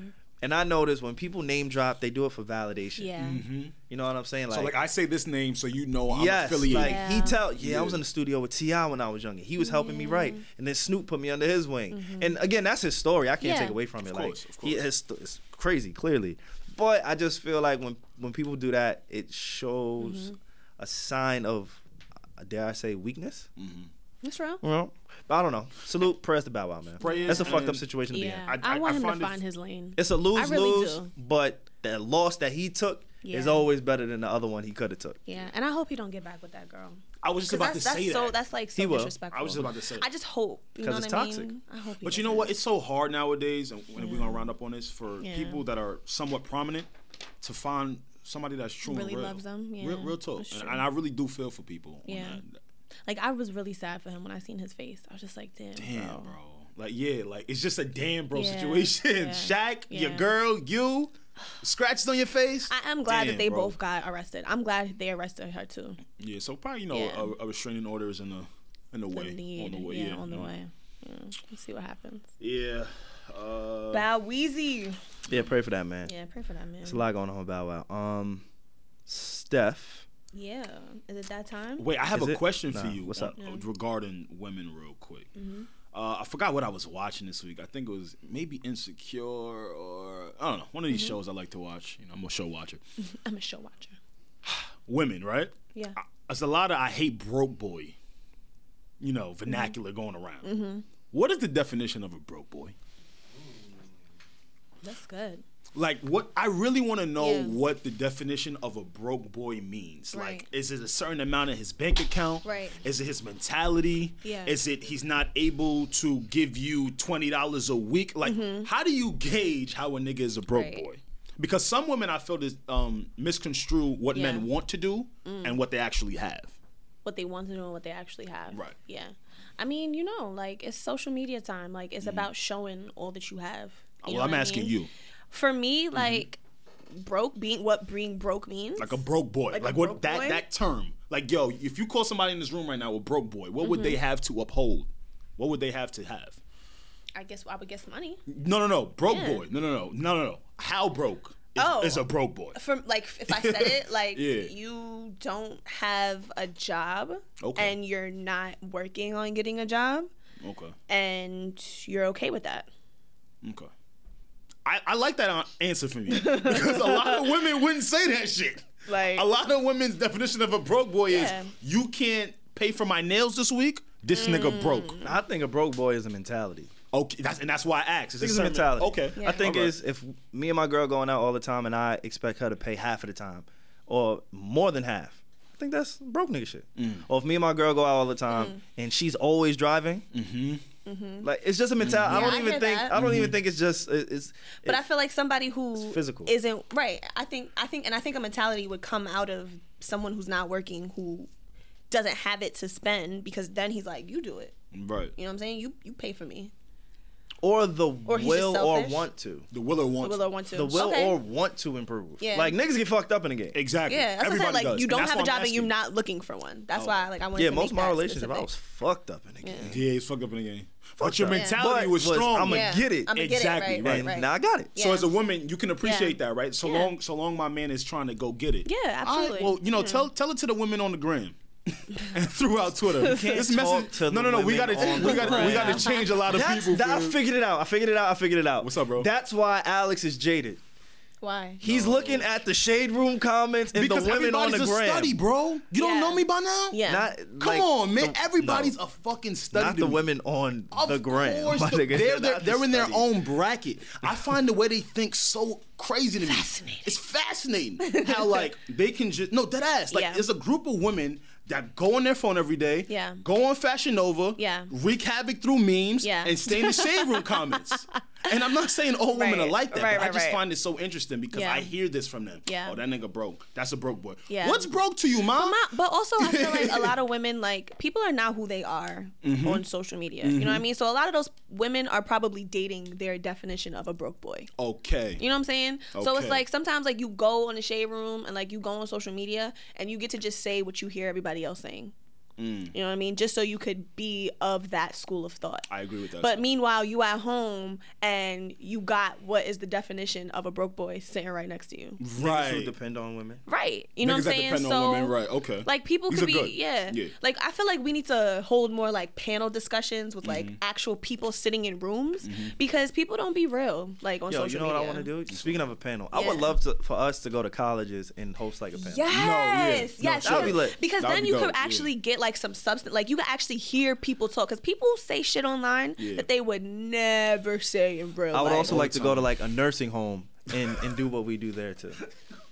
B: And I notice when people name drop, they do it for validation.
D: Yeah.
C: Mm-hmm.
B: You know what I'm saying? Like,
C: So like I say this name so you know I'm
B: yes,
C: affiliated.
B: like he
D: Yeah.
B: tell yeah, I was
C: Yeah.
B: in the studio with Ti when I was younger. He was helping me write, and then Snoop put me under his wing. And again, that's his story. I can't
D: Mm-hmm. Yeah.
B: take away from it.
C: course,
B: like
C: of
B: He,
C: course.
B: his, sto- it's crazy, clearly. But I just feel like when when people do that, it shows
D: Mm-hmm.
B: a sign of uh, dare I say weakness.
C: Mm-hmm.
D: That's real.
B: Well, I don't know. Salute, prayers to Bow Wow, man.
C: Prayers
B: That's a fucked up
C: and-
B: situation to be in.
D: Yeah.
C: I-
D: I,
C: I-
D: want
C: I
D: him
C: find
D: to
C: it-
D: find his lane.
B: It's a lose lose,
D: do.
B: but the loss that he took is
D: Yeah.
B: always better than the other one he could have took.
D: Yeah. And I hope he don't get back with that girl.
C: I was just about
F: that's,
C: to
F: that's
C: say
F: so
C: that.
F: that's like
B: He
F: so
B: will.
F: disrespectful.
C: I was just about to say.
D: I just hope. You know
B: 'Cause
D: what
B: it's
D: I
B: toxic.
D: mean? I hope. he
C: But you know
D: doesn't.
C: what? It's so hard nowadays, and when we're gonna round up on this for
D: Yeah.
C: people that are somewhat prominent to find somebody that's true
D: Really
C: and real.
D: loves them, yeah,
C: Real, real talk,
D: that's
C: and,
D: true.
C: and I really do feel for people. on
D: Yeah. Oh.
C: that.
D: Like I was really sad for him when I seen his face. I was just like, damn,
C: Damn,
D: bro.
C: bro. Like, yeah, like it's just a damn bro
D: Yeah,
C: situation.
D: yeah,
C: Shaq, your
D: yeah.
C: girl, you, scratches on your face.
D: I am glad
C: Damn,
D: that they
C: bro.
D: both got arrested. I'm glad they arrested her too.
C: Yeah, so probably you know
D: Yeah.
C: a, a restraining order is in the in the
D: The
C: way,
D: need,
C: on the way,
D: yeah, on the
C: mm.
D: way. Yeah. We'll see what happens.
C: Yeah. Uh,
D: Bow Weezy.
B: Yeah, pray for that, man.
D: Yeah, pray for that man.
B: It's a lot going on with Bow Wow. Um, Steph.
D: Yeah. Is it that time?
C: Wait, I have
B: Is
C: a
B: it?
C: question for
B: Nah,
C: you.
B: what's
C: on-
B: up?
C: regarding women, real quick? Uh, I forgot what I was watching this week. I think it was maybe Insecure or I don't know. One of these shows I like to watch. You know, I'm a show watcher.
D: I'm a show watcher.
C: Women, right?
D: Yeah.
C: I, it's a lot of I hate broke boy. You know, vernacular going around. What is the definition of a broke boy?
D: That's good.
C: Like what I really want to know
D: Yeah.
C: what the definition of a broke boy means. Like
D: Right.
C: is it a certain amount in his bank account?
D: Right.
C: Is it his mentality?
D: Yeah.
C: Is it he's not able to give you $20 a week? Like how do you gauge how a nigga is a broke
D: Mm-hmm. Right.
C: boy? Because some women I feel this um misconstrue what
D: Yeah. Mm.
C: men want to do and what they actually have.
D: what they want to know and what they actually have.
C: Right.
D: Yeah. I mean, you know, like it's social media time. Like it's about showing all that you have. You
C: Mm-hmm.
D: know
C: Ah, well, I'm
D: what I
C: asking
D: mean?
C: you. Mm-hmm.
D: For me, like broke being what being broke means.
C: Like a broke boy. Like,
D: Like a
C: what
D: broke
C: that
D: boy?
C: that term. Like yo, if you call somebody in this room right now a broke boy, what would
D: Mm-hmm.
C: they have to uphold? What would they have to have?
D: I guess I would guess money.
C: No, no, no. Broke
D: Yeah.
C: boy. No, no, no. No, no, no. How broke is,
D: Oh.
C: is a broke boy.
D: From like if I
C: *laughs*
D: said it, like
C: Yeah.
D: you don't have a job
C: Okay.
D: and you're not working on getting a job
C: Okay.
D: and you're okay with that.
C: Okay. I, I like that an- answer from
D: *laughs*
C: you because a lot of women wouldn't say that shit.
D: Like-
C: a lot of women's definition of a broke boy
D: Yeah.
C: is you can't pay for my nails this week. This
D: Mm.
C: nigga broke.
B: I think a broke boy is a mentality.
C: Okay, that's and that's why I asked.
B: I think it's a
C: certain-
B: mentality.
C: Okay,
B: I think
C: All right.
B: is if me and my girl going out all the time and I expect her to pay half of the time or more than half. I think that's broke nigga shit.
C: Mm.
B: Or if me and my girl go out all the time
D: Mm-hmm.
B: and she's always driving. Mm-hmm. Like it's just a mentality.
C: Mm-hmm.
B: I
D: I
B: don't even
D: hear
B: think.
D: that.
B: I don't even think it's just. it- It's.
D: But
B: it-
D: I feel like somebody who
B: It's physical.
D: isn't right. I think I think and I think a mentality would come out of someone who's not working who doesn't have it to spend because then he's like, You do it.
C: right.
D: You know what I'm saying? You you pay for me.
B: or the
D: he's just
B: will or
D: selfish.
B: want to.
C: The Willer wants
D: Will or want to.
B: The will
D: Okay.
B: or want to improve.
D: Yeah.
B: Like niggas get fucked up in the game.
C: exactly.
D: Yeah, that's what I'm saying.
C: Everybody
D: Like
C: does.
D: you
C: And
D: don't
C: that's
D: have
C: why
D: a
C: I'm
D: job and you're
C: asking.
D: not looking for one. That's why like I wanted
B: Oh. Yeah,
D: to
B: most
D: make
B: of my
D: that
B: relationship, I
D: specific.
B: was fucked up in the game.
C: Yeah, he's fucked up in the game. But your
B: up. Yeah.
C: mentality
B: But
C: was
B: was,
C: strong.
B: I'ma
D: Yeah.
B: get it.
D: I'ma get it,
C: Exactly, right.
D: right, right,
B: And
D: right.
B: now I got it.
D: Yeah.
C: So as a woman, you can appreciate that, right? So
D: Yeah.
C: long, so long, my man is trying to go get it.
D: Yeah,
C: All right,
D: absolutely.
C: well, you know, tell tell it to the women on the gram. *laughs* and throughout Twitter, this
B: talk
C: message.
B: to the
C: no, no, no. We
B: women
C: gotta,
B: on
C: we
B: the
C: gotta, we
B: gram.
C: gotta change a lot of
B: That's,
C: people.
B: that, I
C: fam.
B: figured it out. I figured it out. I figured it out.
C: What's up, bro?
B: That's why Alex is jaded.
D: Why?
B: He's looking at the shade room comments and
C: because
B: the women on the
C: everybody's
B: gram.
C: a study, bro. You don't
D: Yeah.
C: know me by now.
D: Yeah.
B: Not,
C: Come
B: like,
C: on, man.
B: the-
C: everybody's
B: no,
C: a fucking study.
B: not
C: to
B: the
C: me.
B: women on
C: Of
B: the gram. *laughs*
C: course,
B: my
C: the-
B: nigga.
C: they're they're,
B: Not the
C: they're in their
B: study.
C: own bracket. I find the way they think so crazy
D: *laughs*
C: to me. It's fascinating how like they can just no dead ass. Like
D: Yeah.
C: there's a group of women that go on their phone every day.
D: Yeah.
C: Go on Fashion Nova.
D: Yeah.
C: Wreak havoc through memes.
D: Yeah.
C: And stay in the shade
D: *laughs*
C: room comments. And I'm not saying old women
D: Right.
C: are like that,
D: Right,
C: but I
D: right,
C: just
D: right.
C: find it so interesting because
D: Yeah.
C: I hear this from them.
D: Yeah.
C: Oh, that nigga broke. That's a broke boy.
D: Yeah.
C: What's broke to you, mom?
D: Not- but also I feel like a
B: *laughs*
D: lot of women like people are not who they are
B: Mm-hmm.
D: on social media. You know what I mean? So a lot of those women are probably dating their definition of a broke boy.
C: okay.
D: You know what I'm saying? So
C: Okay.
D: it's like sometimes like you go on the shade room and like you go on social media and you get to just say what you hear everybody else saying.
B: Mm.
D: You know what I mean? Just so you could be of that school of thought.
C: I agree with that.
D: But meanwhile, you at home and you got what is the definition of a broke boy sitting right next to you.
B: Who
C: right.
B: depend on women.
D: Right. You know
C: Niggas
D: what I'm
C: that
D: saying?
C: depend on
D: so
C: women, right, okay.
D: Like people
C: These
D: could
C: are
D: be
C: good.
D: yeah.
C: Yeah.
D: Like I feel like we need to hold more like panel discussions with like
C: Mm-hmm.
D: actual people sitting in rooms because people don't be real like on
B: Yo,
D: social
B: you know what I
D: media.
B: want to do? Speaking of a panel, I would
D: Yeah.
B: love to, for us to go to colleges and host like a panel.
D: Yes,
C: No, that'd
D: yes, yes.
B: be lit.
D: Because
C: That'd
D: then
C: be
D: you
C: dope,
D: could
C: yeah.
D: actually get like some substance. Like you could actually hear people talk. Because people say shit online
C: Yeah.
D: that they would never say in real
B: I would
D: life.
B: also like to go
C: time.
B: to like a nursing home and, and do what we do there
C: *laughs*
B: too.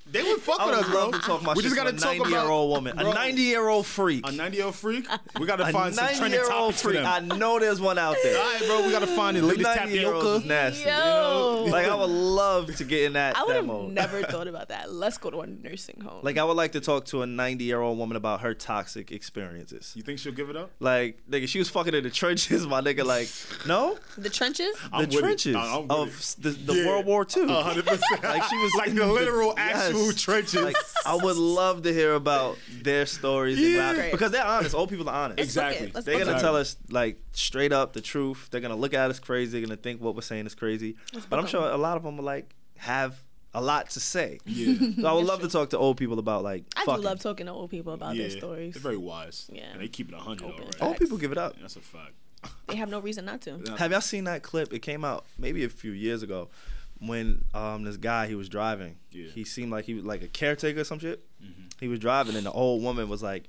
C: They would fuck
B: I
C: with
B: would
C: us,
B: love
C: bro.
B: to talk my
C: we
B: shit
C: just
B: to a
C: gotta talk
B: 90
C: about
B: year old woman,
C: Bro,
B: a 90 year old freak,
C: a 90 year old freak. We gotta
B: a
C: find some
B: 90
C: trending
B: year old
C: topics for
B: freak.
C: them.
B: I know there's one out there.
C: *laughs* All right, bro. We gotta find the latest
B: 90 year olds is
C: tapioca.
B: nasty.
D: *laughs* Yo.
B: Like I would love to get in that,
D: I would
B: that
D: have
B: mode. *laughs*
D: never thought about that. Let's go to a nursing home.
B: Like I would like to talk to a 90 year old woman about her toxic experiences.
C: You think she'll give it up?
B: Like nigga, she was fucking in the trenches, my nigga. Like no,
D: the trenches.
B: the
C: I'm with it.
B: trenches
C: I- I'm with
B: of
C: it.
B: s- the, the
C: Yeah.
B: World War II.
C: A hundred
B: *laughs*
C: percent.
B: Like she was
C: *laughs* like
B: in
C: the literal actual
B: yes.
C: trenches.
B: Like I would love to hear about their stories and
C: Yeah.
B: about- because they're honest. Old people are honest.
C: exactly.
D: Let's
B: They're
D: book
B: gonna
C: it.
B: tell us like straight up the truth. They're gonna look at us crazy. They're gonna think what we're saying is crazy. But I'm sure a lot of them will like have a lot to say. *laughs*
C: Yeah.
B: So I would love to talk to old people about like
D: I do
B: fucking.
D: love talking to old people about
C: yeah.
D: their stories.
C: They're very wise.
D: Yeah.
C: And they keep it a hundred.
D: Open.
C: alright.
D: Oh.
B: old people give it up.
C: That's a fact.
D: They have no reason not to.
B: Have y'all seen that clip? It came out maybe a few years ago when um, this guy he was driving.
C: Yeah. Mm-hmm.
B: He seemed like he was like a caretaker or some shit. He was driving and the old woman was like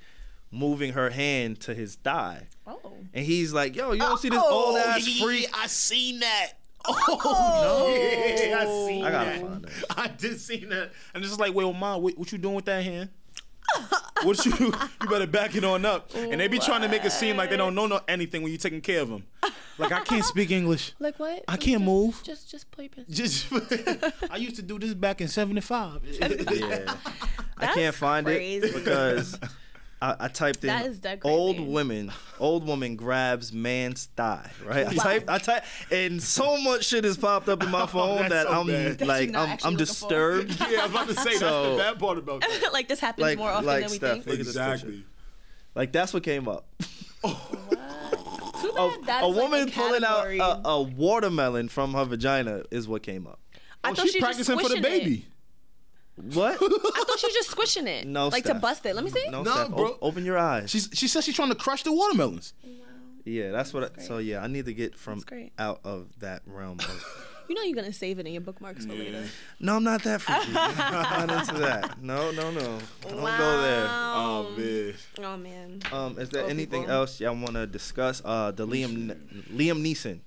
B: moving her hand to his thigh.
D: Oh.
B: And he's like, "Yo, you don't see this old
C: *laughs*
B: ass freak?
C: I seen that. Oh, no. *laughs* Yeah, I seen
B: I gotta
C: that.
B: find that.
C: *laughs* I did see that. And it's just like, well, mom, what, what you doing with that hand? What you? *laughs* You better back it on up. And they be trying to make it seem like they don't know no anything when you taking care of them. Like I can't speak English. *laughs*
A: Like what?
C: I can't move.
A: Just just play business.
C: Just, I used to do this back in '75. *laughs*
B: Yeah. I
D: That's
B: can't find
D: crazy.
B: it *laughs* because I, I typed in
D: That is degrading.
B: old women. Old woman grabs man's thigh. Right. I
D: Wow.
B: typed. I typed, and so much shit has popped up in
C: *laughs*
B: my phone
C: that's
B: that
C: so
B: I'm
C: bad. That
B: like,
A: you're not
B: I'm,
A: actually
B: I'm
A: looking for.
B: disturbed.
A: *laughs*
C: *laughs* Yeah, I was about to say
B: So-
C: that's the bad part
B: *laughs*
C: about that.
D: *laughs* like this happens
B: Like,
D: more often
B: like
D: than we
B: Steph,
D: think.
B: look at this picture. Like that's what came up.
A: Too
B: A,
A: bad that's
B: a
A: like,
B: woman pulling out uh,
A: category.
B: a, a watermelon from her vagina is what came up.
D: I
C: Oh,
D: thought
C: she's
D: she was just
C: practicing for the
D: squishing it.
C: baby. *laughs*
B: What?
D: I thought she was just squishing it.
B: No,
D: like to
B: Steph.
D: bust it. Let me see.
B: No,
C: No,
B: Steph, o-
C: bro.
B: open your eyes.
C: She's, she says she's trying to crush the watermelons.
B: yeah, that's what. I, so yeah, I need to get from
D: great.
B: out of that realm of *laughs*
D: You know you're gonna save it in your bookmarks for later.
B: No, I'm not that freaky.
A: *laughs*
B: I'm not into that. No, no, no. I don't go there.
C: Oh man.
D: Oh man.
B: Um, is there anything else y'all want to discuss? Uh, the Liam Liam Neeson.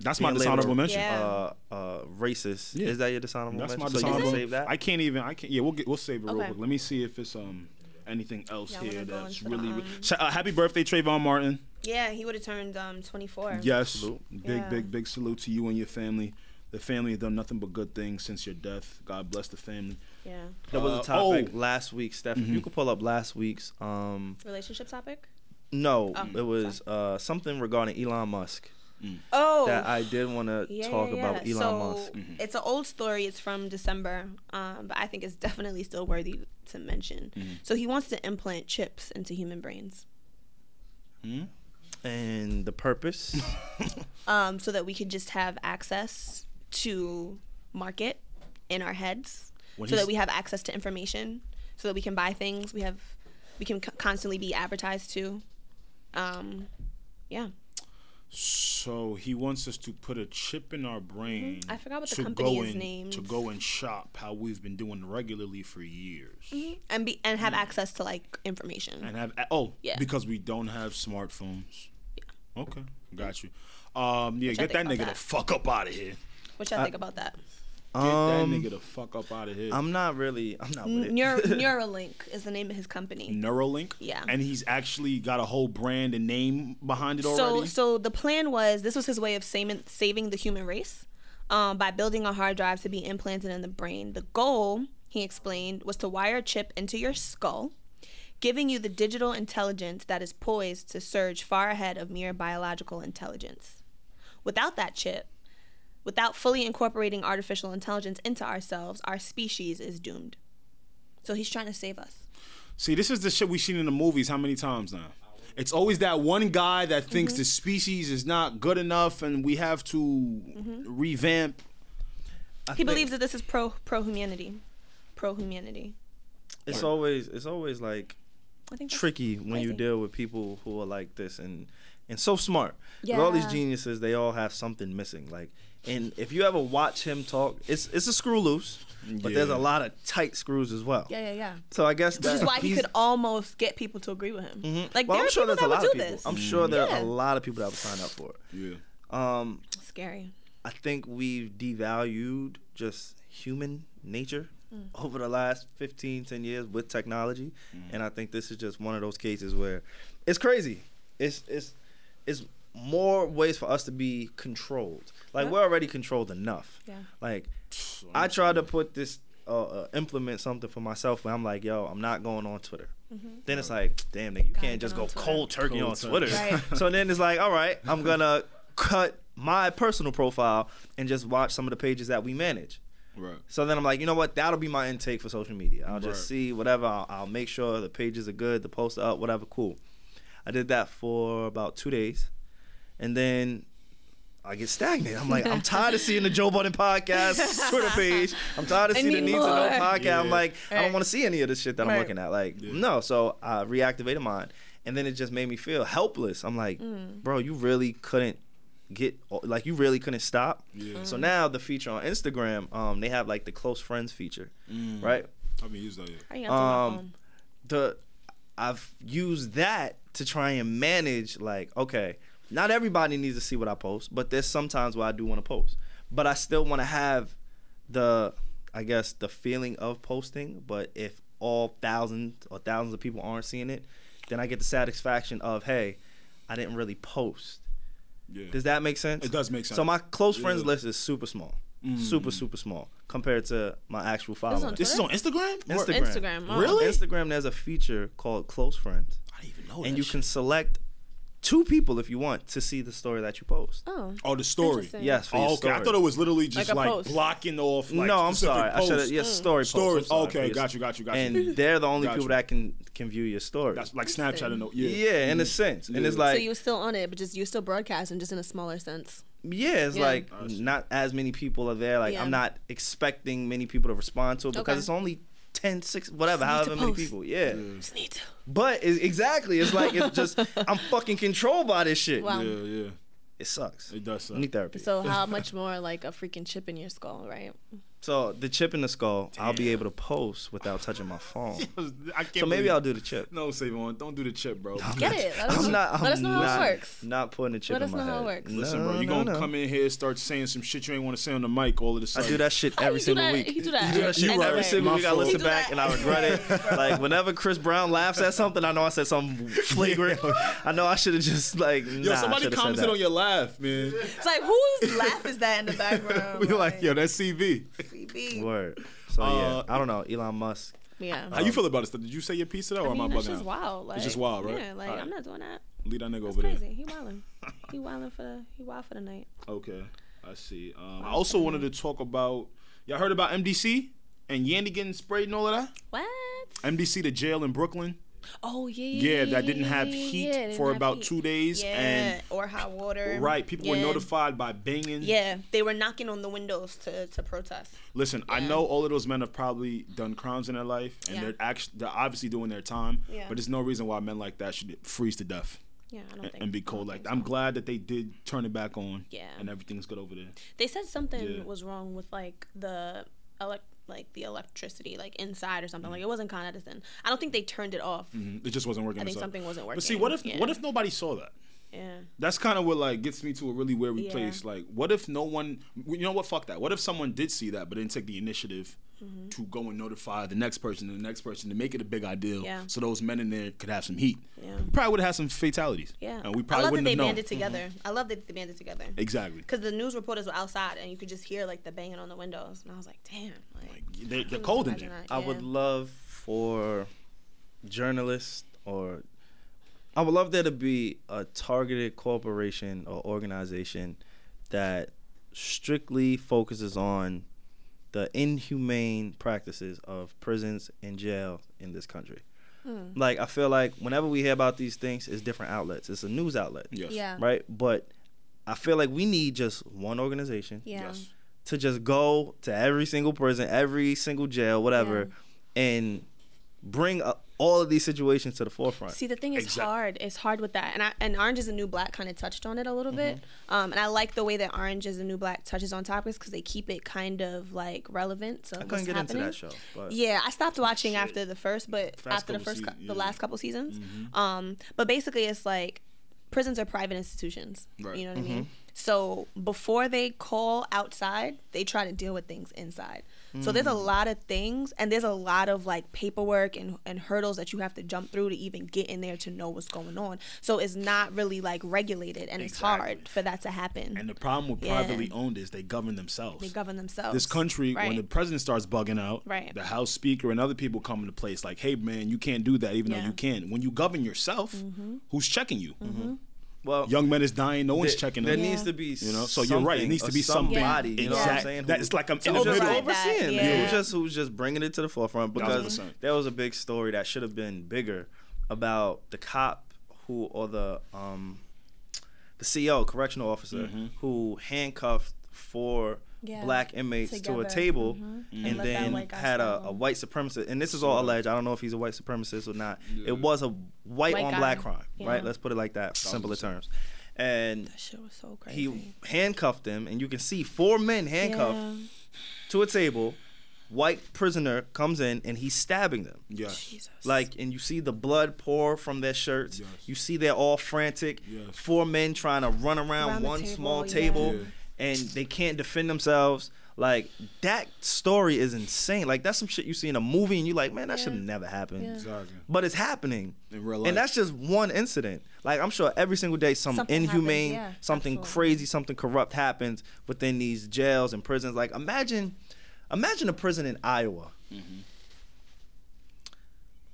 C: That's
B: being
C: my dishonorable
B: labeled,
C: mention.
D: Yeah.
B: Uh, uh, racist.
C: Yeah.
B: Is that your dishonorable
C: That's my
B: mention? So you
C: dishonorable.
B: can save that.
C: I can't even. I can't. Yeah, we'll get. We'll save it real
D: Okay.
C: quick. Let me see if it's um anything else
D: Y'all
C: here
D: wanna go
C: that's
D: into the,
C: really.
D: um,
C: Sh- uh, happy birthday, Trayvon Martin.
D: Yeah, he would have turned um 24.
C: Yes. Big,
D: Yeah.
C: big, big salute to you and your family. The family have done nothing but good things since your death. God bless the family.
D: Yeah.
B: There was
C: Uh,
B: a topic
C: oh.
B: last week, Steph. If you could pull up last week's. Um,
D: Relationship topic.
B: no, it was uh, something regarding Elon Musk
D: Oh.
B: that I did want to talk about Elon
D: so
B: Musk.
D: it's an old story. It's from December, um, but I think it's definitely still worthy to mention. So he wants to implant chips into human brains,
B: And the
C: *laughs*
B: purpose.
D: um, so that we can just have access to market in our heads,
C: When
D: so
C: he's-
D: that we have access to information, so that we can buy things. We have, we can c- constantly be advertised to. Um, yeah,
C: So he wants us to put a chip in our brain.
D: Mm-hmm. I forgot what the
C: to
D: company
C: go
D: is
C: and-
D: named.
C: To go and shop how we've been doing regularly for years.
D: and be and have access to like information.
C: And have oh
D: Yeah.
C: because we don't have smartphones. Yeah. Okay, got you. Um, yeah,
D: I
C: get that
D: think
C: nigga
D: about
C: the fuck up out of here.
D: What y'all think about that?
C: Get
B: Um,
C: that nigga the fuck up out of here.
B: I'm not really. I'm not with it. *laughs*
D: Neuro, Neuralink is the name of his company.
C: Neuralink.
D: Yeah.
C: And he's actually got a whole brand and name behind it
D: So,
C: already.
D: so the plan was this was his way of saving, saving the human race um, by building a hard drive to be implanted in the brain. The goal, he explained, was to wire a chip into your skull, giving you the digital intelligence that is poised to surge far ahead of mere biological intelligence. Without that chip, without fully incorporating artificial intelligence into ourselves, our species is doomed. So he's trying to save us.
C: See, this is the shit we've seen in the movies how many times now? It's always that one guy that thinks
D: Mm-hmm.
C: the species is not good enough and we have to
D: Mm-hmm.
C: revamp.
B: I
D: He
B: think
D: believes that this is pro pro humanity, pro humanity.
B: it's always it's always like
D: I think that's-
B: tricky when you
D: crazy.
B: deal with people who are like this and and so smart. With all these
A: Yeah.
B: geniuses, they all have something missing. Like, and if you ever watch him talk, it's it's a screw loose, but there's
C: Yeah.
B: a lot of tight screws as well.
A: yeah, yeah.
B: So I guess
D: which
B: that's
D: is why he could almost get people to agree with him. Like
B: Mm-hmm. Well,
D: there
B: I'm
D: are
B: sure
D: people
B: there's a
D: that would
B: lot
D: do
B: of people.
D: this.
B: I'm sure there are
D: Yeah.
B: a lot of people that would sign up for it.
C: Yeah.
B: Um,
D: Scary.
B: I think we've devalued just human nature over the last 15, 10 years with technology. And I think this is just one of those cases where it's crazy. It's it's it's more ways for us to be controlled. Like we're already controlled enough.
D: Yeah.
B: Like I tried to put this uh, uh, implement something for myself where I'm like, yo, I'm not going on Twitter. Then it's like, damn nigga, you can't just go cold turkey
C: Cold
B: on
C: turkey.
B: Twitter. *laughs* So then it's like, all right, I'm gonna cut my personal profile and just watch some of the pages that we manage.
C: Right.
B: So then I'm like, you know what? That'll be my intake for social media. I'll
C: Right.
B: just see whatever. I'll, I'll make sure the pages are good, the posts are up, whatever. Cool. I did that for about two days, and then I get stagnant. I'm like, I'm tired of seeing the Joe Budden podcast Twitter page. I'm tired of
D: I
B: seeing the
D: need
B: Need to Know
D: more.
B: podcast. I'm
C: Yeah.
B: like, I don't want to see any of this shit that I'm
D: Right.
B: looking at. Like, no. So I reactivated mine, and then it just made me feel helpless. I'm like, bro, you really couldn't get like you really couldn't stop. So now the feature on Instagram, um, they have like the close friends feature, right?
C: I mean, he's like,
D: Are you on my
B: Um,
D: phone?
B: the I've used that to try and manage like okay, not everybody needs to see what I post, but there's sometimes where I do want to post, but I still want to have the I guess the feeling of posting, but if all thousands or thousands of people aren't seeing it, then I get the satisfaction of hey, I didn't really post.
C: yeah.
B: Does that make sense?
C: It does make
B: So
C: sense.
B: my close friends
C: Yeah. Mm.
B: list is super small, super super small compared to my actual followers.
D: on
C: this is on Instagram? Or-
B: Instagram.
D: Instagram. oh.
C: Really?
B: Instagram, there's a feature called Close Friends,
C: I didn't even know that
B: and you
C: shit.
B: can select two people if you want to see the story that you post.
D: Oh.
C: Oh, the story.
D: Interesting.
B: Yes, for your
C: Oh, okay. I
B: story.
C: thought it was literally just
D: Like a
C: like,
D: post.
C: blocking off. Like,
B: no, I'm
C: specific
B: sorry.
C: Posts.
B: I should have. Yes, story
C: Stories.
B: posts. I'm sorry.
C: Okay,
B: Yes.
C: got you, got you, got you.
B: And they're the only
C: Got
B: people
C: you.
B: that can can view your story. *laughs*
C: That's like Snapchat and all. Yeah. Mm.
B: yeah, in a sense, and it's
C: Yeah.
B: like
D: So you were still on it, but just you were still broadcasting, just in a smaller sense.
B: yeah, it's
D: Yeah.
B: like not as many people are there. Like
D: Yeah.
B: I'm not expecting many people to respond to it because
D: Okay.
B: it's only 10, 6, whatever,
D: Just need
B: however
D: to
B: many
D: post.
B: people. Yeah.
D: Just need to.
B: But it's, exactly, it's like it's just I'm fucking controlled by this shit.
D: Wow.
C: Yeah, yeah.
B: It sucks.
C: It does suck.
B: I need therapy.
O: So how much more like a freaking chip in your skull, right?
B: So the chip in the skull, I'll be able to post without touching my phone.
C: *laughs* I *laughs* can't
B: so maybe
C: believe-
B: I'll do the chip.
C: No, Savon, don't do the chip, bro.
O: Get it? Let us,
B: *laughs* I'm not. I'm
O: let us know
B: not,
O: how it works.
B: Not putting the chip
O: Let
B: in
O: us
B: my
O: know how it
B: head.
O: works.
C: Listen, bro,
B: No,
C: you
B: no,
C: gonna
B: no.
C: come in here start saying some shit you ain't want to say on the mic all of a
B: I
C: sudden.
B: do that shit
O: Oh,
B: every
O: you do
B: single
O: that-
B: week.
O: You do that.
B: I do that shit
C: Anyway.
B: every single
C: My
B: week. I
C: fault.
B: listen
O: You do that
B: back and I regret
C: *laughs*
B: it. Like whenever Chris Brown laughs at something, I know I said something flagrant. I know I should have just like.
C: Yo, somebody commented on
B: your.
C: your laugh, man.
D: It's like
C: *laughs*
D: whose *laughs* laugh is that in the background?
N: We like, yo, that's CV.
D: CB.
B: Word. So
C: Uh,
B: yeah, I don't know. Elon Musk.
O: Yeah.
C: How you feel about this? Did you say your piece to that, or
O: I mean,
C: am I
O: that's
C: bugging
O: just
C: out?
O: wild. Like,
C: It's just wild, right?
D: Yeah, like
C: Alright.
D: I'm not doing that.
C: Lead that nigga
D: That's
C: over
D: crazy.
C: there.
D: He wildin'. He wildin' for the. He wild for the night.
C: Okay, I see. Um, I also wanted to talk about. Y'all heard about MDC and Yandy getting sprayed and all of that?
D: What?
C: MDC to jail in Brooklyn.
D: Oh yeah.
C: Yeah, that didn't have heat
O: yeah, didn't
C: for
O: have
C: about
O: heat.
C: two days,
D: Yeah. or hot water.
C: and right, people were
D: Yeah.
C: notified by banging.
D: Yeah, they were knocking on the windows to to protest.
C: Listen, I know all of those men have probably done crimes in their life, and
D: Yeah.
C: they're actually they're obviously doing their time.
D: Yeah.
C: But there's no reason why men like that should freeze to death.
D: Yeah, I don't
C: and-
D: think.
C: and be
D: I don't
C: cold like
D: think
C: that.
D: so.
C: I'm glad that they did turn it back on.
D: Yeah.
C: And everything's good over there.
D: They said something
C: Yeah.
D: was wrong with like the elec like the electricity like inside or something. Like it wasn't Con Edison. I don't think they turned it off.
C: Mm-hmm. It just wasn't working.
D: I think
C: so-
D: something wasn't working.
C: But see, what if
D: Yeah.
C: what if nobody saw that?
O: Yeah.
C: That's kind of what like gets me to a really weary place. Like, what if no one? You know what? Fuck that. What if someone did see that but didn't take the initiative
D: Mm-hmm.
C: to go and notify the next person and the next person to make it a big ideal,
O: Yeah.
C: so those men in there could have some heat.
O: Yeah.
C: We probably would have had some fatalities.
O: Yeah.
C: and we probably
D: I love that
C: wouldn't
D: they
C: have known. Mm-hmm.
D: banded together. I love that they banded together.
C: Exactly.
D: Because the news reporters were outside and you could just hear like the banging on the windows. And I was like, damn. Like,
C: They're, they're cold in
D: Mm-hmm.
C: there.
D: imagine that.
B: I would
D: Yeah.
B: love for journalists or I would love there to be a targeted corporation or organization that strictly focuses on the inhumane practices of prisons and jail in this country.
O: Hmm.
B: Like I feel like whenever we hear about these things, it's different outlets. It's a news outlet,
C: Yes.
O: Yeah.
B: right? But I feel like we need just one organization
O: Yeah.
C: Yes.
B: to just go to every single prison, every single jail, whatever, and bring uh, all of these situations to the forefront.
D: See, the thing is
C: Exact-
D: hard. It's hard with that. And I, and Orange is the New Black kind of touched on it a little bit.
B: Mm-hmm.
D: Um, and I like the way that Orange is the New Black touches on topics because they keep it kind of like relevant. So
B: I couldn't get into that show, but
D: Yeah, I stopped watching after the first, but
C: First
D: after the
C: couple
D: first, cou-
C: season-
D: the
C: yeah.
D: last couple seasons.
C: Mm-hmm.
D: Um, but basically, it's like prisons are private institutions.
C: Right.
D: You know what
O: Mm-hmm.
D: I mean? So before they call outside, they try to deal with things inside. So there's
C: Mm.
D: a lot of things, and there's a lot of like paperwork and, and hurdles that you have to jump through to even get in there to know what's going on. So it's not really like regulated, and
C: Exactly.
D: it's hard for that to happen.
C: And the problem with
D: Yeah.
C: privately owned is they govern themselves.
D: they govern themselves.
C: this country when
D: Right.
C: the president starts bugging out
D: Right.
C: the house speaker and other people come into place like hey man you can't do that even though
D: Yeah. Mm-hmm.
C: you can when you govern yourself who's checking you Mm-hmm.
B: well,
C: young men is dying no one's
B: there,
C: checking
B: there
C: them
B: needs to be
C: you know so you're right it
B: something
C: needs to
B: or
C: be somebody
B: somebody, you know what I'm
C: Exact-
B: saying?
C: that it's like i'm in
B: who's
C: the
B: just
C: middle
D: override that,
B: overseeing,
D: yeah.
B: yeah. who's just who's just bringing it to the forefront because
C: 1,000%.
B: there was a big story that should have been bigger about the cop who or the um the CO correctional officer
C: Mm-hmm.
B: who handcuffed four black inmates to a
A: Together. Mm-hmm.
B: table and
A: let that
B: then
A: white guy
B: had a,
A: stab
B: a white supremacist and this is all alleged I don't know if he's a white supremacist or not it was a white,
A: White
B: on
A: guy.
B: black crime
A: Yeah.
B: right let's put it like that for simpler terms and
D: shit was so crazy.
B: he handcuffed them, and you can see four men handcuffed to a table. White prisoner comes in and he's stabbing them.
C: yes
D: *laughs*
C: *laughs*
B: Like, and you see the blood pour from their shirts.
C: Yes.
B: You see they're all frantic.
C: Yes.
B: Four men trying to run around,
D: Around the
B: one
D: table,
B: small
D: yeah.
B: table,
C: Yeah.
B: and they can't defend themselves. Like that story is insane. Like that's some shit you see in a movie, and you're like, man, that should have never happened.
C: Exactly.
B: But it's happening
C: In real life.
B: and that's just one incident. Like I'm sure every single day, some
A: Something
B: inhumane,
A: happens, yeah,
B: something
A: absolutely.
B: crazy, something corrupt happens within these jails and prisons. Like imagine, imagine a prison in Iowa.
A: Mm-hmm.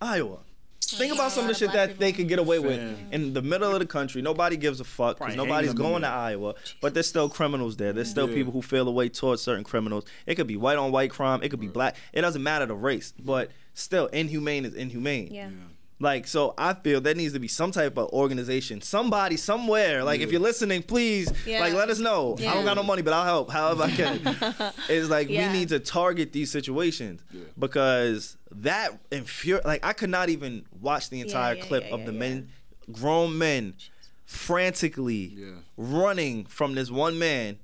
B: Iowa. Think about some of the shit that they could get away with
C: Fam.
B: in the middle of the country. Nobody gives a fuck because
C: Probably hang
B: nobody's
C: them in
B: going to
C: there.
B: Iowa, but there's still criminals there. There's still
C: Yeah.
B: people who feel a way towards certain criminals. It could be white on white crime. It could be black. It doesn't matter the race, but still, inhumane is inhumane.
A: Yeah.
B: Like, so I feel there needs to be some type of organization, somebody, somewhere. Like, if
C: Yeah.
B: you're listening, please,
O: Yeah.
B: like, let us know. I don't got no money, but I'll help however
O: *laughs*
B: I can. it's like,
O: Yeah.
B: we need to target these situations
C: Yeah.
B: because that infuri Like, I could not even watch the entire
O: yeah,
B: clip
O: yeah,
B: of
O: yeah,
B: the
O: yeah.
B: men, grown men, frantically
C: Yeah.
B: running from this one man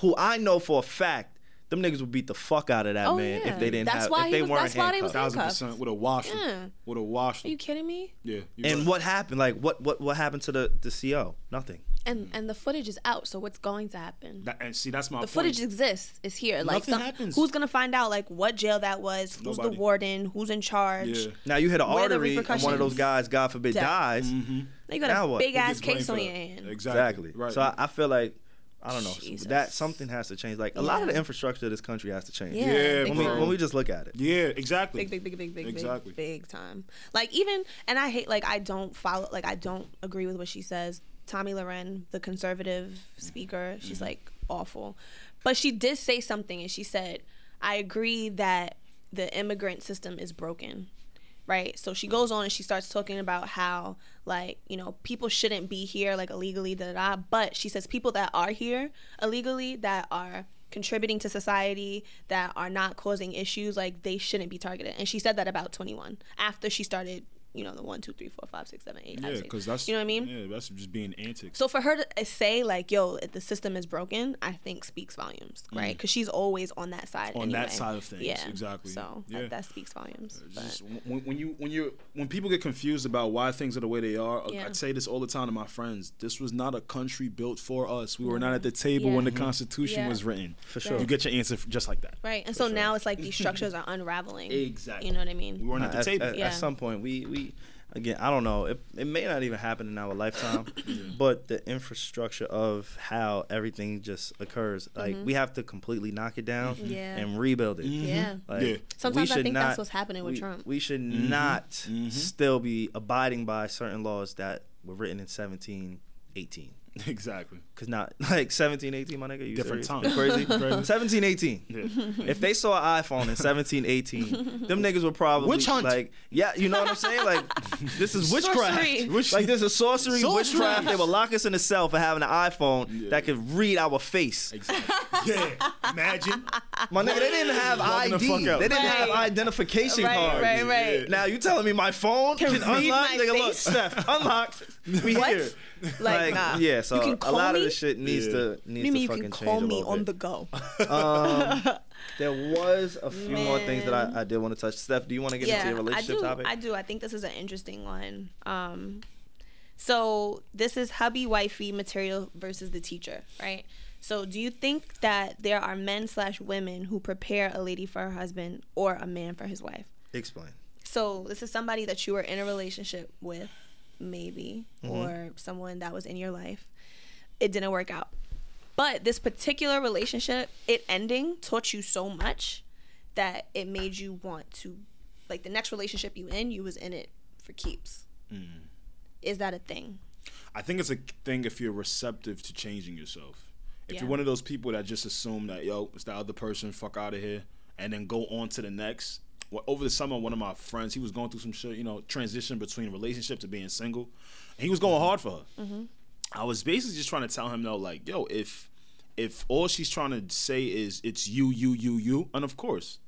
B: who I know for a fact. Them niggas would beat the fuck out of that
O: Oh,
B: man
O: yeah.
B: if they didn't
O: That's
B: have
O: why
B: if
O: he
B: they
O: was-
B: weren't
O: that's why they was
B: handcuffed.
C: thousand
O: handcuffs.
C: percent with a wash
O: Yeah.
C: with a wash
O: Are you kidding me?
C: yeah you
B: And
C: right.
B: what happened? Like what what what happened to the the CO? Nothing.
O: And and the footage is out, so what's going to happen?
C: That- and see that's my
O: the
C: point.
O: footage exists. It's here. Like
C: Nothing
O: some,
C: happens.
D: who's gonna find out like what jail that was who's
C: Nobody.
D: the warden who's in charge
C: yeah
B: Now you hit an
D: Where are the
B: artery and one of those
D: repercussions?
B: guys, God forbid,
D: Death.
B: dies.
D: you got
B: Now
D: a
B: what?
D: big ass
C: Just blame
D: case
C: for
D: on
C: that.
D: your hand
B: Exactly.
C: Mm-hmm. exactly right
B: So I, I feel like I don't know
O: Jesus.
B: that something has to change. Like a lot of the infrastructure of this country has to change.
O: Yeah.
C: yeah
B: When
O: Big
B: we,
O: time.
C: bro.
B: when we just look at it.
C: yeah exactly
D: big big big big big
C: Exactly.
D: big big time like even and i hate like i don't follow like i don't agree with what she says tommy loren the conservative speaker she's
C: Mm-hmm.
D: like awful but she did say something and she said i agree that the immigrant system is broken right so she goes on and she starts talking about how like you know people shouldn't be here like illegally da da da but she says people that are here illegally that are contributing to society that are not causing issues like they shouldn't be targeted and she said that about 21 after she started you know the one, two, three, four, five, six, seven, eight, five,
C: Yeah,
D: six.
C: because that's
D: you know what I mean.
C: Yeah, that's just being antics.
D: So for her to say like, "Yo, the system is broken," I think speaks volumes, right? Because she's always on that side.
C: Mm. On that
D: anyway.
C: side of things,
D: yeah.
C: exactly.
D: So
C: Yeah.
D: that, that speaks volumes.
C: It's
D: but-
C: just when, when you when you when people get confused about why things are the way they are, I-
D: Yeah.
C: I'd say this all the time to my friends. This was not a country built for us. We were not at the table when the Constitution
D: Yeah.
C: was written. For
B: sure.
C: you get your answer f- just like that.
D: right, and so now
B: *laughs*
D: it's like these structures are unraveling.
C: Exactly.
D: You know what I
C: We
D: mean?
C: weren't
B: Nah,
C: at the
B: at,
C: table.
B: at- at
D: Yeah.
B: some point, we we again, I don't know. It, it may not even happen in our
C: *coughs*
B: lifetime, but the infrastructure of how everything just occurs, like we have to completely knock it down
D: Mm-hmm. Yeah.
B: and rebuild it.
C: Mm-hmm.
D: Yeah.
B: Like,
C: Yeah. Mm-hmm.
D: Sometimes I
B: should
D: think that's what's happening with
B: we-
D: Trump.
B: We should not still be abiding by certain laws that were written in 17, 18.
C: *laughs* exactly.
B: Cause not *laughs* like 17, 18, my nigga. You
C: Different
B: serious?
C: time. *laughs*
B: You Crazy. 17, 18. If they saw an iPhone in 17, 18, them niggas would probably
C: Witch hunt.
B: like, yeah, you know what I'm saying? Like,
C: *laughs*
B: this is
D: Sorcery.
B: witchcraft.
C: Witch-
B: like, this is sorcery,
C: Sorcery.
B: witchcraft. They would lock us in a cell for having an iPhone
C: Yeah.
B: that could read our face.
D: *laughs*
C: yeah. Imagine.
B: My nigga, they didn't have
C: Walking the
B: ID.
C: fuck out.
B: They didn't have identification
D: Right,
B: cards.
D: right, right.
B: Now you telling me my phone can, unlock?
D: read my
B: nigga, look,
D: face?
B: Steph, *laughs* unlocked. We
D: What?
B: here.
D: Like,
B: Like,
D: nah.
B: yeah. So
D: You can
B: a
D: call
B: lot
D: me?
B: of this shit needs
C: Yeah.
B: to
D: What
B: needs
D: do you mean
B: to
D: you
B: fucking
D: can
B: change
D: call
B: a
D: me
B: little
D: on
B: bit.
D: the
B: *laughs*
D: go?
C: Uh,
B: Um, there was a few more things that I, I did want to touch. Steph, do you want to get into your relationship
D: I do,
B: topic?
D: I do. I think this is an interesting one. Um, so this is hubby wifey material versus the teacher, right? So do you think that there are men slash women who prepare a lady for her husband or a man for his wife?
B: Explain.
D: So this is somebody that you were in a relationship with, maybe, or someone that was in your life. It didn't work out. But this particular relationship, it ending taught you so much that it made you want to like the next relationship you in, you was in it for keeps. Is that a thing?
C: I think it's a thing if you're receptive to changing yourself. If
D: Yeah.
C: you're one of those people that just assume that yo, it's the other person, fuck out of here, and then go on to the next. Well, over the summer, one of my friends, he was going through some shit, you know, transition between relationship to being single. And he was going hard for her. I was basically just trying to tell him though, like, yo, if if all she's trying to say is it's you, you, you, you, and of course,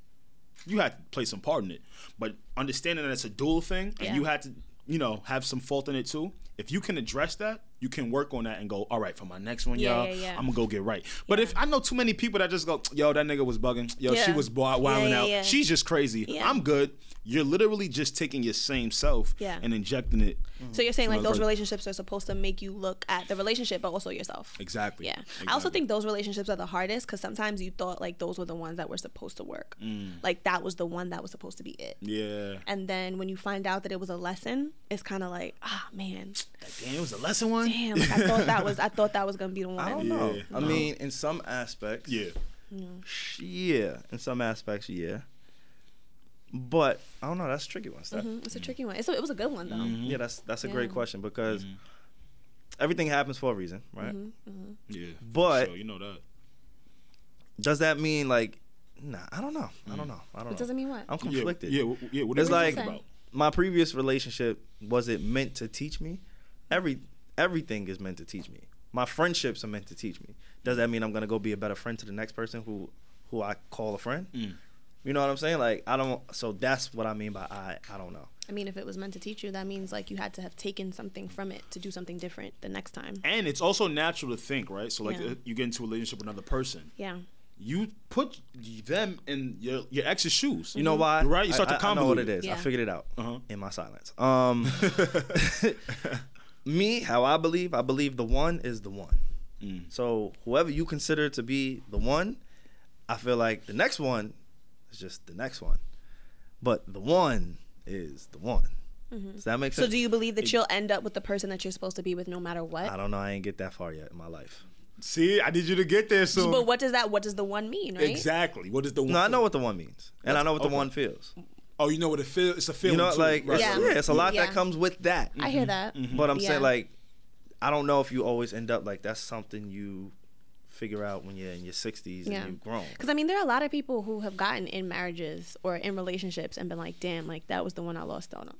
C: you had to play some part in it. But understanding that it's a dual thing and you had to, you know, have some fault in it too. If you can address that, you can work on that and go, all right, for my next one,
D: Yeah,
C: y'all,
D: yeah, yeah.
C: I'm gonna go get right. But if I know too many people that just go, yo, that nigga was bugging, yo, she
D: Yeah.
C: was wi-
D: Yeah,
C: wilding
D: yeah,
C: out,
D: yeah.
C: she's just crazy,
D: Yeah.
C: I'm good. You're literally just taking your same self
D: Yeah. Mm.
C: and injecting it.
D: So you're saying like
C: Another
D: those
C: person.
D: relationships are supposed to make you look at the relationship, but also yourself.
C: Exactly.
D: Yeah. I also
C: Exactly.
D: think those relationships are the hardest because sometimes you thought like those were the ones that were supposed to work.
B: Mm.
D: Like that was the one that was supposed to be it.
C: Yeah.
D: And then when you find out that it was a lesson, it's kind of like, ah, man,
C: Damn, it was the lesson one.
D: damn. Like, I thought that was, I thought that was gonna be the
B: I don't
D: one.
B: know.
C: Yeah.
B: I mean, in some aspects,
C: Yeah.
B: sh- yeah. In some aspects, yeah. But I don't know. That's a tricky one, Steph.
D: Mhm. It's a tricky one. It's a, it was a good one though.
B: Yeah, that's that's a great
D: Yeah.
B: question because everything happens for a reason, right?
D: Mm-hmm.
C: Yeah.
B: But-
C: sure, you know that.
B: Does that mean like, nah? I don't know. I don't know. I don't know.
O: It doesn't mean what?
B: I'm conflicted.
C: Yeah. Yeah. w- yeah what
B: It's
C: is
B: like-
C: it about?
B: my previous relationship was it meant to teach me every everything is meant to teach me my friendships are meant to teach me does that mean i'm going to go be a better friend to the next person who who i call a friend
C: Mm.
B: you know what i'm saying like i don't so that's what i mean by i i don't know
O: I mean, if it was meant to teach you, that means like you had to have taken something from it to do something different the next time.
C: And it's also natural to think, right? So like
O: Yeah.
C: uh, you get into a relationship with another person,
O: Yeah.
C: you put them in your your ex's shoes.
B: you know
D: Mm-hmm.
B: why
C: You're Mm. right. You start
B: I,
C: to
B: I, I know what
C: convolute
B: it
C: it.
B: is i
O: Yeah.
B: figured it out
C: Uh-huh.
B: in my silence
C: *laughs*
B: um *laughs* me how i believe i believe the one is the one
C: Mm.
B: so whoever you consider to be the one i feel like the next one is just the next one but the one is the one
O: Mm-hmm.
B: does that make
D: So
B: sense
D: do you believe that you'll end up with the person that you're supposed to be with no matter
B: i
D: what?
B: don't know i ain't get that far yet in my life
C: See, I need you to get there soon.
D: But what does that, what does the one mean, right?
C: Exactly. What is the one?
B: no i know what the one means and i know what the
C: okay.
B: one feels
C: Oh, you know what it feels. It's a feeling.
B: you know
C: too,
B: like
C: right?
B: it's, yeah.
D: Yeah.
B: it's a lot
O: Yeah.
B: that comes with that
O: I hear that.
B: But I'm
O: Yeah.
B: saying like, I don't know if you always end up like that's something you figure out when you're in your 60s
O: Yeah.
B: and you've grown.
O: Because I mean, there are a lot of people who have gotten in marriages or in relationships and been like, "Damn, like that was the one I lost out on."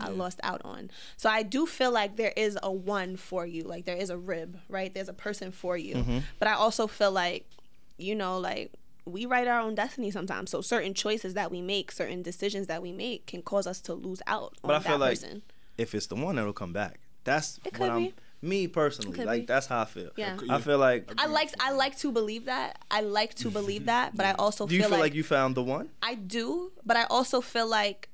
O: I lost out on. So I do feel like there is a one for you. Like
B: Mm-hmm.
O: there is a rib, right? There's a person for you. But I also feel like, you know, like
D: we write our own destiny sometimes. So certain choices that we make, certain decisions that that we make can cause us to lose out on
B: But I feel
D: that
B: like
D: person.
B: if it's the one, it'll come back. That's
D: It
B: what
D: could
B: I'm.
D: be.
B: Me personally,
D: could
B: like
D: be.
B: that's how I feel.
D: Yeah.
B: I feel like.
D: I like I like to believe that. I like to
B: *laughs*
D: believe that, but I also
B: Do you
D: feel,
B: feel like,
D: like,
B: you found the one?
D: I do, but I also feel like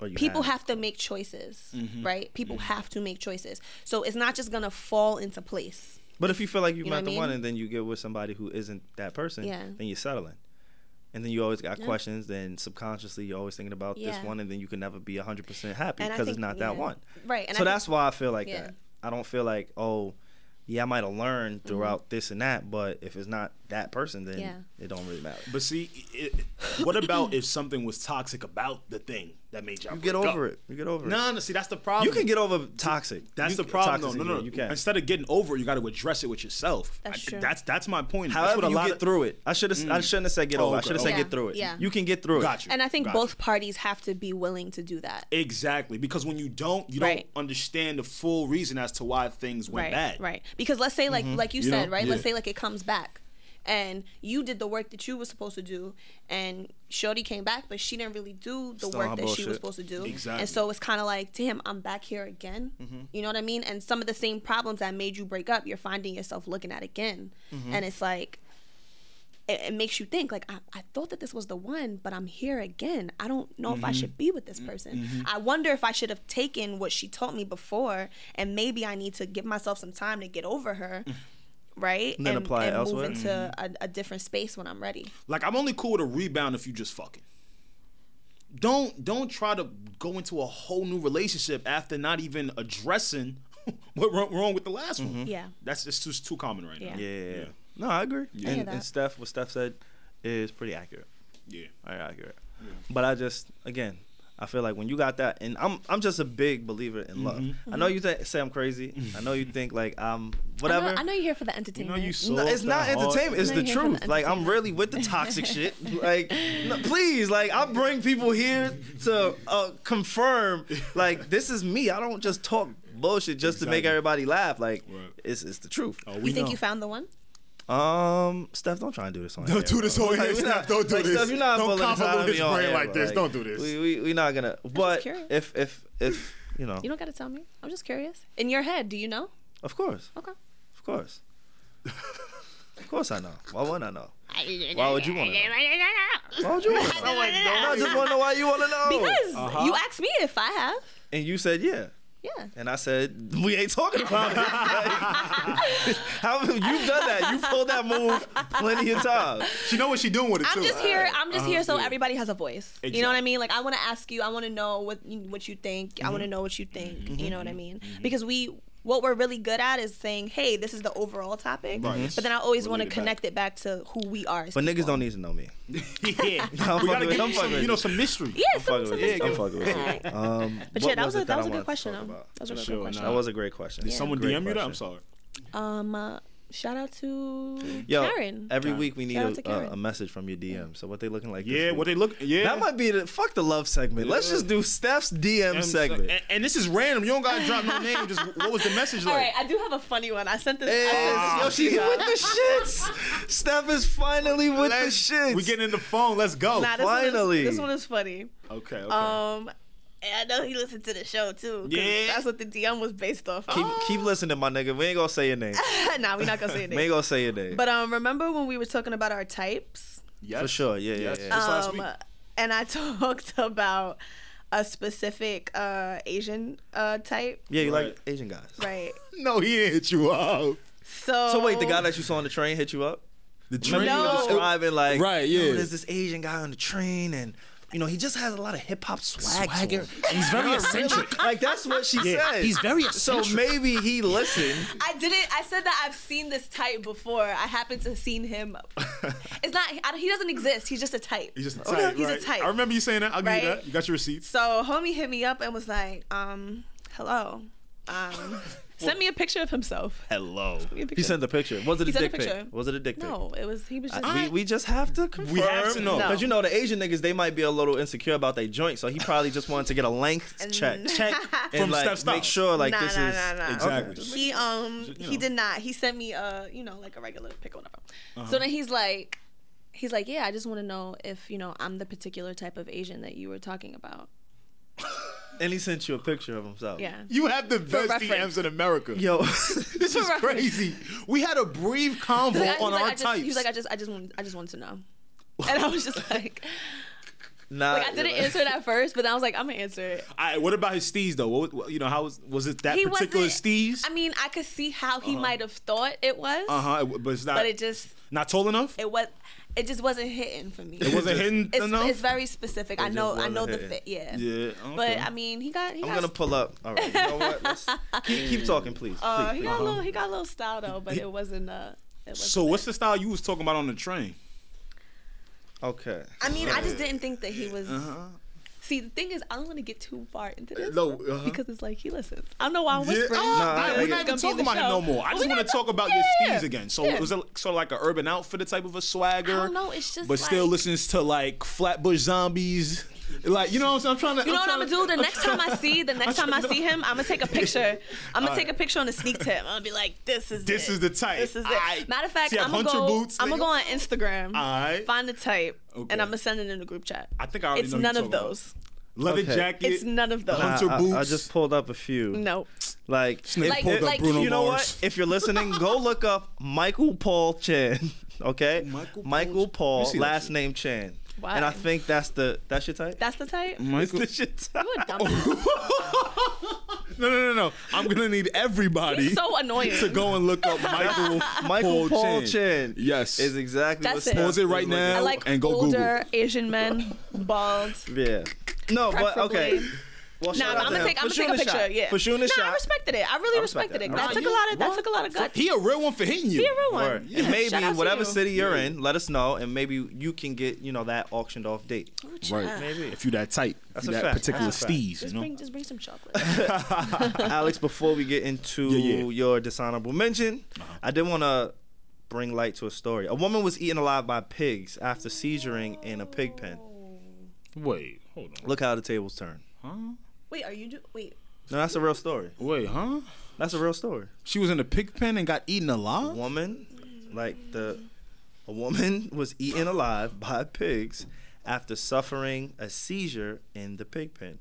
B: Or you
D: people
B: haven't?
D: have to make choices, right? People have to make choices. So it's not just going to fall into place.
B: But if you feel like you,
D: You know
B: met
D: what I
B: the one
D: mean?
B: and then you get with somebody who isn't that person,
D: Yeah.
B: then you're settling. And then you always got questions, then subconsciously you're always thinking about this
D: Yeah.
B: one and then you can never be 100% happy
D: And I
B: because it's
D: think-
B: not that
D: yeah.
B: one.
D: Right, and
B: so
D: I think-
B: that's why I feel like
D: Yeah.
B: that. I don't feel like, oh, yeah, I might have learned throughout this and that, but if it's not that person, then
D: Mm-hmm. Yeah.
B: it don't really matter.
C: But see, it, what about if something was toxic about the thing that made y'all
B: You get
C: break
B: over
C: up?
B: it. You get over it.
C: No, no, see, that's the problem.
B: You can get over toxic.
C: That's
B: You
C: the
B: can-
C: problem, though.
B: toxicity,
C: No, no, no.
B: You can.
C: Instead of getting over it, you got to address it with yourself.
D: That's
C: I-
D: true.
C: That's that's my point. that's
B: However,
C: what a
B: you
C: lot
B: get
C: of,
B: through it. Mm. I should have. I shouldn't have said get
C: Oh,
B: over. I
C: okay,
B: should have said
D: okay.
B: get through it.
D: Yeah.
B: You can get through
C: Got
B: it.
C: you.
D: And I think
C: Got you.
D: both parties have to be willing to do that.
C: Exactly, because when you don't, you
D: Right.
C: don't understand the full reason as to why things went
D: right,
C: bad.
D: Right. Because let's say like like you,
C: You
D: said,
C: know?
D: right? Let's
C: Yeah.
D: say like it comes back and you did the work that you were supposed to do and Shorty came back but she didn't really do the
B: Still on
D: work that she
B: bullshit.
D: was supposed to do.
C: Exactly.
D: And so it's kinda like, damn, I'm back here again. You know what I mean? And some of the same problems that made you break up, you're finding yourself looking at again. And it's like it, it makes you think like I, I thought that this was the one but i'm here again i don't know if i should be with this person i wonder if i should have taken what she taught me before and maybe i need to give myself some time to get over her right
B: And then apply it elsewhere.
D: move into a, a different space when i'm ready
C: Like I'm only cool with a rebound if you just fucking. Don't don't try to go into a whole new relationship after not even addressing *laughs* what went wrong with the last one.
D: yeah
C: That's it's just too common right now.
D: Mm-hmm. Yeah.
B: Yeah. No, I agree. and,
D: that.
B: and Steph, what Steph said is pretty accurate.
C: Yeah.
B: Very accurate. But I just, again, I feel like when you got that, and I'm, I'm just a big believer in love. I know you th- say I'm crazy. I know you think like I'm
O: I
B: whatever.
O: know, I know you're here for the
C: You
O: entertainment.
C: know you
B: No,
C: soft
B: it's
C: and
B: not
C: hard.
B: entertainment. It's
O: I'm
B: the
O: not here for
B: truth.
O: the
B: Like I'm really with the
D: *laughs*
B: toxic shit. Like, no, please, like I bring people here to uh, confirm. Like this is me. I don't just talk bullshit just to make
C: Exactly.
B: everybody laugh. Like
C: Right.
B: it's it's the truth.
C: Oh, we
D: you think
C: know.
D: you found the one
B: Um, Steph, don't try and do this on.
N: Don't
B: air,
N: do this
B: bro.
N: on air,
B: we
N: Steph, don't do
B: like,
N: this.
B: Steph, you're not
N: Don't
B: bullying this out
N: convolute
B: of
N: his
B: me on
N: brain
B: air,
N: like this. Don't do this.
B: We we we not gonna. But
D: curious.
B: if if if you know,
D: you don't gotta tell me i'm just curious in your head do you know
B: of course,
D: okay
B: of
N: *laughs*
B: course, of course, I know. Why wouldn't I know? Why would you
D: *laughs*
B: want to know? Why would you want to know? I just want to know why you want to know.
D: because you asked me if i have
B: and you said yeah.
D: yeah
B: And I said, we ain't talking about it. *laughs* Like, how, you've done that. You pulled that move plenty of times.
N: She know what she doing with it too.
D: I'm just here. I'm
B: Uh-huh.
D: just here so everybody has a voice. You know what I
C: Exactly.
D: mean? Like I want to ask you. I want to know what you- what you think. I
B: Mm-hmm.
D: want to know what you think. You know what I mean? Because we what we're really good at is saying, "Hey, this is the overall topic."
C: Right.
D: But then I always want to
C: Relate it back.
D: connect it back to who we are. as
B: But
D: people.
B: niggas don't need to know me.
C: *laughs* yeah.
B: *laughs* I'm
C: we
B: fucking
C: gotta
B: with
C: give
B: you.
C: you some, you know, some mystery.
D: Yeah, some,
B: fucking with
D: some
B: you. Yeah,
D: some-
B: I'm fucking with you.
D: Alright.
B: Um,
D: But
B: what
D: yeah, that was,
B: it
D: a that was a
B: I wanted
D: good
B: to
D: question.
B: talk
D: um,
B: about?
D: That was a good
C: Sure,
D: question.
B: That was a great question.
C: Did someone
B: Great
C: DM you that? I'm
B: question.
C: sorry.
D: Um, uh, shout out to
B: Yo,
D: Karen.
B: every week we need
D: Shout out
B: a,
D: to
B: a,
D: Karen.
B: a message from your DM. So what they looking like? this
C: Yeah,
B: week.
C: what they look. Yeah.
B: That might be the fuck the love segment. Let's
C: Yeah.
B: just do Steph's DM
C: And-
B: segment.
C: And, and this is random. You don't gotta drop no name. Just what was the message like?
D: All right, I do have a funny one. I sent this. I sent
B: Hey,
D: this
B: yo, she's with the shits. Steph is finally with
C: Let's-
B: the shits.
C: We getting in the phone. Let's go.
D: Nah, this
B: Finally.
D: One is, this one is funny.
C: okay. Okay.
D: Um, and I know he listened to the show too. 'cause
C: Yeah.
D: That's what the DM was based off.
B: keep, keep listening, my nigga. We ain't gonna say your name.
D: *laughs* nah, we're not
C: *laughs*
D: gonna say
B: We ain't
D: names.
B: gonna say your name.
D: But um, remember when we were talking about our types?
C: yes.
B: for sure, yeah, yeah,
C: Yes.
B: yeah.
C: Just last
D: Um,
C: week.
D: and I *laughs* talked about a specific uh Asian uh type,
B: yeah, you
C: Right.
B: like Asian guys.
D: right?
N: No, he didn't hit you up.
C: *laughs*
D: So
B: So wait, the guy that you saw on the train hit you up?
N: The
B: Remember you were
D: No.
B: describing like,
N: Right,
B: "Yo,
N: yeah.
B: there's this Asian guy on the train, and you know he just has a lot of hip hop swag. to
N: Swagger.
B: him."
N: He's very eccentric.
B: Like that's what she said.
N: he's very
B: So
N: eccentric.
B: maybe he listened.
D: I didn't. I said that I've seen this type before. I happen to have seen
C: *laughs*
D: him. it's not. I, don't- he doesn't exist. He's just a type.
C: He's just a type.
D: Okay. Oh, He's a
C: right?
D: type.
C: I remember you saying that. I'll give you
D: Right?
C: that. You got your receipts.
D: So homie hit me up and was like, um, hello.
B: *laughs*
D: Um, sent me a picture of himself.
C: Hello.
D: Sent me a picture.
B: He sent the picture. Was it a
D: sent a
B: dick pic?
D: picture.
B: Was it a dick pic?
D: No, it was he was just.
B: we, we just have to confirm.
C: have to know. No.
B: Because you know, the Asian niggas, they might be a little insecure about their joint. So he probably just wanted to get a length
D: *laughs*
B: check.
C: Check
B: And
C: from
B: like,
C: Steph
B: make sure like
D: Nah,
B: this
D: nah,
B: is
D: nah, nah.
C: Exactly.
D: he
C: you
D: um he
C: know.
B: Uh-huh.
D: did not. He sent me a you know like a regular pick or whatever. So then he's like, He's like, yeah, I just want to know if you know I'm the particular type of Asian that you were talking about.
B: And he sent you a picture of himself.
D: Yeah.
P: You have the best
D: reference.
P: DMs in America.
B: Yo, *laughs*
P: This is crazy. We had a brief convo
D: He's like,
P: on
D: I- he's like,
P: our
D: I just,
P: types.
D: he was like, I just, I just want, I just wanted
B: *laughs*
D: to know. And I was just like,
B: nah. *laughs*
D: like I didn't answer it at first, but then I was like, I'm gonna answer it.
C: *laughs* I, what about his steez though? What, what- you know, how was, was it that
D: He
C: particular
D: wasn't-
C: steez?
D: I mean, I could see how he might have thought it was,
C: Uh huh. But it's not.
D: but it just,
C: not tall enough. It,
D: it was, it just wasn't hitting for me.
C: wasn't hidden
D: It's,
C: enough.
D: it's very specific. I
B: just
D: know, I
B: wasn't
D: know the
B: hitting.
D: fit. Yeah.
C: yeah.
D: But
C: okay.
D: I mean, he got, he
B: I'm
D: got,
B: gonna pull up. All right. You
D: *laughs*
B: know what? Let's keep, keep talking, please.
D: uh,
B: please,
D: he
B: please.
D: got a little, he got a little style though, but it wasn't, uh, it wasn't
C: so what's the style you was talking about on the train?
B: Okay.
D: I mean, I just didn't think that he was.
C: uh-huh.
D: See, the thing is, I don't want to get too far into this
P: no, uh-huh.
D: because it's like he listens. I don't know why I'm
P: Yeah,
C: uh,
D: whispering.
P: oh,
B: Nah, I-
P: I-
B: I
P: we're not
B: get it.
P: even
D: It's gonna
P: talking
D: be the
P: about it
D: show.
P: no more. I
D: But
P: just
D: we
P: want to
D: gotta
P: talk
D: talk-
P: about
D: yeah,
P: your steez
D: yeah.
P: again. So
D: Yeah.
P: was it
C: Sort of like an urban outfitter type of a swagger.
D: I don't know. It's just.
C: but
D: like,
C: still listens to like Flatbush Zombies. Like you know what I'm saying? I'm trying to.
D: You know what I'm gonna do? The next
C: *laughs*
D: time I see, the next time I see him, I'm gonna take a picture. I'm gonna take a picture on the sneak tip. I'm gonna be like, "This is
C: This
D: it.
C: is the type.
D: This is it."
C: Aight.
D: Matter of fact,
C: See, I
D: I'm gonna
C: punch your
D: go.
C: boots,
D: I'm
C: nigga.
D: gonna go on Instagram,
C: Aight.
D: find the type,
C: Okay.
D: and I'm gonna send it in the group chat.
C: I think I already
D: it's
C: know who
D: none
C: you're
D: of
C: talking
D: those.
C: about. Leather
B: Okay.
C: jacket.
D: It's none of those.
B: Nah,
C: Hunter
B: I, I
C: boots.
B: just pulled up a few.
D: no.
B: Like,
C: They
D: like-
C: pulled up
D: like-
C: Bruno
B: you know
C: Mars.
B: what? If you're listening,
D: *laughs*
B: go look up Michael Paul Chan. *laughs* Okay,
C: Michael Paul Chan.
B: Paul,
C: You see that
B: last
C: shit?
B: name Chan.
D: Why?
B: And I think that's the that's your type.
D: That's the type. *laughs*
C: Michael.
B: That's your type.
D: You a
B: *laughs*
C: Oh, *laughs*
D: dumbass.
C: No, no, no, no. I'm gonna need everybody
D: so annoying.
C: *laughs* to go and look
D: *laughs*
C: up Michael
B: Michael Paul, Chan.
C: Yes.
B: is exactly
D: That's
B: what
D: it.
B: Snap
C: Pause it
B: is
C: right
B: looking
C: now.
D: I like
C: and go
D: older Asian men, bald.
B: Yeah. No, but okay.
D: preferably.
B: Well,
D: Nah,
B: shout
D: but
B: out to
D: I'm gonna
B: him.
D: take, I'm
B: For
D: gonna take a
B: shooting the
D: picture.
B: shot.
D: Yeah.
B: For shooting the
D: nah,
B: shot.
D: I respected it. I really
B: I respect
D: respected
B: that.
D: it. That
B: Nah,
D: took
B: you-
D: a lot of that
B: what?
D: took a lot of guts.
C: He a real one for hitting you.
D: Be a real one.
B: Word. And
D: Shout out
B: maybe
D: to
B: whatever
D: you.
B: city you're in, let us know, and maybe you can get you know that auctioned off date.
C: Right. Maybe. If you that tight,
B: Ah. That's
C: you
B: a
C: that
B: fact.
C: particular
B: That's a fact.
C: steez, you
D: Just
C: know.
D: bring, just bring some
B: *laughs*
D: chocolate.
B: Alex, before we get into
C: Yeah, yeah. Uh-huh.
B: your dishonorable mention, I did want to bring light to a story. A woman was eaten alive by pigs after seizuring in a pig pen.
C: Wait, hold on.
B: Look how the tables turn.
D: wait, are you? Do- wait,
B: No, that's a real story.
C: Wait, huh?
B: That's a real story.
C: She was in a pig pen and got eaten alive.
B: woman, like the, a woman *laughs* was eaten alive by pigs after suffering a seizure in the pig pen.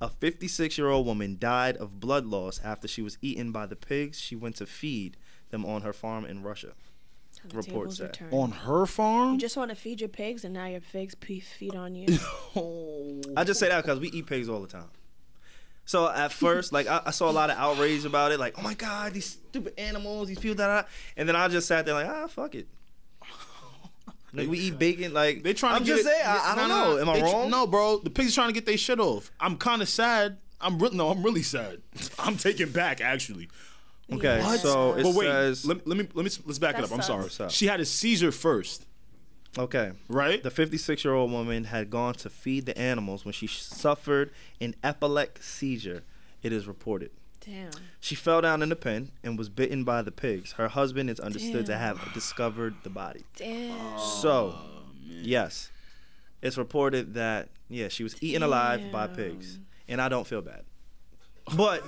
B: A 56 year old woman died of blood loss after she was eaten by the pigs she went to feed them on her farm in Russia. Reports that.
C: On her farm.
D: Just want to feed your pigs, and now your pigs pee- feed on you.
C: Oh.
B: I just say that because we eat pigs all the time. So at first, like I, I saw a lot of outrage about it, like oh my god, these stupid animals, these people that, and then I just sat there like ah fuck
C: *laughs*
B: it. Like we eat bacon, like
C: They trying
B: I'm
C: to get
B: just
C: it-
B: saying, I, I
C: Nah,
B: don't
C: nah,
B: know. Am I
C: they tr-
B: wrong?
C: no, bro. The pigs trying to get their shit off. I'm kind of sad. I'm real. No, I'm really sad. *laughs* I'm taking back actually.
B: *laughs* Okay, so it
C: but wait,
B: says
C: let, let me let me let's back it up. I'm sorry.
B: What's up?
C: She had a seizure first,
B: okay.
C: right?
B: The 56 year old woman had gone to feed the animals when she suffered an epileptic seizure. It is reported.
D: Damn.
B: She fell down in the pen and was bitten by the pigs. Her husband is understood to have discovered the body.
D: Damn.
B: So,
C: Oh,
B: yes, it's reported that yeah, she was eaten alive by pigs, and I don't feel bad, but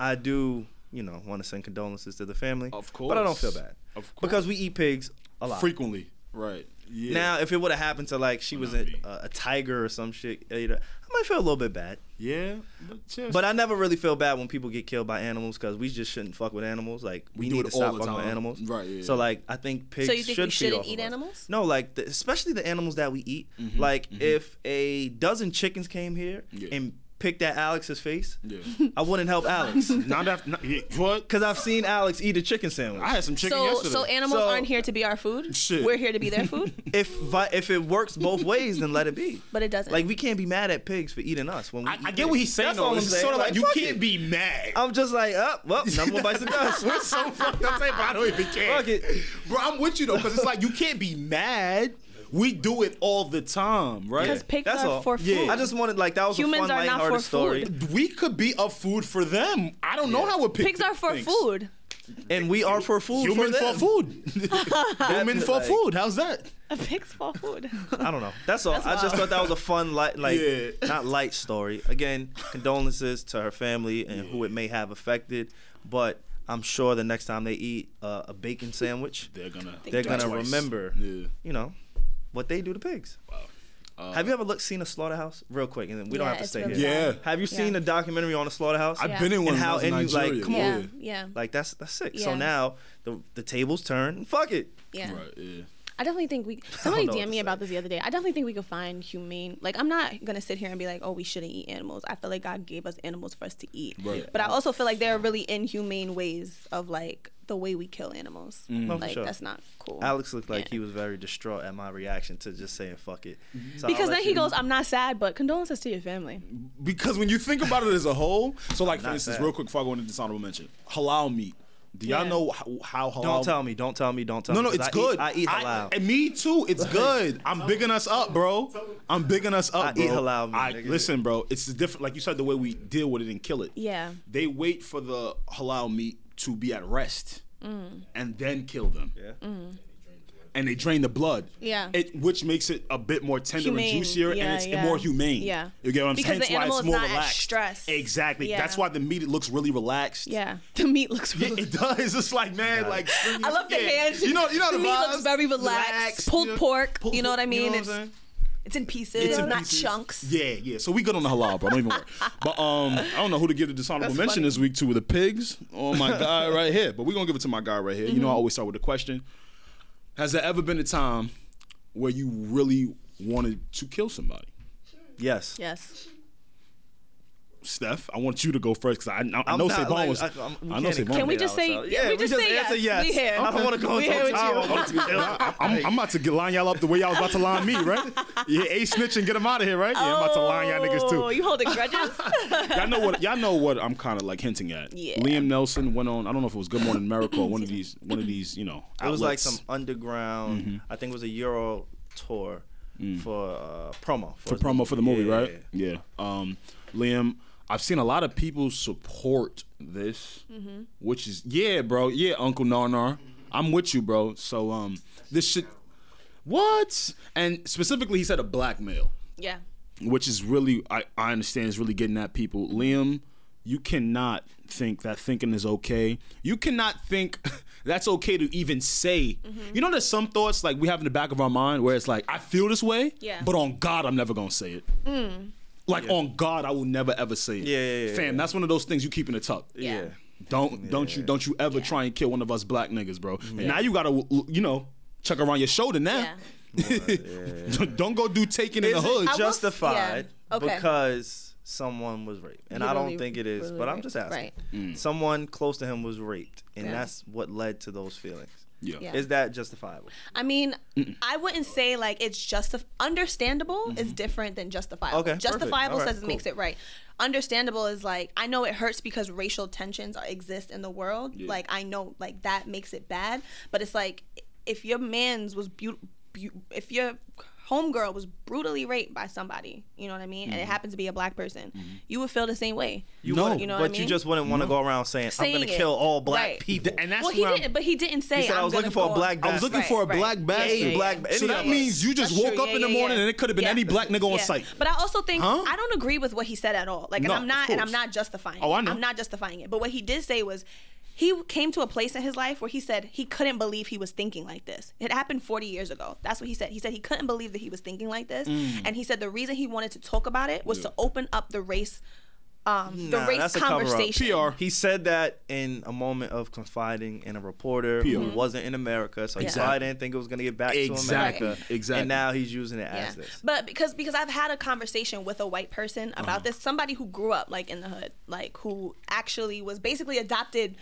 B: I do, you know, want to send condolences to the family.
C: Of
B: but I don't
C: course.
B: feel bad
C: Of
B: because we eat pigs a lot.
C: frequently, right? Yeah.
B: Now, if it would have happened to like she was a,
C: me.
B: a tiger or some shit, you know, I might feel a little bit bad.
C: yeah. But, just-
B: But I never really feel bad when people get killed by animals because we just shouldn't fuck with animals. Like we,
C: We do
B: need to
C: it
B: stop
C: all the
B: fucking with
C: time.
B: animals.
C: Right, yeah,
B: So
C: yeah.
B: like I think pigs
D: So you think
B: should
D: we
B: feed
D: shouldn't
B: off of
D: eat
B: us.
D: animals?
B: No, like the, especially the animals that we eat. Like if a dozen chickens came here
C: Mm-hmm, Yeah.
B: and picked at Alex's face,
C: Yeah.
B: I wouldn't help
D: *laughs*
B: Alex
C: not after not, yeah, what?
B: because I've seen Alex eat a chicken sandwich.
C: I had some chicken
D: So,
C: yesterday.
D: so animals
B: So-
D: aren't here to be our food.
C: Shit.
D: We're here to be
B: *laughs*
D: their food,
B: if vi- if it works both ways, then let it be.
D: but it doesn't.
B: Like we can't be mad at pigs for eating us when we.
C: I,
B: eat
C: I
B: pigs.
C: get what he's saying
B: That's
C: though.
B: all
C: It's
B: I'm saying.
C: sort of like, you
B: fuck
C: can't
B: it.
C: be mad.
B: I'm just like, up, well, number one bites the dust.
C: *laughs* We're
D: *laughs*
C: so fucked up, but I don't even care.
B: Fuck it.
C: Bro, I'm with you though, because it's like you can't be mad. We do it all the time, right?
D: Because pigs are for food.
B: I just wanted like that was
D: Humans
B: a
D: are
B: fun
D: not
B: lighthearted
D: for
B: story,
C: We could be a food for them. I don't know how a pig
D: *laughs* pigs are for
C: thinks.
D: food. *laughs*
B: and we are for food.
C: Human for,
B: them.
C: *laughs* food. Human for
B: like-
C: food. How's that?
D: A pig's for food.
B: I don't know. That's all. I just thought that was a fun light, like
C: Yeah.
B: not light story. Again, condolences to her family and who it may have affected, but I'm sure the next time they eat uh, a bacon sandwich,
C: They're gonna.
B: they're gonna
C: twice.
B: remember.
C: Yeah.
B: You know, what they do to pigs.
C: Uh,
B: Have you ever looked seen a slaughterhouse? Real quick, and then we don't
Q: Yeah,
B: have to
Q: it's
B: stay
Q: really
B: here.
C: Yeah. bad.
B: Have you seen a documentary on a slaughterhouse?
C: I've been in one.
B: And how-
C: How in
B: and you, like,
C: Nigeria.
B: come on.
C: yeah.
Q: Yeah. yeah.
B: Like that's that's sick. So
Q: Yeah.
B: now the the tables turn. and Fuck it.
Q: Yeah.
C: Right. Yeah.
D: I definitely think we. Somebody
B: know what
D: DM
B: to
D: me
B: say.
D: about this the other day. I definitely think we could find humane. Like I'm not gonna sit here and be like, oh, we shouldn't eat animals. I feel like God gave us animals for us to eat.
C: Right.
D: But I also feel like there are really inhumane ways of like the way we kill animals.
B: No, for
D: Like
B: sure.
D: that's not cool.
B: Alex looked like
D: Yeah.
B: he was very distraught at my reaction to just saying fuck it.
C: Mm-hmm.
B: So I'll
D: because
B: let
D: then he
B: you-
D: goes, I'm not sad, but condolences to your family.
C: Because when you think about it as a whole, so like for
B: Not
C: instance,
B: bad.
C: real quick, before I go into dishonorable mention, halal meat. Do y'all
D: Yeah.
C: know how, how halal?
B: Don't tell me. Don't tell me. Don't tell
C: "Oh." No,
B: me.
C: no,
B: 'cause
C: it's
B: I
C: good.
B: Eat, I eat halal.
C: and me too. It's good. I'm bigging us up, bro. I'm bigging us up,
B: I
C: bro.
B: eat halal meat,
C: I-
B: nigga.
C: listen, bro. It's different. Like you said, the way we deal with it and kill it.
D: Yeah.
C: They wait for the halal meat to be at rest
D: Mm.
C: and then kill them.
B: Yeah.
C: And they drain the blood.
D: Yeah.
C: It, which makes it a bit more tender
D: Humane.
C: and juicier,
D: Yeah,
C: and it's
D: yeah.
C: more humane.
D: Yeah.
C: You get what I'm
D: Because
C: saying?
D: the
C: Hence why
D: animal
C: it's
D: is
C: more
D: not as
C: relaxed.
D: stressed.
C: Exactly.
D: Yeah.
C: That's why the meat it looks really relaxed.
D: Yeah. *laughs* The meat looks
C: *laughs* Yeah,
D: really.
C: it does. It's like man, like
D: I love the
C: yeah.
D: hand.
C: You know, you know
D: the
C: the
D: meat
C: vibes?
D: looks very relaxed.
C: Relaxed,
D: Pulled
C: you know?
D: pork.
C: Pulled
D: you know what I
C: pork,
D: mean?
C: you know what
D: it's
C: I'm saying?
D: it's in pieces,
C: It's in
D: not
C: pieces.
D: chunks.
C: Yeah, yeah. So we good on the halal, bro.
B: *laughs*
C: Don't even worry. But um, I don't know who to give the dishonorable mention this week to with the pigs. Oh my guy right here. But we're gonna give it to my guy right here. You know,
B: Mm-hmm.
C: I always start with a question. Has there ever been a time where you really wanted to kill somebody?
B: Yes.
D: Yes.
C: Steph, I want you to go first because I, I, I
B: I'm
C: know
B: not,
C: Savon
B: like,
C: was.
B: I-
C: I,
B: I'm- we
C: know
B: can't
C: Savon.
D: Can we just say?
B: ourselves.
D: Yeah, we just say yes. We here.
B: I don't want to go
D: We
B: into a
D: here with you.
C: Oh,
B: *laughs*
C: I'm, I'm- I'm about to get- line y'all up the way y'all was about to line me, right? Yeah, A snitch and get him out of here, right? Yeah, I'm about to line y'all niggas too.
D: Oh, you holding grudges? *laughs*
C: y'all know what y'all know what I'm kind of like hinting at.
D: Yeah.
C: Liam Nelson went on. I don't know if it was Good Morning America or one of these one of these you know.
B: It was like
C: outlets. Mm-hmm.
B: some underground. I think it was a Euro tour for uh, promo for,
C: Mm. for
B: his
C: promo for the movie,
B: Yeah.
C: right? Yeah. Um, Liam, I've seen a lot of people support this, which is yeah, bro. Yeah, Uncle Narnar, I'm with you, bro. So um, this shit, what? And specifically, he said a black male.
D: yeah.
C: which is really I, I understand is really getting at people. Liam, you cannot think that thinking is okay. You cannot think *laughs* that's okay to even say.
B: Mm-hmm.
C: You know, there's some thoughts like we have in the back of our mind where it's like I feel this way,
D: Yeah.
C: but on God I'm never gonna say it.
B: Mm.
C: Like on God I will never ever say it.
B: Yeah, yeah, yeah,
C: fam,
B: yeah.
C: that's one of those things you keep in the tuck.
B: Yeah.
D: Yeah.
C: Don't don't you don't you ever try and kill one of us black niggas, bro. And now you gotta you know chuck around your shoulder now. *laughs* Don't- don't go do taking in the
B: Is
C: hood.
B: it justified
D: yeah. Okay.
B: because someone was raped? And I
D: Literally-
B: don't think it is, but I'm
D: literally
B: just asking.
D: raped.
C: Mm.
B: Someone close to him was raped, and
D: Yeah.
B: that's what led to those feelings.
C: yeah.
B: Is that justifiable?
D: I mean, I wouldn't say like it's just understandable is different than
B: Mm-hmm.
D: justifiable.
B: Okay, perfect.
D: justifiable
B: All right,
D: says it
B: cool.
D: makes it right. Understandable is like I know it hurts because racial tensions are, exist in the world. Like I know like that makes it bad, but it's like if your man's was beautiful, if your homegirl was brutally raped by somebody, you know what I mean, and it happens to be a black person, you would feel the same way.
B: Mm-hmm. You
C: No,
B: wouldn't-
D: you know
B: but
D: what I
B: you
D: mean?
B: just wouldn't want to go around saying, "I'm
D: Saying
B: going to
D: it.
B: kill all black
D: Right.
B: people."
C: And that's
D: well, he
C: where I'm-
D: didn't, but he didn't say.
B: He said,
D: I'm
B: "I was
D: gonna
B: looking for a
D: go-
B: black
C: I was looking
D: Right,
C: for a
D: right.
C: black bastard.
D: yeah, yeah,
B: black ba-
C: So
B: any of
C: that
B: us.
C: means you just
D: That's
C: woke
D: true,
C: up
D: yeah,
C: in the
D: yeah,
C: morning
D: yeah.
C: and it could have been
D: Yeah.
C: any black nigga on
D: Yeah.
C: site.
D: But I also think
C: Huh?
D: I don't agree with what he said at all. Like,
C: No,
D: and I'm
C: of
D: not, and I'm
C: course.
D: not justifying.
C: Oh,
D: it.
C: I know.
D: I'm not justifying it. But what he did say was, he came to a place in his life where he said he couldn't believe he was thinking like this. It happened 40 years ago. That's what he said. He said he couldn't believe that he was thinking like this,
C: Mm.
D: and he said the reason he wanted to talk about it was to open up the race, um, the
B: Nah,
D: race
B: that's a cover-up.
D: conversation.
C: PR.
B: He said that in a moment of confiding in a reporter who wasn't in America, so he probably
C: Exactly.
B: didn't think it was going to get back
C: Exactly.
B: to America.
C: Exactly.
B: And now he's using it
D: Yeah.
B: as this.
D: But because because I've had a conversation with a white person about
C: Mm-hmm.
D: this, somebody who grew up like in the hood, like who actually was basically adopted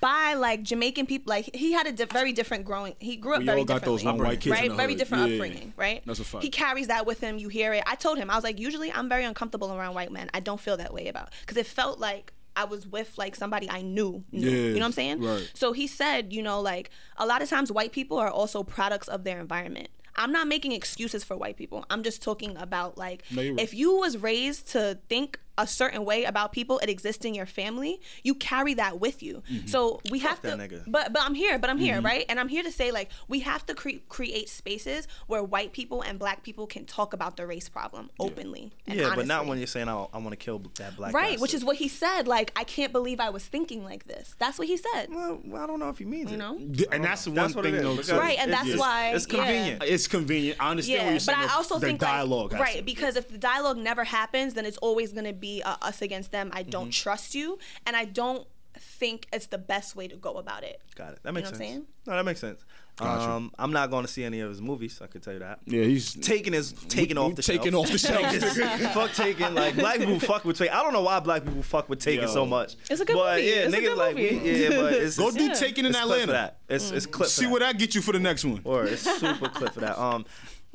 D: by like Jamaican people. Like he had a di- very different growing. He grew up
C: We
D: very
C: all got those
D: differently,
C: long white kids in
D: right?
C: the
D: very
C: hood.
D: different
C: Yeah, yeah, yeah.
D: upbringing, right?
C: That's a fact.
D: He carries that with him. You hear it. I told him I was like, usually I'm very uncomfortable around white men. I don't feel that way about because it felt like. I was with like somebody I knew.
C: Yeah,
D: knew. you know what I'm saying?
C: right.
D: So he said, you know, like a lot of times white people are also products of their environment. I'm not making excuses for white people. I'm just talking about like
C: No, you're right.
D: if you was raised to think a certain way about people, it exists in your family. You carry that with you.
C: Mm-hmm.
D: So we have
B: that
D: to.
B: nigga.
D: But but I'm here. But I'm here, right? And I'm here to say like we have to cre- create spaces where white people and black people can talk about the race problem openly. and
B: yeah, but not
D: honestly.
B: when you're saying I, I want to kill that black.
D: Right, which is what he said. Like, I can't believe I was thinking like this. That's what he said.
B: Well, I don't know if he means it.
D: No.
C: D- and that's the one
B: That's what
C: thing
B: it is,
C: though.
B: because
C: too.
D: Right, and
B: it's-
D: that's
B: it's-
D: why
B: it's
D: yeah.
B: convenient.
C: It's convenient. I understand what
D: Yeah,
C: you're saying.
D: but I
C: the-
D: also
C: the
D: think
C: dialogue,
D: like,
C: has to
D: right
C: be-
D: because if the dialogue never happens, then it's always going to be a us against them. I don't trust you, and I don't think it's the best way to go about it.
B: Got it. That makes
D: what I'm
B: sense.
D: saying?
B: No, that makes sense. Um, I'm not going to see any of his movies. I could tell you that.
C: Yeah, he's
B: Taken is taken off the
C: taken
B: shelf.
C: off
B: *laughs*
C: the shelf.
B: fuck Taken. Like black
C: *laughs*
B: people fuck with Taken. I don't know why black people fuck with Taken
C: Yo.
B: so much.
A: It's a good
B: but,
A: movie.
B: Yeah,
A: It's a
B: niggas
A: good
B: like we-
A: movie.
B: yeah,
D: *laughs*
B: but it's,
C: Go
B: it's,
C: do Taken in
B: it's clip for
C: Atlanta.
B: that. It's it's clip.
C: See
B: for
C: what
B: that.
C: I get you for the next one.
B: *laughs* Or it's super clip for that. Um,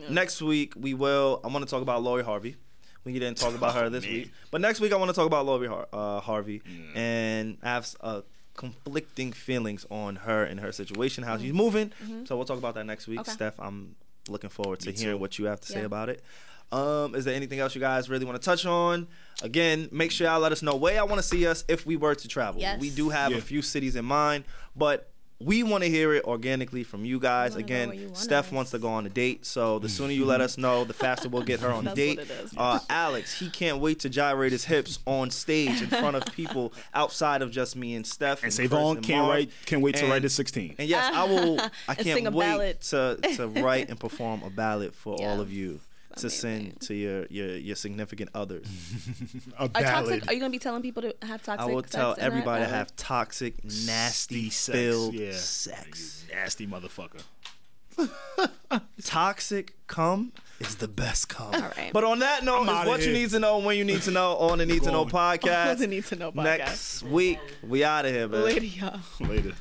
B: next week we will. I want to talk about Lori Harvey. We didn't talk about her this week, but next week I want to talk about Lori Har- uh, Harvey, and I have s- uh, conflicting feelings on her and her situation, how she's moving. So we'll talk about that next week. Steph, I'm looking forward to hearing what you have to say about it. Um, is there anything else you guys really want to touch on? Again, make sure y'all let us know where y'all want to see us if we were to travel. We do have
C: Yeah.
B: a few cities in mind, but we want to hear it organically from you guys. Again, Steph wants to go on a date, so
C: Mm.
B: the sooner you let us know, the faster we'll get her on a date. Uh, Alex, he can't wait to gyrate his hips on stage in front of people outside of just me and Steph.
C: And
B: Chris
C: Savon can't
B: Marv.
C: write. Can't wait to
B: And-
C: write to 16.
B: And yes, I will. I
D: sing a
B: can't wait
D: ballad.
B: to to write and perform a ballad for all of you to send to your your your significant others.
C: Mm-hmm. a
A: Are,
C: ballad.
A: toxic, are you gonna be telling people to have toxic?
B: I will
A: sex
B: tell
A: in that
B: everybody to
A: ballad?
B: have toxic, nasty,
C: sex,
B: filled
C: yeah.
B: sex.
C: Nasty motherfucker. *laughs*
B: toxic cum is the best cum. All
A: right.
B: But on that note,
C: outta
B: is what
C: here.
B: you need to know when you need to know on the Need to Know
C: Going.
B: *laughs* podcast.
A: the Need to Know podcast.
B: Next week, we out of here, baby.
A: Lydia.
C: Later.